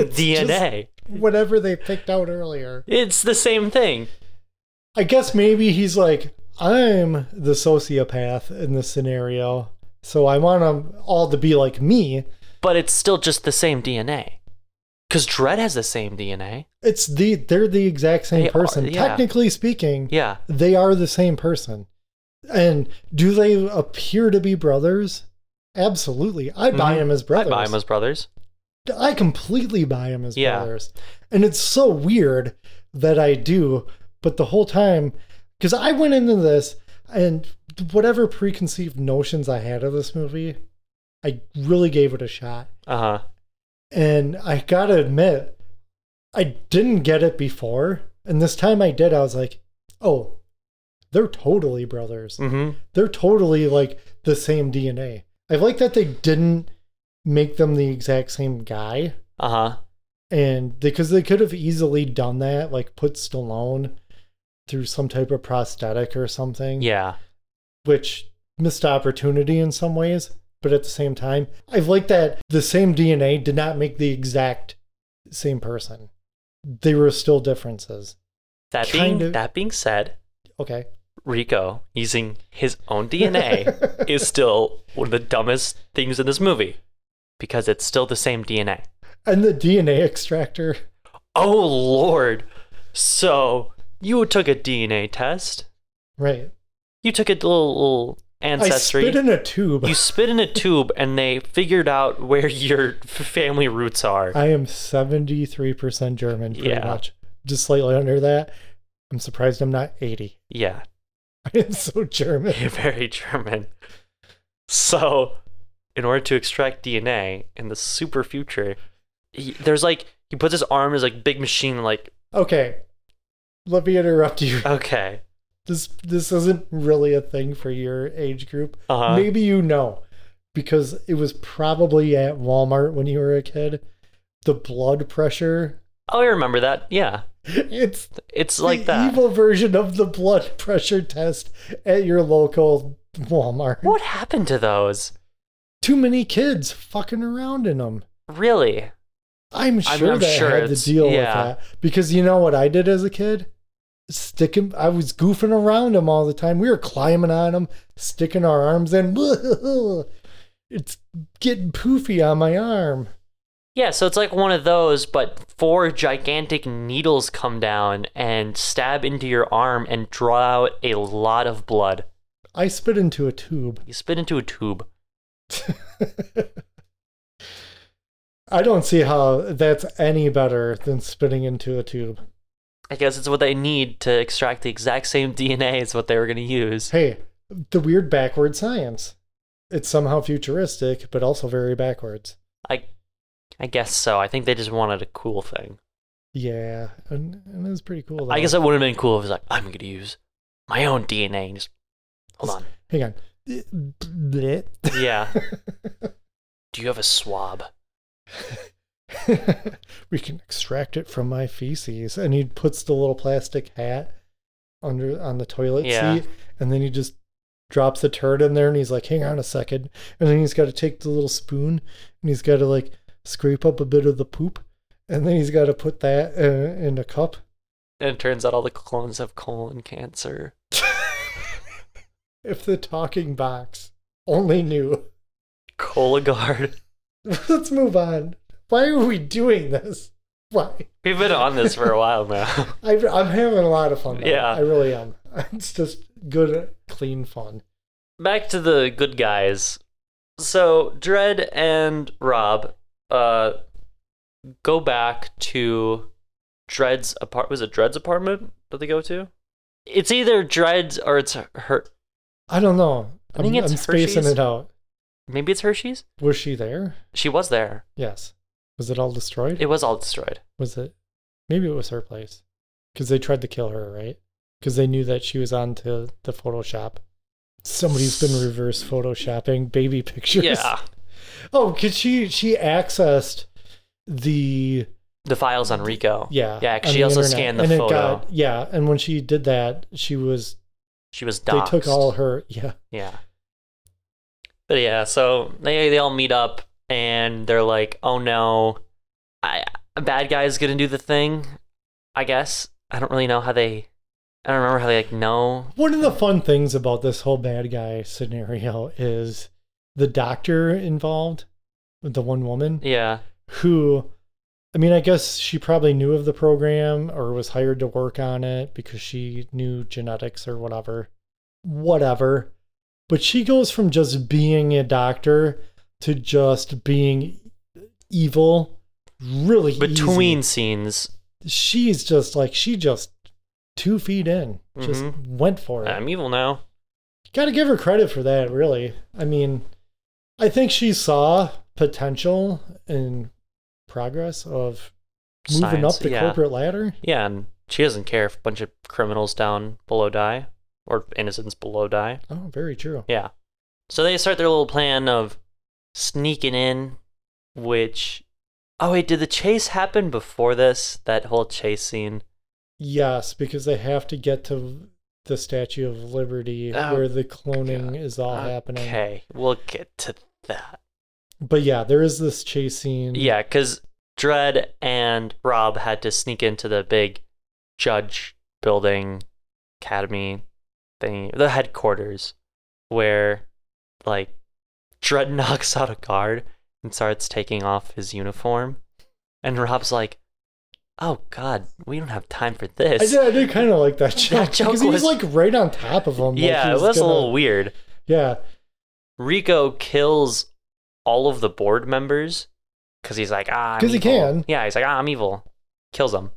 Speaker 5: *laughs* It's just-
Speaker 6: DNA.
Speaker 5: whatever they picked out earlier.
Speaker 6: It's the same thing.
Speaker 5: I guess maybe he's like, I'm the sociopath in this scenario, so I want them all to be like me.
Speaker 6: but it's still just the same DNA. Because Dread has the same DNA.
Speaker 5: It's the they're the exact same
Speaker 6: They are,
Speaker 5: person.
Speaker 6: yeah.
Speaker 5: Technically speaking,
Speaker 6: Yeah.
Speaker 5: they are the same person. And do they appear to be brothers? Absolutely. I buy
Speaker 6: Mhm.
Speaker 5: him as brothers.
Speaker 6: I buy him as brothers.
Speaker 5: I completely buy him as
Speaker 6: Yeah.
Speaker 5: brothers. And it's so weird that I do, but the whole time, because I went into this and whatever preconceived notions I had of this movie, I really gave it a shot.
Speaker 6: Uh huh.
Speaker 5: And I gotta admit, I didn't get it before. And this time I did, I was like, oh, they're totally brothers
Speaker 6: Mm
Speaker 5: they're totally like the same DNA. I like that they didn't make them the exact same guy,
Speaker 6: hmm. Uh
Speaker 5: Mm.
Speaker 6: huh.
Speaker 5: and because they could have easily done that, like put Stallone through some type of prosthetic or something.
Speaker 6: Yeah.
Speaker 5: which missed opportunity in some ways, but at the same time, I like that the same DNA did not make the exact same person. They were still differences.
Speaker 6: That
Speaker 5: Kind
Speaker 6: being
Speaker 5: of.
Speaker 6: that being said,
Speaker 5: Okay.
Speaker 6: Rico using his
Speaker 5: *laughs*
Speaker 6: own DNA is still one of the dumbest things in this movie because it's still the same DNA.
Speaker 5: And the DNA extractor. *laughs*
Speaker 6: Oh lord. So you took a DNA test.
Speaker 5: Right.
Speaker 6: You took a little, little ancestry.
Speaker 5: I spit in a tube.
Speaker 6: you spit in a tube and they figured out where your family roots are.
Speaker 5: *laughs* I am 73% German, pretty
Speaker 6: Yeah.
Speaker 5: much. Just slightly under that. I'm surprised I'm not 80.
Speaker 6: Yeah,
Speaker 5: *laughs*
Speaker 6: *laughs*
Speaker 5: I am so German.
Speaker 6: very German. So, in order to extract DNA in the super future, he, there's like he puts his arm in his like big machine. Like,
Speaker 5: Okay. Let me interrupt you.
Speaker 6: *laughs* okay,
Speaker 5: This this isn't really a thing for your age group.
Speaker 6: Uh-huh.
Speaker 5: Maybe you know because it was probably at Walmart when you were a kid. The blood pressure. *laughs*
Speaker 6: oh, I remember that. Yeah,
Speaker 5: It's
Speaker 6: it's like
Speaker 5: the
Speaker 6: that.
Speaker 5: evil version of the blood pressure test at your local Walmart.
Speaker 6: What happened to those?
Speaker 5: Too many kids fucking around in them.
Speaker 6: Really?
Speaker 5: I'm
Speaker 6: I'm-
Speaker 5: sure
Speaker 6: I'm
Speaker 5: they
Speaker 6: sure
Speaker 5: had to
Speaker 6: it's-
Speaker 5: deal
Speaker 6: yeah.
Speaker 5: with that because you know what I did as a kid? Sticking, I was goofing around them all the time. We were climbing on them, sticking our arms in. *laughs* It's getting poofy on my arm.
Speaker 6: Yeah, so it's like one of those, but four gigantic needles come down and stab into your arm and draw out a lot of blood.
Speaker 5: I spit into a tube.
Speaker 6: You spit into a tube.
Speaker 5: I don't see how that's any better than spitting into a tube.
Speaker 6: I guess it's what they need to extract the exact same *laughs* DNA as what they were going to use.
Speaker 5: Hey, the weird backward science. It's somehow futuristic, but also very backwards.
Speaker 6: I, I guess so. I think they just wanted a cool thing.
Speaker 5: Yeah, and, and it was pretty cool.
Speaker 6: I
Speaker 5: though.
Speaker 6: guess it would have been cool if it was like, I'm going to use my own DNA. And just,
Speaker 5: *laughs*
Speaker 6: hold
Speaker 5: Hang on. Bleh.
Speaker 6: on. Yeah.
Speaker 5: *laughs*
Speaker 6: Do you have a swab?
Speaker 5: *laughs* we can extract it from my feces. And he puts the little plastic hat under on the toilet
Speaker 6: Yeah.
Speaker 5: seat, and then he just drops the turd in there, and he's like, "Hang on a second. and then he's got to take the little spoon, and he's got to like scrape up a bit of the poop, and then he's got to put that uh, in, in a cup.
Speaker 6: And it turns out all the clones have colon cancer.
Speaker 5: If the talking box only knew. *laughs*
Speaker 6: Cologuard. *laughs*
Speaker 5: Let's move on. Why are we doing this? Why?
Speaker 6: We've been on this for a while now.
Speaker 5: I, I'm having a lot of fun. Though.
Speaker 6: Yeah.
Speaker 5: I really am. *laughs* It's just good, clean fun.
Speaker 6: Back to the good guys. So Dread and Rob uh go back to Dread's apart was it Dread's apartment that they go to? It's either Dread's or it's her
Speaker 5: I don't know.
Speaker 6: I think
Speaker 5: am
Speaker 6: it's
Speaker 5: I'm spacing
Speaker 6: Hershey's.
Speaker 5: it out.
Speaker 6: maybe it's Hershey's?
Speaker 5: Was she there?
Speaker 6: She was there.
Speaker 5: Yes. Was it all destroyed?
Speaker 6: It was
Speaker 5: *laughs*
Speaker 6: all destroyed.
Speaker 5: was it? Maybe it was her place. Because they tried to kill her, right? Because they knew that she was on to the Photoshop. Somebody's been reverse photoshopping baby *laughs* pictures.
Speaker 6: Yeah.
Speaker 5: Oh, because she she accessed the
Speaker 6: The files on Rico.
Speaker 5: yeah
Speaker 6: Yeah, 'cause
Speaker 5: on
Speaker 6: she
Speaker 5: the
Speaker 6: also
Speaker 5: internet,
Speaker 6: scanned the
Speaker 5: and
Speaker 6: photo.
Speaker 5: It got, yeah, and when she did that, she was
Speaker 6: she was doxxed.
Speaker 5: they took all her yeah
Speaker 6: Yeah. But yeah, so they they all meet up and they're like, "Oh no, I a bad guy's gonna do the thing." I guess I don't really know how they. I don't remember how they like know.
Speaker 5: One of the fun things about this whole bad guy scenario is the doctor involved, the one woman
Speaker 6: Yeah,
Speaker 5: who, I mean, I guess she probably knew of the program or was hired to work on it because she knew genetics or whatever. Whatever. But she goes from just being a doctor to just being evil really easy.
Speaker 6: between scenes.
Speaker 5: she's just like she just two feet in just
Speaker 6: Mhm.
Speaker 5: went for it
Speaker 6: I'm evil now.
Speaker 5: Got to give her credit for that, really. I mean, I think she saw potential and progress of moving
Speaker 6: Science,
Speaker 5: up the
Speaker 6: yeah.
Speaker 5: corporate ladder.
Speaker 6: Yeah, and she doesn't care if a bunch of criminals down below die or innocents below die.
Speaker 5: Oh, very true.
Speaker 6: Yeah. So they start their little plan of sneaking in, which. Oh, wait, did the chase happen before this? That whole chase scene?
Speaker 5: Yes, because they have to get to the Statue of Liberty
Speaker 6: Oh,
Speaker 5: where the cloning is all happening.
Speaker 6: Okay, we'll get to that.
Speaker 5: But yeah, there is this chase scene.
Speaker 6: Yeah, because Dredd and Rob had to sneak into the big judge building, academy thing, the headquarters, where, like, Dredd *laughs* knocks out a guard and starts taking off his uniform. And Rob's like, oh, God, we don't have time for this.
Speaker 5: I did, I did kind of like that joke.
Speaker 6: joke
Speaker 5: because he was,
Speaker 6: was-
Speaker 5: like right on top of him. like
Speaker 6: yeah,
Speaker 5: he
Speaker 6: it was a
Speaker 5: gonna-
Speaker 6: little weird.
Speaker 5: Yeah,
Speaker 6: Rico kills all of the board members because he's like, ah, I'm
Speaker 5: 'Cause he
Speaker 6: evil."
Speaker 5: can.
Speaker 6: Yeah, he's like, ah, I'm evil. Kills them. And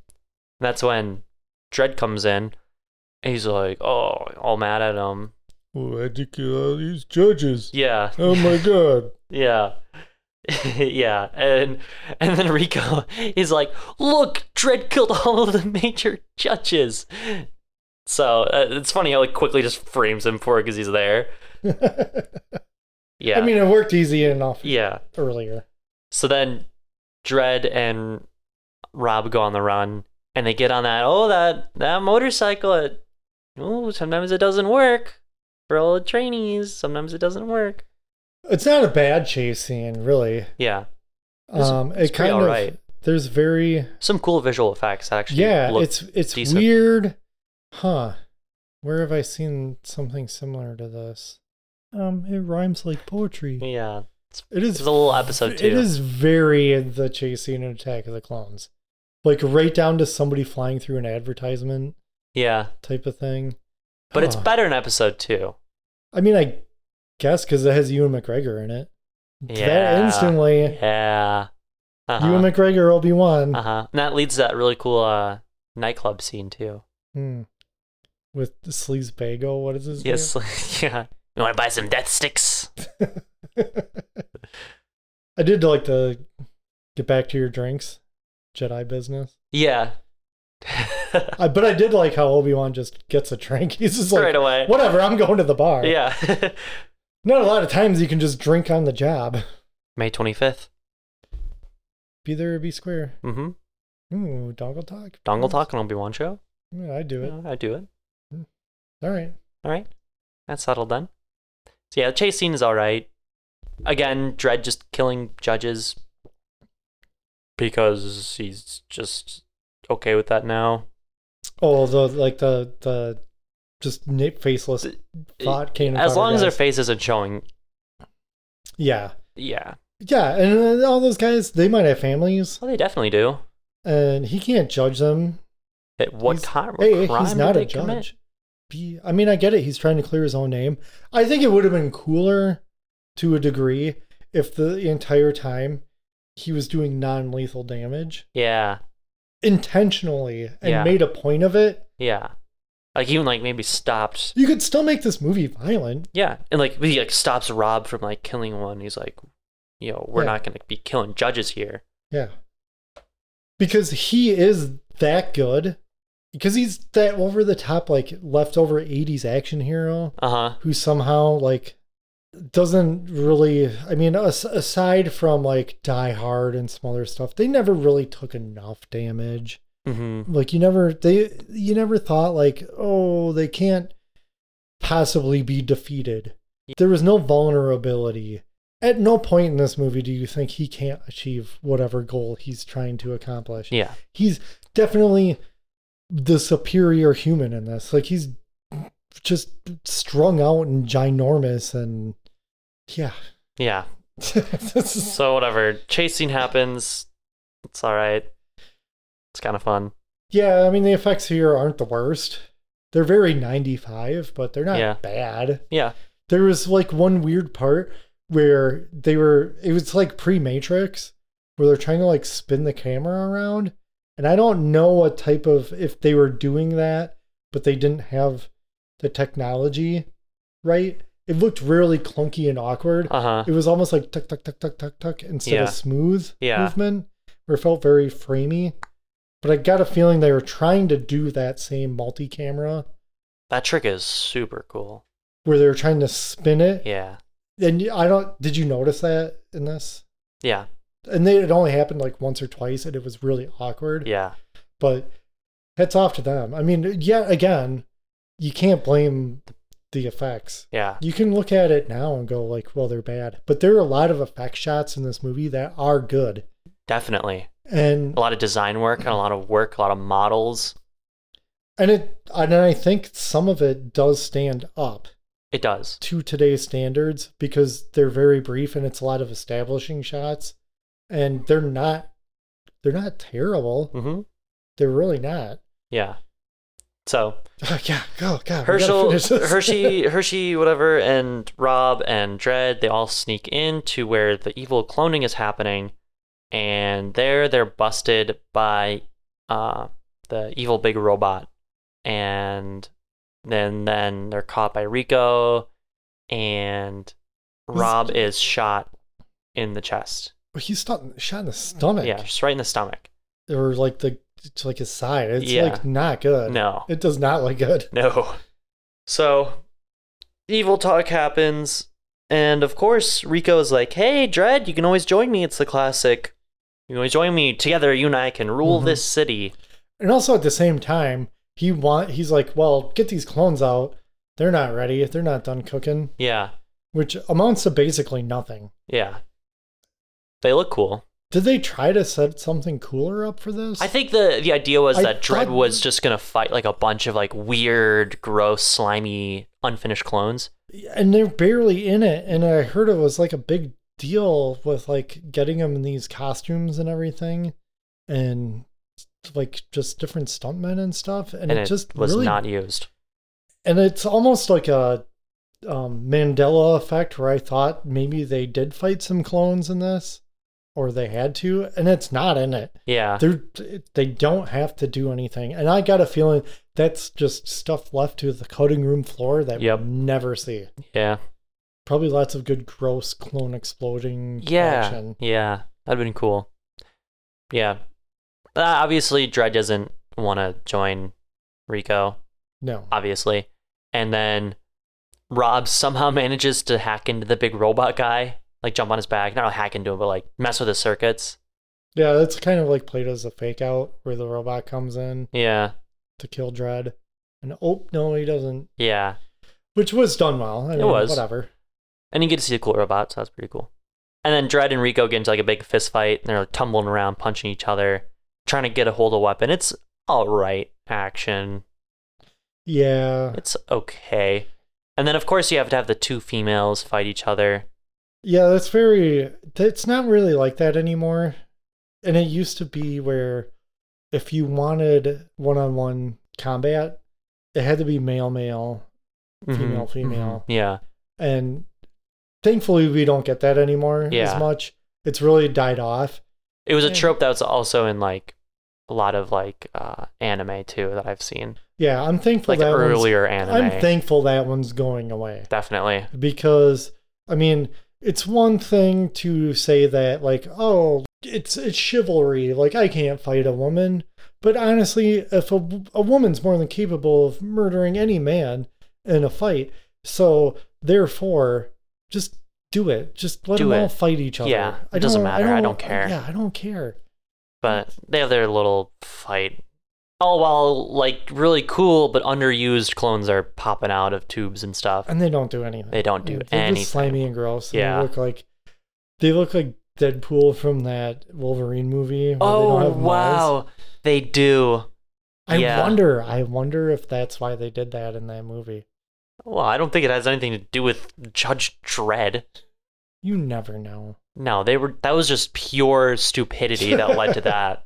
Speaker 6: that's when Dredd comes in and he's like, oh, all mad at him.
Speaker 5: well, I had to kill all these judges.
Speaker 6: Yeah,
Speaker 5: Oh my god.
Speaker 6: yeah, *laughs* yeah. And and then Rico *laughs* is like, look, Dredd killed all of the major judges. So uh, it's funny how it quickly just frames him for it because
Speaker 5: *laughs*
Speaker 6: he's there. Yeah.
Speaker 5: I mean, it worked easy enough
Speaker 6: yeah.
Speaker 5: earlier.
Speaker 6: So then Dredd and Rob go on the run and they get on that oh that that motorcycle it oh sometimes it doesn't work for all the trainees sometimes it doesn't work
Speaker 5: It's not a bad chase scene, really.
Speaker 6: yeah It's-
Speaker 5: Um,
Speaker 6: it's
Speaker 5: it
Speaker 6: pretty
Speaker 5: kind of
Speaker 6: alright.
Speaker 5: there's very
Speaker 6: some cool visual effects that actually
Speaker 5: yeah,
Speaker 6: look
Speaker 5: it's it's
Speaker 6: decent.
Speaker 5: weird, huh? Where have I seen something similar to this? Um, it rhymes like poetry.
Speaker 6: yeah it's,
Speaker 5: It is
Speaker 6: it's a little episode too
Speaker 5: It is very the chase scene in Attack of the Clones, like right down to somebody flying through an advertisement
Speaker 6: yeah
Speaker 5: type of thing.
Speaker 6: but it's
Speaker 5: Huh.
Speaker 6: better in episode two
Speaker 5: I mean, I guess because it has Ewan McGregor in it. That
Speaker 6: yeah
Speaker 5: instantly,
Speaker 6: yeah uh-huh.
Speaker 5: Ewan McGregor Obi Wan.
Speaker 6: uh-huh and that leads to that really cool uh nightclub scene too
Speaker 5: Hmm. With the sleaze bagel, what is his
Speaker 6: yes *laughs* yeah you want to buy some death sticks
Speaker 5: name? *laughs* I did like to get back to your drinks, Jedi business.
Speaker 6: yeah
Speaker 5: I, but I did like how Obi Wan just gets a drink. *laughs* He's just like,
Speaker 6: Right away.
Speaker 5: whatever, I'm going to the bar.
Speaker 6: yeah *laughs*
Speaker 5: Not a lot of times you can just drink on the job.
Speaker 6: May 25th.
Speaker 5: Be there or be square.
Speaker 6: Mm-hmm.
Speaker 5: Ooh, dongle talk.
Speaker 6: Dongle Talk and Obi Wan Show.
Speaker 5: Yeah, I do it.
Speaker 6: Yeah, I do it.
Speaker 5: All right.
Speaker 6: All right, that's settled then. So yeah, the chase scene is all right. Again, Dredd just killing judges because he's just okay with that now.
Speaker 5: Oh, the like the the just na- faceless thought cannon.
Speaker 6: as
Speaker 5: fodder
Speaker 6: long as their
Speaker 5: guys.
Speaker 6: face isn't showing,
Speaker 5: Yeah.
Speaker 6: yeah.
Speaker 5: Yeah, and uh, all those guys, they might have families,
Speaker 6: Well, they definitely do.
Speaker 5: and he can't judge them.
Speaker 6: At what
Speaker 5: He's-
Speaker 6: time?
Speaker 5: Hey,
Speaker 6: crime
Speaker 5: he's not
Speaker 6: did
Speaker 5: a
Speaker 6: they commit?
Speaker 5: judge. Be- I mean, I get it. He's trying to clear his own name. I think it would have been cooler to a degree if the entire time he was doing non lethal damage
Speaker 6: Yeah,
Speaker 5: intentionally and
Speaker 6: Yeah.
Speaker 5: made a point of it.
Speaker 6: yeah. Like even like maybe stopped
Speaker 5: You could still make this movie violent.
Speaker 6: Yeah, and like he like stops Rob from like killing one. He's like, you know, we're
Speaker 5: Yeah.
Speaker 6: not gonna be killing judges here.
Speaker 5: Yeah. Because he is that good. Because he's that over the top, like leftover 80s action hero.
Speaker 6: Uh huh.
Speaker 5: who somehow like doesn't really i mean as, aside from like die hard and some other stuff they never really took enough damage
Speaker 6: hmm
Speaker 5: like you never they you never thought like oh they can't possibly be defeated there was no vulnerability at no point in this movie do you think he can't achieve whatever goal he's trying to accomplish
Speaker 6: Yeah.
Speaker 5: he's definitely the superior human in this. Like he's just strung out and ginormous and yeah. *laughs*
Speaker 6: Yeah.
Speaker 5: This is-
Speaker 6: So whatever. Chasing happens. It's all right. It's kind of fun.
Speaker 5: yeah, I mean the effects here aren't the worst. They're very 95, but they're not
Speaker 6: Yeah.
Speaker 5: bad.
Speaker 6: Yeah.
Speaker 5: There was like one weird part where they were it was like pre-matrix where they're trying to like spin the camera around and I don't know what type of if they were doing that but they didn't have the technology right. It looked really clunky and awkward. *laughs*
Speaker 6: Uh huh.
Speaker 5: It was almost like tuck tuck tuck tuck tuck tuck instead
Speaker 6: Yeah.
Speaker 5: of smooth
Speaker 6: Yeah.
Speaker 5: movement where it felt very framey. But I got a feeling they were trying to do that same multi-camera
Speaker 6: That trick is super cool.
Speaker 5: where they were trying to spin it
Speaker 6: Yeah.
Speaker 5: and I don't. Did you notice that in this?
Speaker 6: Yeah.
Speaker 5: And they, it only happened like once or twice, and it was really awkward.
Speaker 6: Yeah.
Speaker 5: But hats off to them. I mean, yet again, you can't blame the effects.
Speaker 6: Yeah.
Speaker 5: You can look at it now and go like, well, they're bad. But there are a lot of effect shots in this movie that are good.
Speaker 6: Definitely.
Speaker 5: And
Speaker 6: A lot of design work and a lot of work. A lot of models.
Speaker 5: and it and I think some of it does stand up
Speaker 6: It does.
Speaker 5: to today's standards because they're very brief and it's a lot of establishing shots and they're not they're not terrible.
Speaker 6: Mm-hmm.
Speaker 5: They're really not.
Speaker 6: Yeah. So
Speaker 5: *laughs* yeah, go, go. *laughs*
Speaker 6: Herschel, Hershey, Hershey, whatever, and Rob and Dredd, they all sneak in to where the evil cloning is happening, and there they're busted by uh, the evil big robot, and then then they're caught by Rico, and Rob is shot in the chest.
Speaker 5: He's shot, shot in the stomach.
Speaker 6: Yeah, just right in the stomach.
Speaker 5: Or like the it's like his side. It's
Speaker 6: Yeah.
Speaker 5: like not good.
Speaker 6: No.
Speaker 5: It does not look good.
Speaker 6: No. So, evil talk happens, and of course, Rico's like, hey, Dread, you can always join me. It's the classic. You can always join me. Together, you and I can rule
Speaker 5: Mm-hmm.
Speaker 6: this city.
Speaker 5: And also at the same time, he want he's like, Well, get these clones out. They're not ready. They're not done cooking.
Speaker 6: Yeah,
Speaker 5: Which amounts to basically nothing.
Speaker 6: yeah. They look cool.
Speaker 5: Did they try to set something cooler up for this?
Speaker 6: I think the the idea was
Speaker 5: I
Speaker 6: that Dread
Speaker 5: thought-
Speaker 6: was just gonna fight like a bunch of like weird, gross, slimy, unfinished clones.
Speaker 5: and they're barely in it. And I heard it was like a big deal with like getting them in these costumes and everything, and like just different stuntmen and stuff. And,
Speaker 6: And,
Speaker 5: it,
Speaker 6: it
Speaker 5: just
Speaker 6: was
Speaker 5: really,
Speaker 6: not e-, used.
Speaker 5: and it's almost like a um, Mandela effect where I thought maybe they did fight some clones in this, or they had to, and it's not in it.
Speaker 6: Yeah.
Speaker 5: They're, they don't have to do anything. And I got a feeling that's just stuff left to the cutting room floor that
Speaker 6: Yep.
Speaker 5: we'll never see
Speaker 6: Yeah.
Speaker 5: probably lots of good gross clone exploding
Speaker 6: Yeah.
Speaker 5: action.
Speaker 6: Yeah. That'd been cool. Yeah. Uh, obviously, Dredd doesn't want to join Rico,
Speaker 5: No.
Speaker 6: obviously. And then Rob somehow *laughs* manages to hack into the big robot guy, like jump on his back, not hack into him, but like mess with his circuits.
Speaker 5: Yeah, that's kind of like Plato's a fake out where the robot comes in
Speaker 6: Yeah.
Speaker 5: to kill Dread. And oh no, he doesn't.
Speaker 6: Yeah.
Speaker 5: Which was done well. I mean,
Speaker 6: was.
Speaker 5: whatever.
Speaker 6: And you get to see the cool robots. So that's pretty cool. And then Dread and Rico get into like a big fist fight and they're like, tumbling around, punching each other, trying to get a hold of a weapon. It's all right action.
Speaker 5: Yeah,
Speaker 6: It's okay. And then, of course, you have to have the two females fight each other.
Speaker 5: yeah. That's very. It's not really like that anymore. And it used to be where, if you wanted one-on-one combat, it had to be male male,
Speaker 6: Mhm,
Speaker 5: female
Speaker 6: mhm.
Speaker 5: female,
Speaker 6: Yeah.
Speaker 5: and thankfully we don't get that anymore
Speaker 6: Yeah.
Speaker 5: as much. It's really died off.
Speaker 6: It was a trope that was also in like a lot of like uh, anime too that I've seen.
Speaker 5: Yeah, I'm thankful
Speaker 6: Like
Speaker 5: that one's-
Speaker 6: earlier anime.
Speaker 5: I'm thankful that one's going away.
Speaker 6: Definitely.
Speaker 5: because I mean, it's one thing to say that like, oh, it's it's chivalry, like I can't fight a woman, but honestly, if a, a woman's more than capable of murdering any man in a fight, so therefore, just do it. Just let
Speaker 6: Do
Speaker 5: them all
Speaker 6: it.
Speaker 5: fight each other.
Speaker 6: Yeah, it doesn't matter. I don't care.
Speaker 5: Yeah, I don't care.
Speaker 6: But they have their little fight. All while like really cool but underused clones are popping out of tubes and stuff.
Speaker 5: And they don't do anything.
Speaker 6: They don't do
Speaker 5: They're
Speaker 6: anything.
Speaker 5: just slimy and gross. and
Speaker 6: Yeah.
Speaker 5: They look like they look like Deadpool from that Wolverine movie. where they don't
Speaker 6: Oh
Speaker 5: have mouths.
Speaker 6: wow. They do.
Speaker 5: I
Speaker 6: Yeah.
Speaker 5: wonder. I wonder if that's why they did that in that movie.
Speaker 6: Well, I don't think it has anything to do with Judge Dredd.
Speaker 5: You never know.
Speaker 6: No, they were that was just pure stupidity
Speaker 5: *laughs*
Speaker 6: that led to that.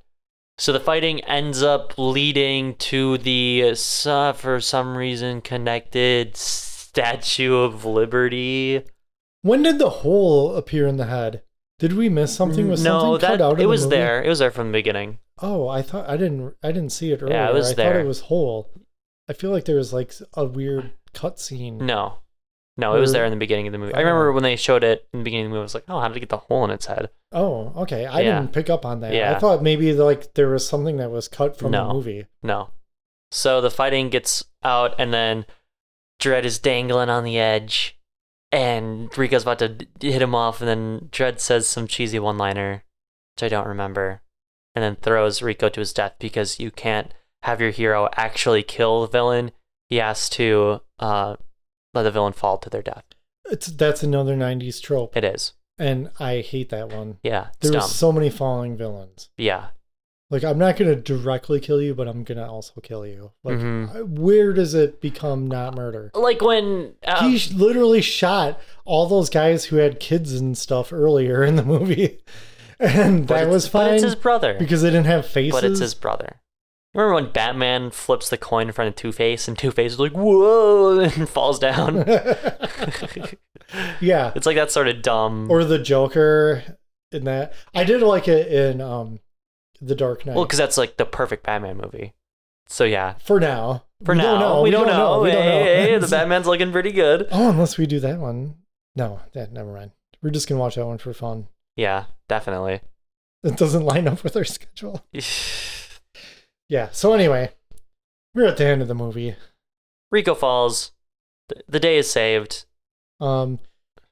Speaker 6: So the fighting ends up leading to the uh, for some reason connected Statue of Liberty.
Speaker 5: When did the hole appear in the head? Did we miss something? Was
Speaker 6: no,
Speaker 5: something
Speaker 6: that
Speaker 5: cut out? of
Speaker 6: it
Speaker 5: the
Speaker 6: was
Speaker 5: movie?
Speaker 6: there. It was there from the beginning.
Speaker 5: Oh, I thought I didn't. I didn't see it earlier.
Speaker 6: Yeah, it was
Speaker 5: I thought
Speaker 6: there.
Speaker 5: it was whole. I feel like there was like a weird cut scene.
Speaker 6: No, no, it was
Speaker 5: Or-
Speaker 6: there in the beginning of the movie. I
Speaker 5: Oh.
Speaker 6: remember when they showed it in the beginning of the movie. I was like, oh, how did it get the hole in its head?
Speaker 5: Oh, okay. I
Speaker 6: Yeah.
Speaker 5: didn't pick up on that. I
Speaker 6: Yeah.
Speaker 5: thought maybe like there was something that was cut from the
Speaker 6: No.
Speaker 5: movie.
Speaker 6: No. So the fighting gets out, and then Dredd is dangling on the edge, and Rico's about to d- hit him off, and then Dredd says some cheesy one liner, which I don't remember, and then throws Rico to his death because you can't have your hero actually kill the villain. He has to uh, let the villain fall to their death.
Speaker 5: It's that's another '90s trope,
Speaker 6: It is.
Speaker 5: and I hate that one.
Speaker 6: Yeah. It's
Speaker 5: There
Speaker 6: dumb.
Speaker 5: was so many falling villains.
Speaker 6: yeah.
Speaker 5: Like I'm not gonna directly kill you, but I'm gonna also kill you. Like
Speaker 6: Mhm.
Speaker 5: I- where does it become not murder?
Speaker 6: Like when. Um,
Speaker 5: he sh- literally shot all those guys who had kids and stuff earlier in the movie, *laughs* and
Speaker 6: but
Speaker 5: that
Speaker 6: it's-
Speaker 5: was
Speaker 6: But
Speaker 5: fine
Speaker 6: it's his brother.
Speaker 5: because they didn't have faces.
Speaker 6: But it's his brother. Remember when Batman flips the coin in front of Two Face and Two Face is like, whoa, *laughs* and falls down?
Speaker 5: *laughs*
Speaker 6: *laughs*
Speaker 5: yeah,
Speaker 6: it's like that sort of dumb.
Speaker 5: or the Joker in that. I did like it in um, the Dark Knight.
Speaker 6: well, because that's like the perfect Batman movie. So yeah.
Speaker 5: for now,
Speaker 6: For
Speaker 5: We
Speaker 6: now,
Speaker 5: don't know.
Speaker 6: we, don't know.
Speaker 5: We don't
Speaker 6: Hey,
Speaker 5: *laughs*
Speaker 6: hey,
Speaker 5: know.
Speaker 6: the Batman's looking pretty good.
Speaker 5: oh, unless we do that one. No, that never mind. We're just gonna watch that one for fun.
Speaker 6: Yeah, definitely. *sighs*
Speaker 5: It doesn't line up with our *laughs* schedule. Yeah. So anyway, we're at the end of the movie.
Speaker 6: Rico falls. Th- The day is saved.
Speaker 5: Um,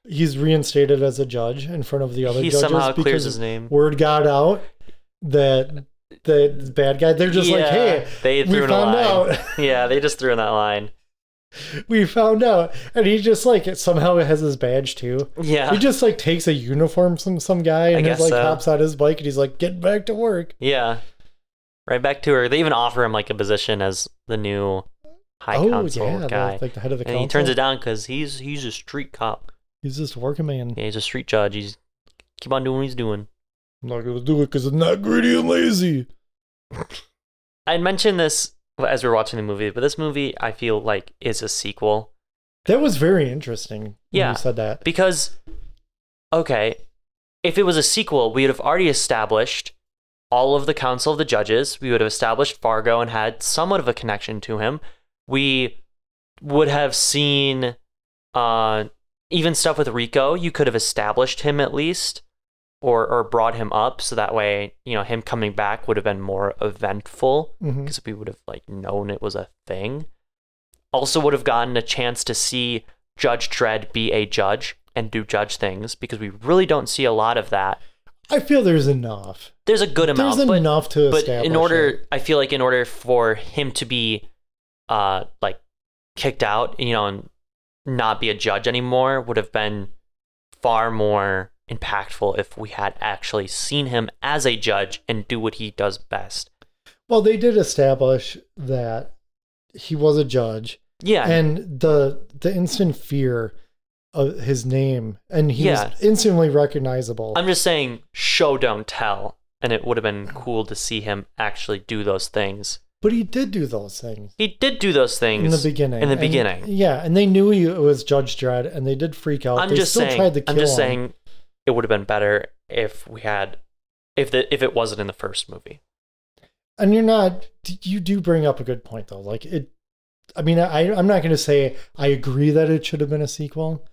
Speaker 5: he's reinstated as a judge in front of the other
Speaker 6: He
Speaker 5: judges.
Speaker 6: somehow clears
Speaker 5: because
Speaker 6: his name.
Speaker 5: Word got out that the bad guy. They're just like,
Speaker 6: Yeah,
Speaker 5: hey,
Speaker 6: they
Speaker 5: we
Speaker 6: threw in a
Speaker 5: found
Speaker 6: line.
Speaker 5: out. *laughs*
Speaker 6: *laughs* yeah, they just threw in that line.
Speaker 5: we found out, and he just like somehow it has his badge too.
Speaker 6: Yeah.
Speaker 5: He just like takes a uniform from some guy and
Speaker 6: guess
Speaker 5: like
Speaker 6: so.
Speaker 5: hops on his bike and he's like, get back to work.
Speaker 6: Yeah. Right back to her. They even offer him like a position as the new high
Speaker 5: oh
Speaker 6: council
Speaker 5: yeah, the-
Speaker 6: guy.
Speaker 5: like the head of the
Speaker 6: and
Speaker 5: council.
Speaker 6: he turns it down because he's he's a street cop.
Speaker 5: He's just a working man.
Speaker 6: Yeah, he's a street judge. He's keep on doing what he's doing.
Speaker 5: I'm not gonna do it because I'm not greedy and lazy.
Speaker 6: I mentioned this as we were watching the movie, but this movie I feel like is a sequel
Speaker 5: That was very interesting. when
Speaker 6: Yeah.
Speaker 5: you said that.
Speaker 6: because okay, if it was a sequel, we would have already established all of the council of the judges. We would have established Fargo and had somewhat of a connection to him. We would have seen uh, even stuff with Rico. You could have established him at least, or or brought him up, so that way you know him coming back would have been more eventful
Speaker 5: Mhm.
Speaker 6: because we would have like known it was a thing. Also, would have gotten a chance to see Judge Dredd be a judge and do judge things because we really don't see a lot of that.
Speaker 5: I feel there's enough.
Speaker 6: There's a good amount,
Speaker 5: There's
Speaker 6: but
Speaker 5: enough to
Speaker 6: but
Speaker 5: establish.
Speaker 6: in order,
Speaker 5: it.
Speaker 6: I feel like in order for him to be uh, like kicked out, you know, and not be a judge anymore would have been far more impactful if we had actually seen him as a judge and do what he does best.
Speaker 5: Well, they did establish that he was a judge,
Speaker 6: Yeah.
Speaker 5: and the the instant fear of his name, and he
Speaker 6: Yeah.
Speaker 5: was instantly recognizable.
Speaker 6: I'm just saying, show don't tell, and it would have been cool to see him actually do those things.
Speaker 5: but he did do those things
Speaker 6: He did do those things
Speaker 5: in the beginning.
Speaker 6: In the
Speaker 5: and-
Speaker 6: beginning,
Speaker 5: yeah, and they knew he it was Judge Dredd, and they did freak out.
Speaker 6: I'm
Speaker 5: they
Speaker 6: just
Speaker 5: still
Speaker 6: saying.
Speaker 5: tried to kill
Speaker 6: I'm just
Speaker 5: him.
Speaker 6: saying, it would have been better if we had, if the if it wasn't in the first movie.
Speaker 5: and you're not you do bring up a good point though like it i mean i i'm not going to say i agree that it should have been a sequel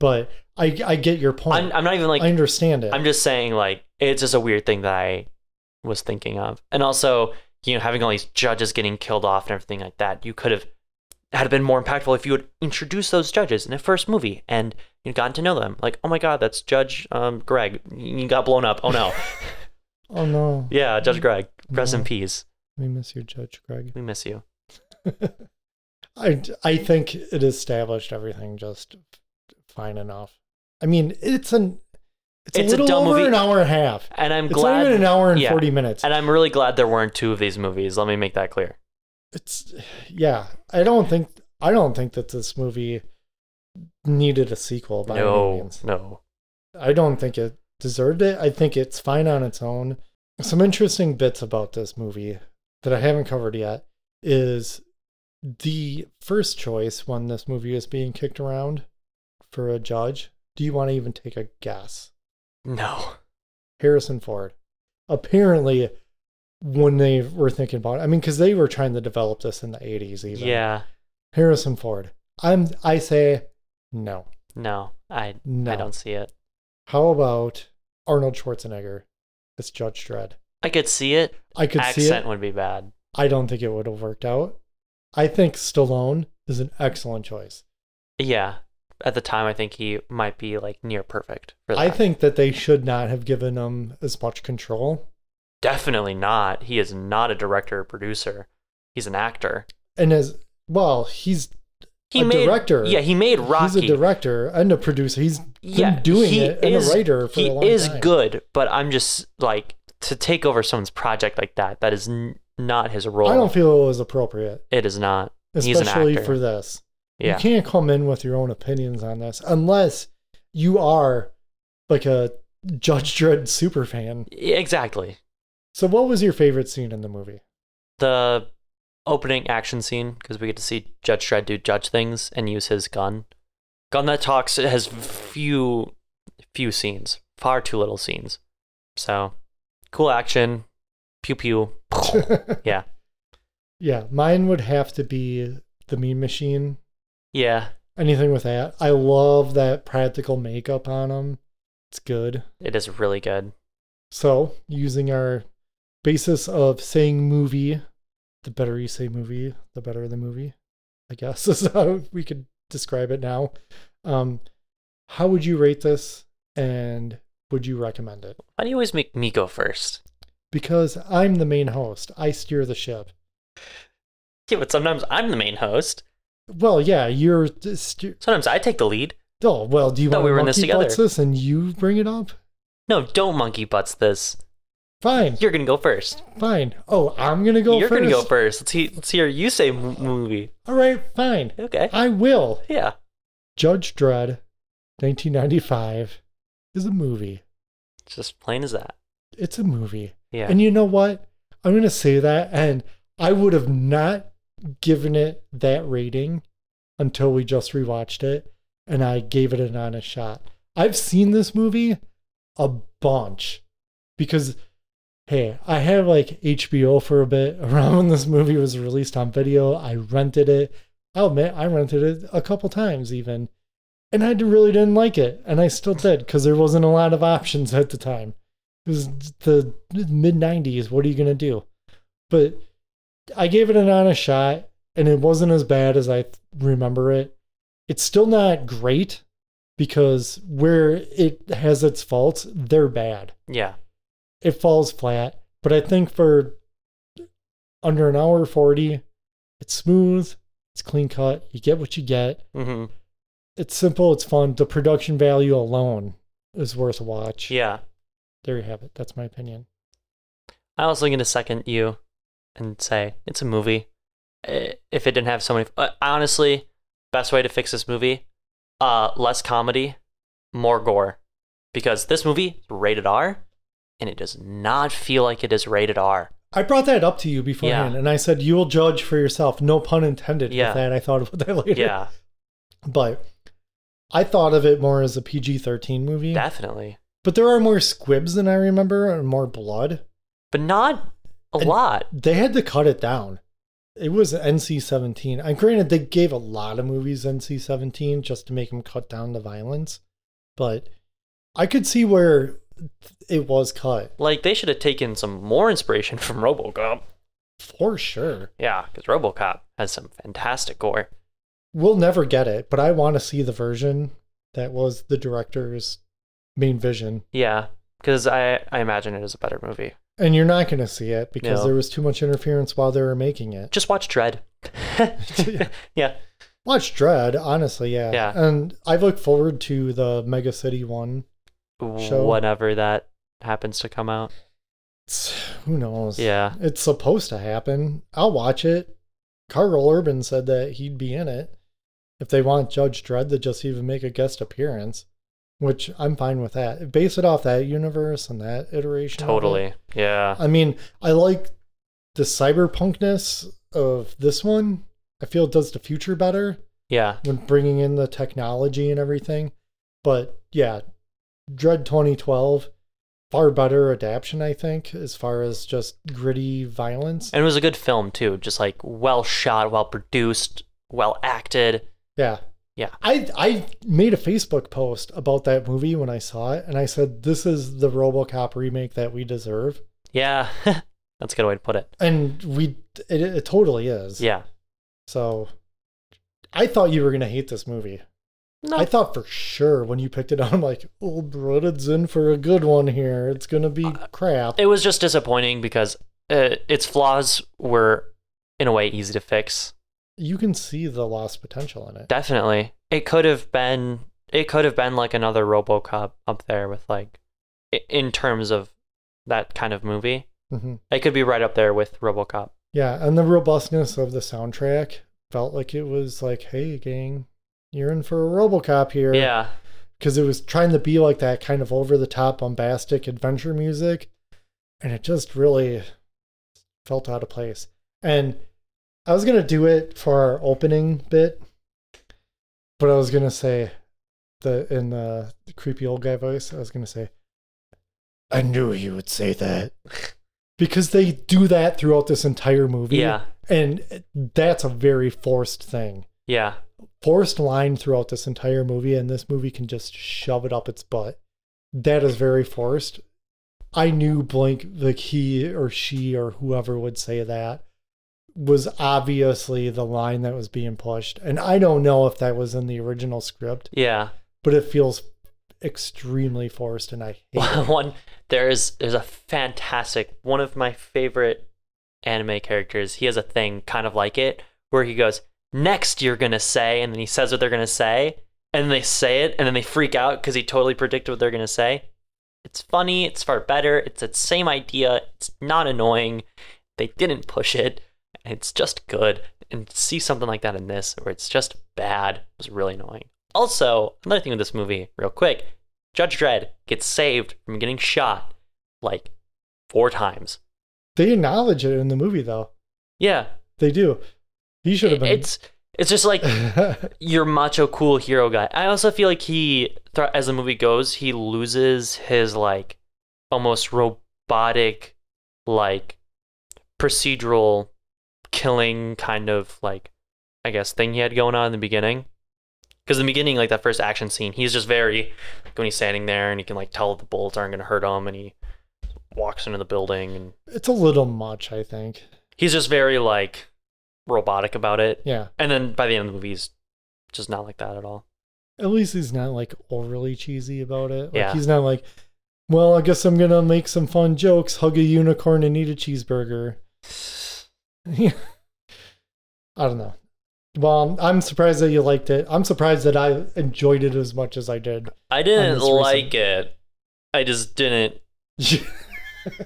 Speaker 5: but i i get your point
Speaker 6: I'm, I'm not even like.
Speaker 5: i understand it
Speaker 6: I'm just saying, like, it's just a weird thing that I was thinking of. And also, you know, having all these judges getting killed off and everything like that, you could have had been more impactful if you had introduced those judges in the first movie and you gotten to know them. Like, oh my God, that's Judge um, Greg. You got blown up. Oh
Speaker 5: *laughs*
Speaker 6: no.
Speaker 5: oh no
Speaker 6: yeah, Judge Greg. Rest in
Speaker 5: No.
Speaker 6: peace.
Speaker 5: we miss you judge greg
Speaker 6: We miss you.
Speaker 5: i i think it established everything just fine enough i mean it's an it's,
Speaker 6: It's a
Speaker 5: a little
Speaker 6: dumb
Speaker 5: over
Speaker 6: movie.
Speaker 5: an hour and a half
Speaker 6: And I'm
Speaker 5: it's
Speaker 6: glad.
Speaker 5: not even an hour and
Speaker 6: yeah.
Speaker 5: 40 minutes
Speaker 6: And I'm really glad there weren't two of these movies. Let me make that clear.
Speaker 5: it's yeah i don't think i don't think that this movie needed a sequel by any
Speaker 6: No,
Speaker 5: means
Speaker 6: no.
Speaker 5: I don't think it deserved it. I think it's fine on its own. Some interesting bits about this movie that I haven't covered yet is the first choice when this movie is being kicked around for a judge. Do you want to even take a guess?
Speaker 6: No.
Speaker 5: Harrison Ford. Apparently, when they were thinking about it, I mean, because they were trying to develop this in the 80s, even.
Speaker 6: Yeah.
Speaker 5: Harrison Ford. I'm, I say no.
Speaker 6: No. I, I
Speaker 5: No.
Speaker 6: don't see it.
Speaker 5: How about Arnold Schwarzenegger as Judge Dredd?
Speaker 6: I could see it.
Speaker 5: I could
Speaker 6: accent
Speaker 5: see it.
Speaker 6: would be bad.
Speaker 5: I don't think it would have worked out. I think Stallone is an excellent choice.
Speaker 6: Yeah. At the time, I think he might be like near perfect for that.
Speaker 5: I think that they should not have given him as much control.
Speaker 6: definitely not. He is not a director or producer. He's an actor.
Speaker 5: And as well, he's
Speaker 6: He
Speaker 5: A
Speaker 6: made
Speaker 5: director.
Speaker 6: Yeah, he made Rocky.
Speaker 5: he's a director and a producer. He's
Speaker 6: yeah,
Speaker 5: been doing
Speaker 6: he
Speaker 5: it and
Speaker 6: is-
Speaker 5: a writer for
Speaker 6: he
Speaker 5: a long
Speaker 6: is
Speaker 5: time.
Speaker 6: good, but I'm just like to take over someone's project like that. That is n- not his role.
Speaker 5: I don't feel it was appropriate,
Speaker 6: it is not. He's an
Speaker 5: especially
Speaker 6: actor.
Speaker 5: for this.
Speaker 6: yeah.
Speaker 5: You can't come in with your own opinions on this unless you are like a Judge Dredd super fan.
Speaker 6: Exactly.
Speaker 5: So, what was your favorite scene in the movie?
Speaker 6: The opening action scene because we get to see Judge Dredd do judge things and use his gun. Gun that talks it has few, few scenes, far too little scenes. So, cool action, pew
Speaker 5: *laughs*
Speaker 6: pew. yeah,
Speaker 5: Yeah, mine would have to be the Mean Machine.
Speaker 6: yeah,
Speaker 5: Anything with that. I love that practical makeup on him. It's good.
Speaker 6: it is really good.
Speaker 5: So, using our basis of saying movie, the better you say movie, the better the movie, I guess *laughs* is how we could describe it now. Um, how would you rate this and would you recommend it?
Speaker 6: Why do you always make me go first?
Speaker 5: Because I'm the main host, I steer the ship.
Speaker 6: Yeah, but sometimes I'm the main host.
Speaker 5: Well, yeah, you're. Stu-
Speaker 6: Sometimes I take the lead.
Speaker 5: oh, well, do you
Speaker 6: Thought
Speaker 5: want
Speaker 6: we
Speaker 5: to
Speaker 6: were in this
Speaker 5: monkey
Speaker 6: together.
Speaker 5: butts this and you bring it up?
Speaker 6: No, don't monkey butts this.
Speaker 5: Fine,
Speaker 6: You're gonna go first.
Speaker 5: fine. Oh, I'm gonna go
Speaker 6: You're
Speaker 5: first.
Speaker 6: gonna go first. Let's see. Let's hear you say m- movie.
Speaker 5: All right, fine.
Speaker 6: Okay.
Speaker 5: I will.
Speaker 6: yeah.
Speaker 5: Judge Dredd, 1995, is a movie.
Speaker 6: Just plain as that.
Speaker 5: It's a movie.
Speaker 6: Yeah.
Speaker 5: And you know what? I'm gonna say that, and I would have not given it that rating until we just rewatched it, and I gave it an honest shot. I've seen this movie a bunch because hey, I had like HBO for a bit *laughs* around when this movie was released on video. I rented it. I'll admit, I rented it a couple times even. And I d- really didn't like it. And I still did because there wasn't a lot of options at the time. It was the mid 90s. What are you going to do? But I gave it an honest shot and it wasn't as bad as I th- remember it. It's still not great because where it has its faults, they're bad
Speaker 6: yeah.
Speaker 5: it falls flat. But I think for under an hour 40, It's smooth. It's clean cut. You get what you get.
Speaker 6: hmm
Speaker 5: It's simple. It's fun. The production value alone is worth a watch.
Speaker 6: Yeah.
Speaker 5: There you have it. That's my opinion.
Speaker 6: I also going to second you and say it's a movie. I- If it didn't have so many, uh, honestly, best way to fix this movie: uh, less comedy, more gore, because this movie is rated R, and it does not feel like it is rated R.
Speaker 5: I brought that up to you beforehand, and I said you will judge for yourself. No pun intended
Speaker 6: Yeah.
Speaker 5: with that. I thought about that *laughs* later.
Speaker 6: Yeah,
Speaker 5: But I thought of it more as a PG thirteen movie.
Speaker 6: definitely,
Speaker 5: but there are more squibs than I remember, and more blood.
Speaker 6: but not a
Speaker 5: And-
Speaker 6: lot.
Speaker 5: They had to cut it down. It was NC seventeen. And granted, they gave a lot of movies NC seventeen just to make them cut down the violence. But I could see where it was cut
Speaker 6: Like they should have taken some more inspiration *laughs* from RoboCop.
Speaker 5: for sure.
Speaker 6: Yeah, because RoboCop has some fantastic gore.
Speaker 5: we'll never get it, but I want to see the version that was the director's main vision.
Speaker 6: Yeah, because I I imagine it is a better movie.
Speaker 5: And you're not going to see it because
Speaker 6: No.
Speaker 5: there was too much interference while they were making it.
Speaker 6: Just watch Dread. *laughs* yeah.
Speaker 5: Watch Dread, honestly, yeah.
Speaker 6: Yeah.
Speaker 5: And I look forward to the Mega City one. show.
Speaker 6: whenever that happens to come out.
Speaker 5: It's- who knows?
Speaker 6: Yeah.
Speaker 5: It's supposed to happen. I'll watch it. Carl Urban said that he'd be in it if they want Judge Dredd to just even make a guest appearance, which I'm fine with that. Base it off that universe and that iteration. of it.
Speaker 6: Totally. Yeah.
Speaker 5: I mean, I like the cyberpunkness of this one. I feel it does the future better
Speaker 6: Yeah.
Speaker 5: when bringing in the technology and everything. But yeah, Dread 2012, far better adaptation, I think, as far as just gritty violence.
Speaker 6: And it was a good film too, just like well shot, well produced, well acted.
Speaker 5: Yeah.
Speaker 6: Yeah.
Speaker 5: I, I made a Facebook post about that movie when I saw it, and I said, This is the Robocop remake that we deserve.
Speaker 6: Yeah. *laughs* That's a good way to put it.
Speaker 5: And we, it, it totally is.
Speaker 6: Yeah.
Speaker 5: So I thought you were going to hate this movie.
Speaker 6: No.
Speaker 5: I thought for sure when you picked it *laughs* up, I'm like, oh, Broden's in for a good one here. It's going to be crap.
Speaker 6: Uh, it was just disappointing because uh, its flaws were in a way easy to fix.
Speaker 5: you can see the lost potential in it.
Speaker 6: Definitely. It could have been it could have been like another RoboCop up there with like i- in terms of that kind of movie.
Speaker 5: hmm
Speaker 6: It could be right up there with RoboCop.
Speaker 5: Yeah. And the robustness of the soundtrack felt like it was like, hey, gang, you're in for a Robocop here.
Speaker 6: Yeah.
Speaker 5: Because it was trying to be like that kind of over the top, bombastic adventure music. And it just really felt out of place. And I was going to do it for our opening bit, but I was going to say, the in the creepy old guy voice, I was going to say,
Speaker 1: I knew you would say that.
Speaker 5: *laughs* because they do that throughout this entire movie.
Speaker 6: Yeah.
Speaker 5: And that's a very forced thing.
Speaker 6: Yeah.
Speaker 5: Forced line throughout this entire movie, and this movie can just shove it up its butt. That is very forced. I knew Blink, like he or she or whoever would say that, was obviously the line that was being pushed. And I don't know if that was in the original script,
Speaker 6: Yeah.
Speaker 5: but it feels extremely forced, and I hate it.
Speaker 6: *laughs* one there is there's a fantastic one of my favorite anime characters he has a thing kind of like it where he goes next you're gonna say and then he says what they're gonna say and they say it and then they freak out because he totally predicted what they're gonna say it's funny it's far better it's that same idea it's not annoying they didn't push it and it's just good and to see something like that in this where it's just bad was really annoying also another thing with this movie real quick Judge Dredd gets saved from getting shot like four times.
Speaker 5: They acknowledge it in the movie, though.
Speaker 6: Yeah,
Speaker 5: They do. He should have been.
Speaker 6: it's it's just like your macho cool hero guy. I also feel like he, th- as the movie goes, he loses his like almost robotic, like procedural killing kind of like I guess thing he had going on in the beginning. Because in the beginning, like that first action scene, he's just very like, when he's standing there and he can like tell the bullets aren't gonna hurt him, and he walks into the building and
Speaker 5: *laughs* it's a little much, I think.
Speaker 6: he's just very like robotic about it.
Speaker 5: Yeah.
Speaker 6: And then by the end of the movie, he's just not like that at all.
Speaker 5: At least he's not like overly cheesy about it. Like
Speaker 6: Yeah.
Speaker 5: he's not like, well, I guess I'm gonna make some fun *laughs* jokes, hug a unicorn and eat a cheeseburger. Yeah. I don't know. Well, I'm surprised that you liked it. I'm surprised that I enjoyed it as much as I did. *laughs*
Speaker 6: I didn't
Speaker 5: this recent-
Speaker 6: like it. I just didn't.
Speaker 5: you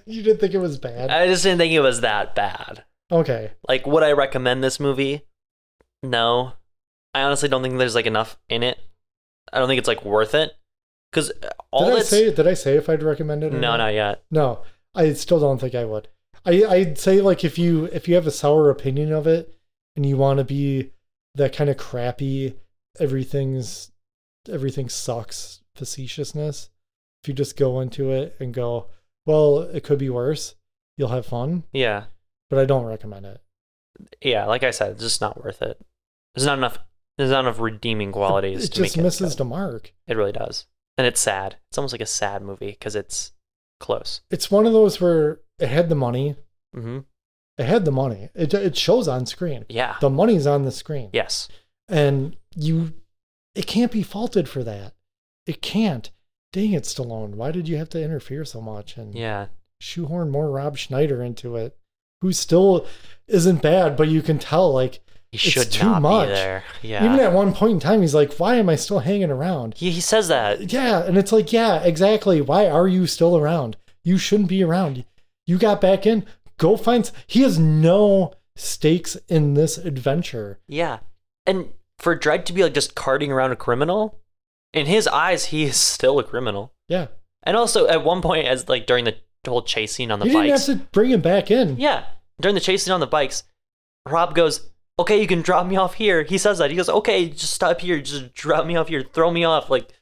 Speaker 5: didn't think it was bad.
Speaker 6: I just didn't think it was that bad.
Speaker 5: okay.
Speaker 6: Like, would I recommend this movie? No. I honestly don't think there's like enough in it. I don't think it's like worth it. Because all
Speaker 5: Did I
Speaker 6: that's
Speaker 5: say did I say if I'd recommend it? or
Speaker 6: no, not yet.
Speaker 5: No, I still don't think I would. I I'd say like if you if you have a sour opinion of it and you want to be that kind of crappy everything's everything sucks facetiousness, if you just go into it and go, well, it could be worse, you'll have fun,
Speaker 6: Yeah,
Speaker 5: but I don't recommend it.
Speaker 6: yeah. Like I said, it's just not worth it. There's not enough. There's not enough redeeming qualities
Speaker 5: It
Speaker 6: to
Speaker 5: just
Speaker 6: make
Speaker 5: misses
Speaker 6: it.
Speaker 5: the
Speaker 6: good.
Speaker 5: mark.
Speaker 6: It really does, and it's sad. It's almost like a sad movie because it's close.
Speaker 5: It's one of those where it had the money.
Speaker 6: Mm-hmm.
Speaker 5: It had the money. It it shows on screen.
Speaker 6: Yeah.
Speaker 5: The money's on the screen.
Speaker 6: Yes.
Speaker 5: and you it can't be faulted for that it can't dang it stallone why did you have to interfere so much and
Speaker 6: Yeah.
Speaker 5: shoehorn more rob schneider into it who still isn't bad but you can tell like
Speaker 6: He
Speaker 5: It's
Speaker 6: should
Speaker 5: too
Speaker 6: not
Speaker 5: much.
Speaker 6: be there. Yeah.
Speaker 5: even at one point in time he's like why am i still hanging around
Speaker 6: he, he says that.
Speaker 5: yeah and it's like yeah exactly why are you still around you shouldn't be around you got back in go find s- he has no stakes in this adventure
Speaker 6: Yeah. And for Dredd to be like just carting around a criminal, in his eyes, he is still a criminal.
Speaker 5: yeah
Speaker 6: And also, at one point, as like during the whole chase scene on the
Speaker 5: you didn't have
Speaker 6: bikes,
Speaker 5: to bring him back in
Speaker 6: yeah, during the chase scene on the bikes, Rob goes, "Okay, you can drop me off here." He says that. He goes, "Okay, just stop here. Just drop me off here. Throw me off." Like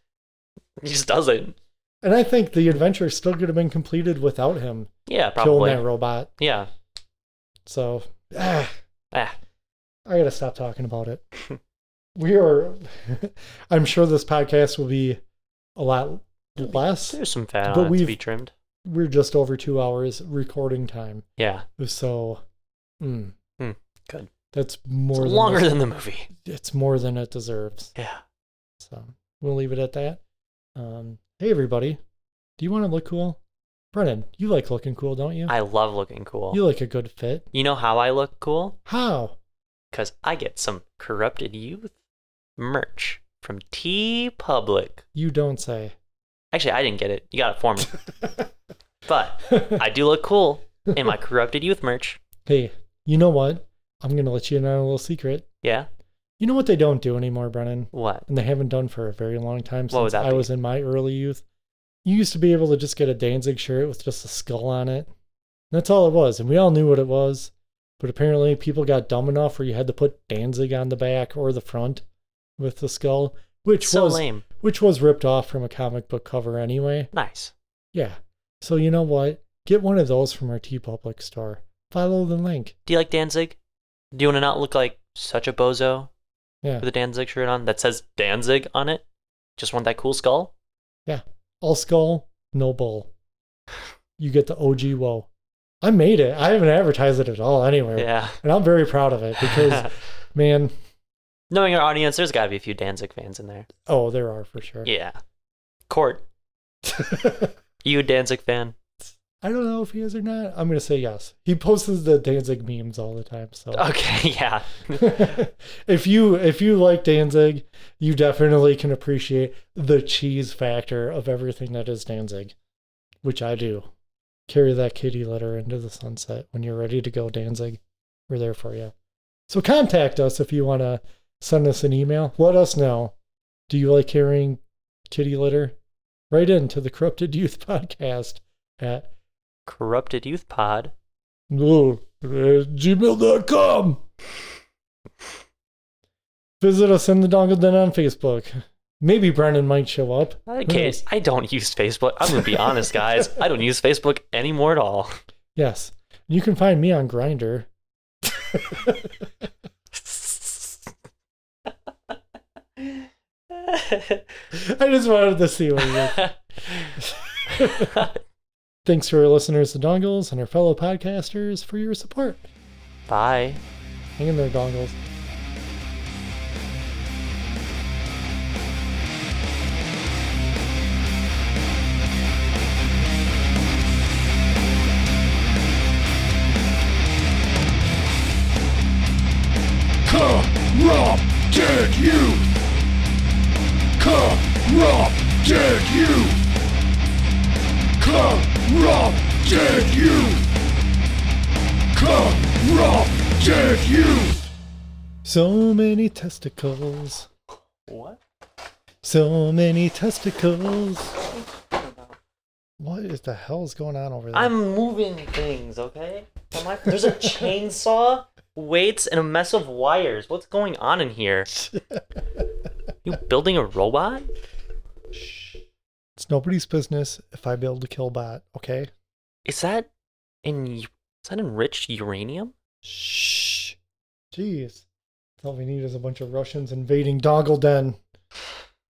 Speaker 6: he just doesn't.
Speaker 5: And I think the adventure still could have been completed without him
Speaker 6: Yeah,
Speaker 5: killing that
Speaker 6: probably.
Speaker 5: robot.
Speaker 6: Yeah.
Speaker 5: So ah,
Speaker 6: Ah.
Speaker 5: I gotta stop talking about
Speaker 6: *laughs*
Speaker 5: it. we are. *laughs* I'm sure this podcast will be a lot less.
Speaker 6: There's some fat
Speaker 5: But
Speaker 6: on it to
Speaker 5: we've-
Speaker 6: be trimmed.
Speaker 5: We're just over two hours recording time,
Speaker 6: Yeah.
Speaker 5: so mm,
Speaker 6: Hmm, good.
Speaker 5: That's
Speaker 6: It's
Speaker 5: more than
Speaker 6: longer
Speaker 5: this-
Speaker 6: than the movie.
Speaker 5: it's more than it deserves.
Speaker 6: Yeah.
Speaker 5: So we'll leave it at that. Um, hey everybody, do you want to look cool? Brennan, you like looking cool, don't you?
Speaker 6: I love looking cool.
Speaker 5: you like a good fit.
Speaker 6: You know how I look cool?
Speaker 5: How?
Speaker 6: Because I get some Corrupted Youth merch from T Public.
Speaker 5: You don't say.
Speaker 6: Actually, I didn't get it. You got it for me.
Speaker 5: *laughs*
Speaker 6: but I do look cool in my Corrupted Youth merch.
Speaker 5: Hey, you know what? I'm going to let you in on a little secret.
Speaker 6: Yeah?
Speaker 5: You know what they don't do anymore, Brennan?
Speaker 6: What?
Speaker 5: And they haven't done for a very long time
Speaker 6: What would
Speaker 5: since
Speaker 6: that
Speaker 5: I
Speaker 6: be?
Speaker 5: was in my early youth. You used to be able to just get a Danzig shirt with just a skull on it. That's all it was. And we all knew what it was. But apparently, people got dumb enough where you had to put Danzig on the back or the front with the skull, which
Speaker 6: So
Speaker 5: was
Speaker 6: lame.
Speaker 5: which was ripped off from a comic book cover anyway.
Speaker 6: Nice.
Speaker 5: Yeah. So you know what? Get one of those from our T Public store. Follow the link.
Speaker 6: Do you like Danzig? Do you want to not look like such a bozo
Speaker 5: Yeah.
Speaker 6: with a Danzig shirt on that says Danzig on it? Just want that cool skull?
Speaker 5: Yeah. All skull, no bull. You get the OG woe. I made it. I haven't advertised it at all anywhere.
Speaker 6: Yeah.
Speaker 5: And I'm very proud of it
Speaker 6: *laughs*
Speaker 5: because, man,
Speaker 6: Knowing our audience, there's got to be a few Danzig fans in there.
Speaker 5: oh, there are for sure.
Speaker 6: Yeah.
Speaker 5: *laughs*
Speaker 6: Court, you a Danzig fan?
Speaker 5: I don't know if he is or not. I'm going to say yes. He posts the Danzig memes all the time. So.
Speaker 6: Okay, *laughs* yeah.
Speaker 5: *laughs* if you if you like Danzig, you definitely can appreciate the cheese factor of everything that is Danzig, which I do. Carry that kitty litter into the sunset when you're ready to go Danzig. We're there for you. So contact us if you want to send us an email. Let us know. Do you like carrying kitty litter? Right into the corrupted youth *laughs* podcast at
Speaker 6: Corrupted Youth Pod.
Speaker 5: no, uh, gmail.com. Visit us in the Dongle Den on Facebook. Maybe Brennan might show up. Who
Speaker 6: Okay,
Speaker 5: knows?
Speaker 6: I don't use Facebook. I'm gonna be honest, guys. I don't use Facebook anymore at *laughs* all.
Speaker 5: Yes. You can find me on Grinder. *laughs* I just wanted to see what you Thanks to our listeners, the Dongles, and our fellow podcasters for your support.
Speaker 6: Bye.
Speaker 5: Hang in there, Dongles.
Speaker 3: Corrupted
Speaker 4: you! Corrupted you! Corrupted you! Corrupted you!
Speaker 5: So many testicles.
Speaker 6: What?
Speaker 5: So many testicles. What is the hell is going on over there?
Speaker 6: I'm moving things, okay? Am I- There's a chainsaw, weights, and a mess of wires. What's going on in here? *laughs* You building a robot?
Speaker 5: it's nobody's business if I build a kill bot, okay?
Speaker 6: Is that in is that enriched uranium?
Speaker 5: Shh. Jeez. That's all we need is a bunch of Russians invading Doggle Den.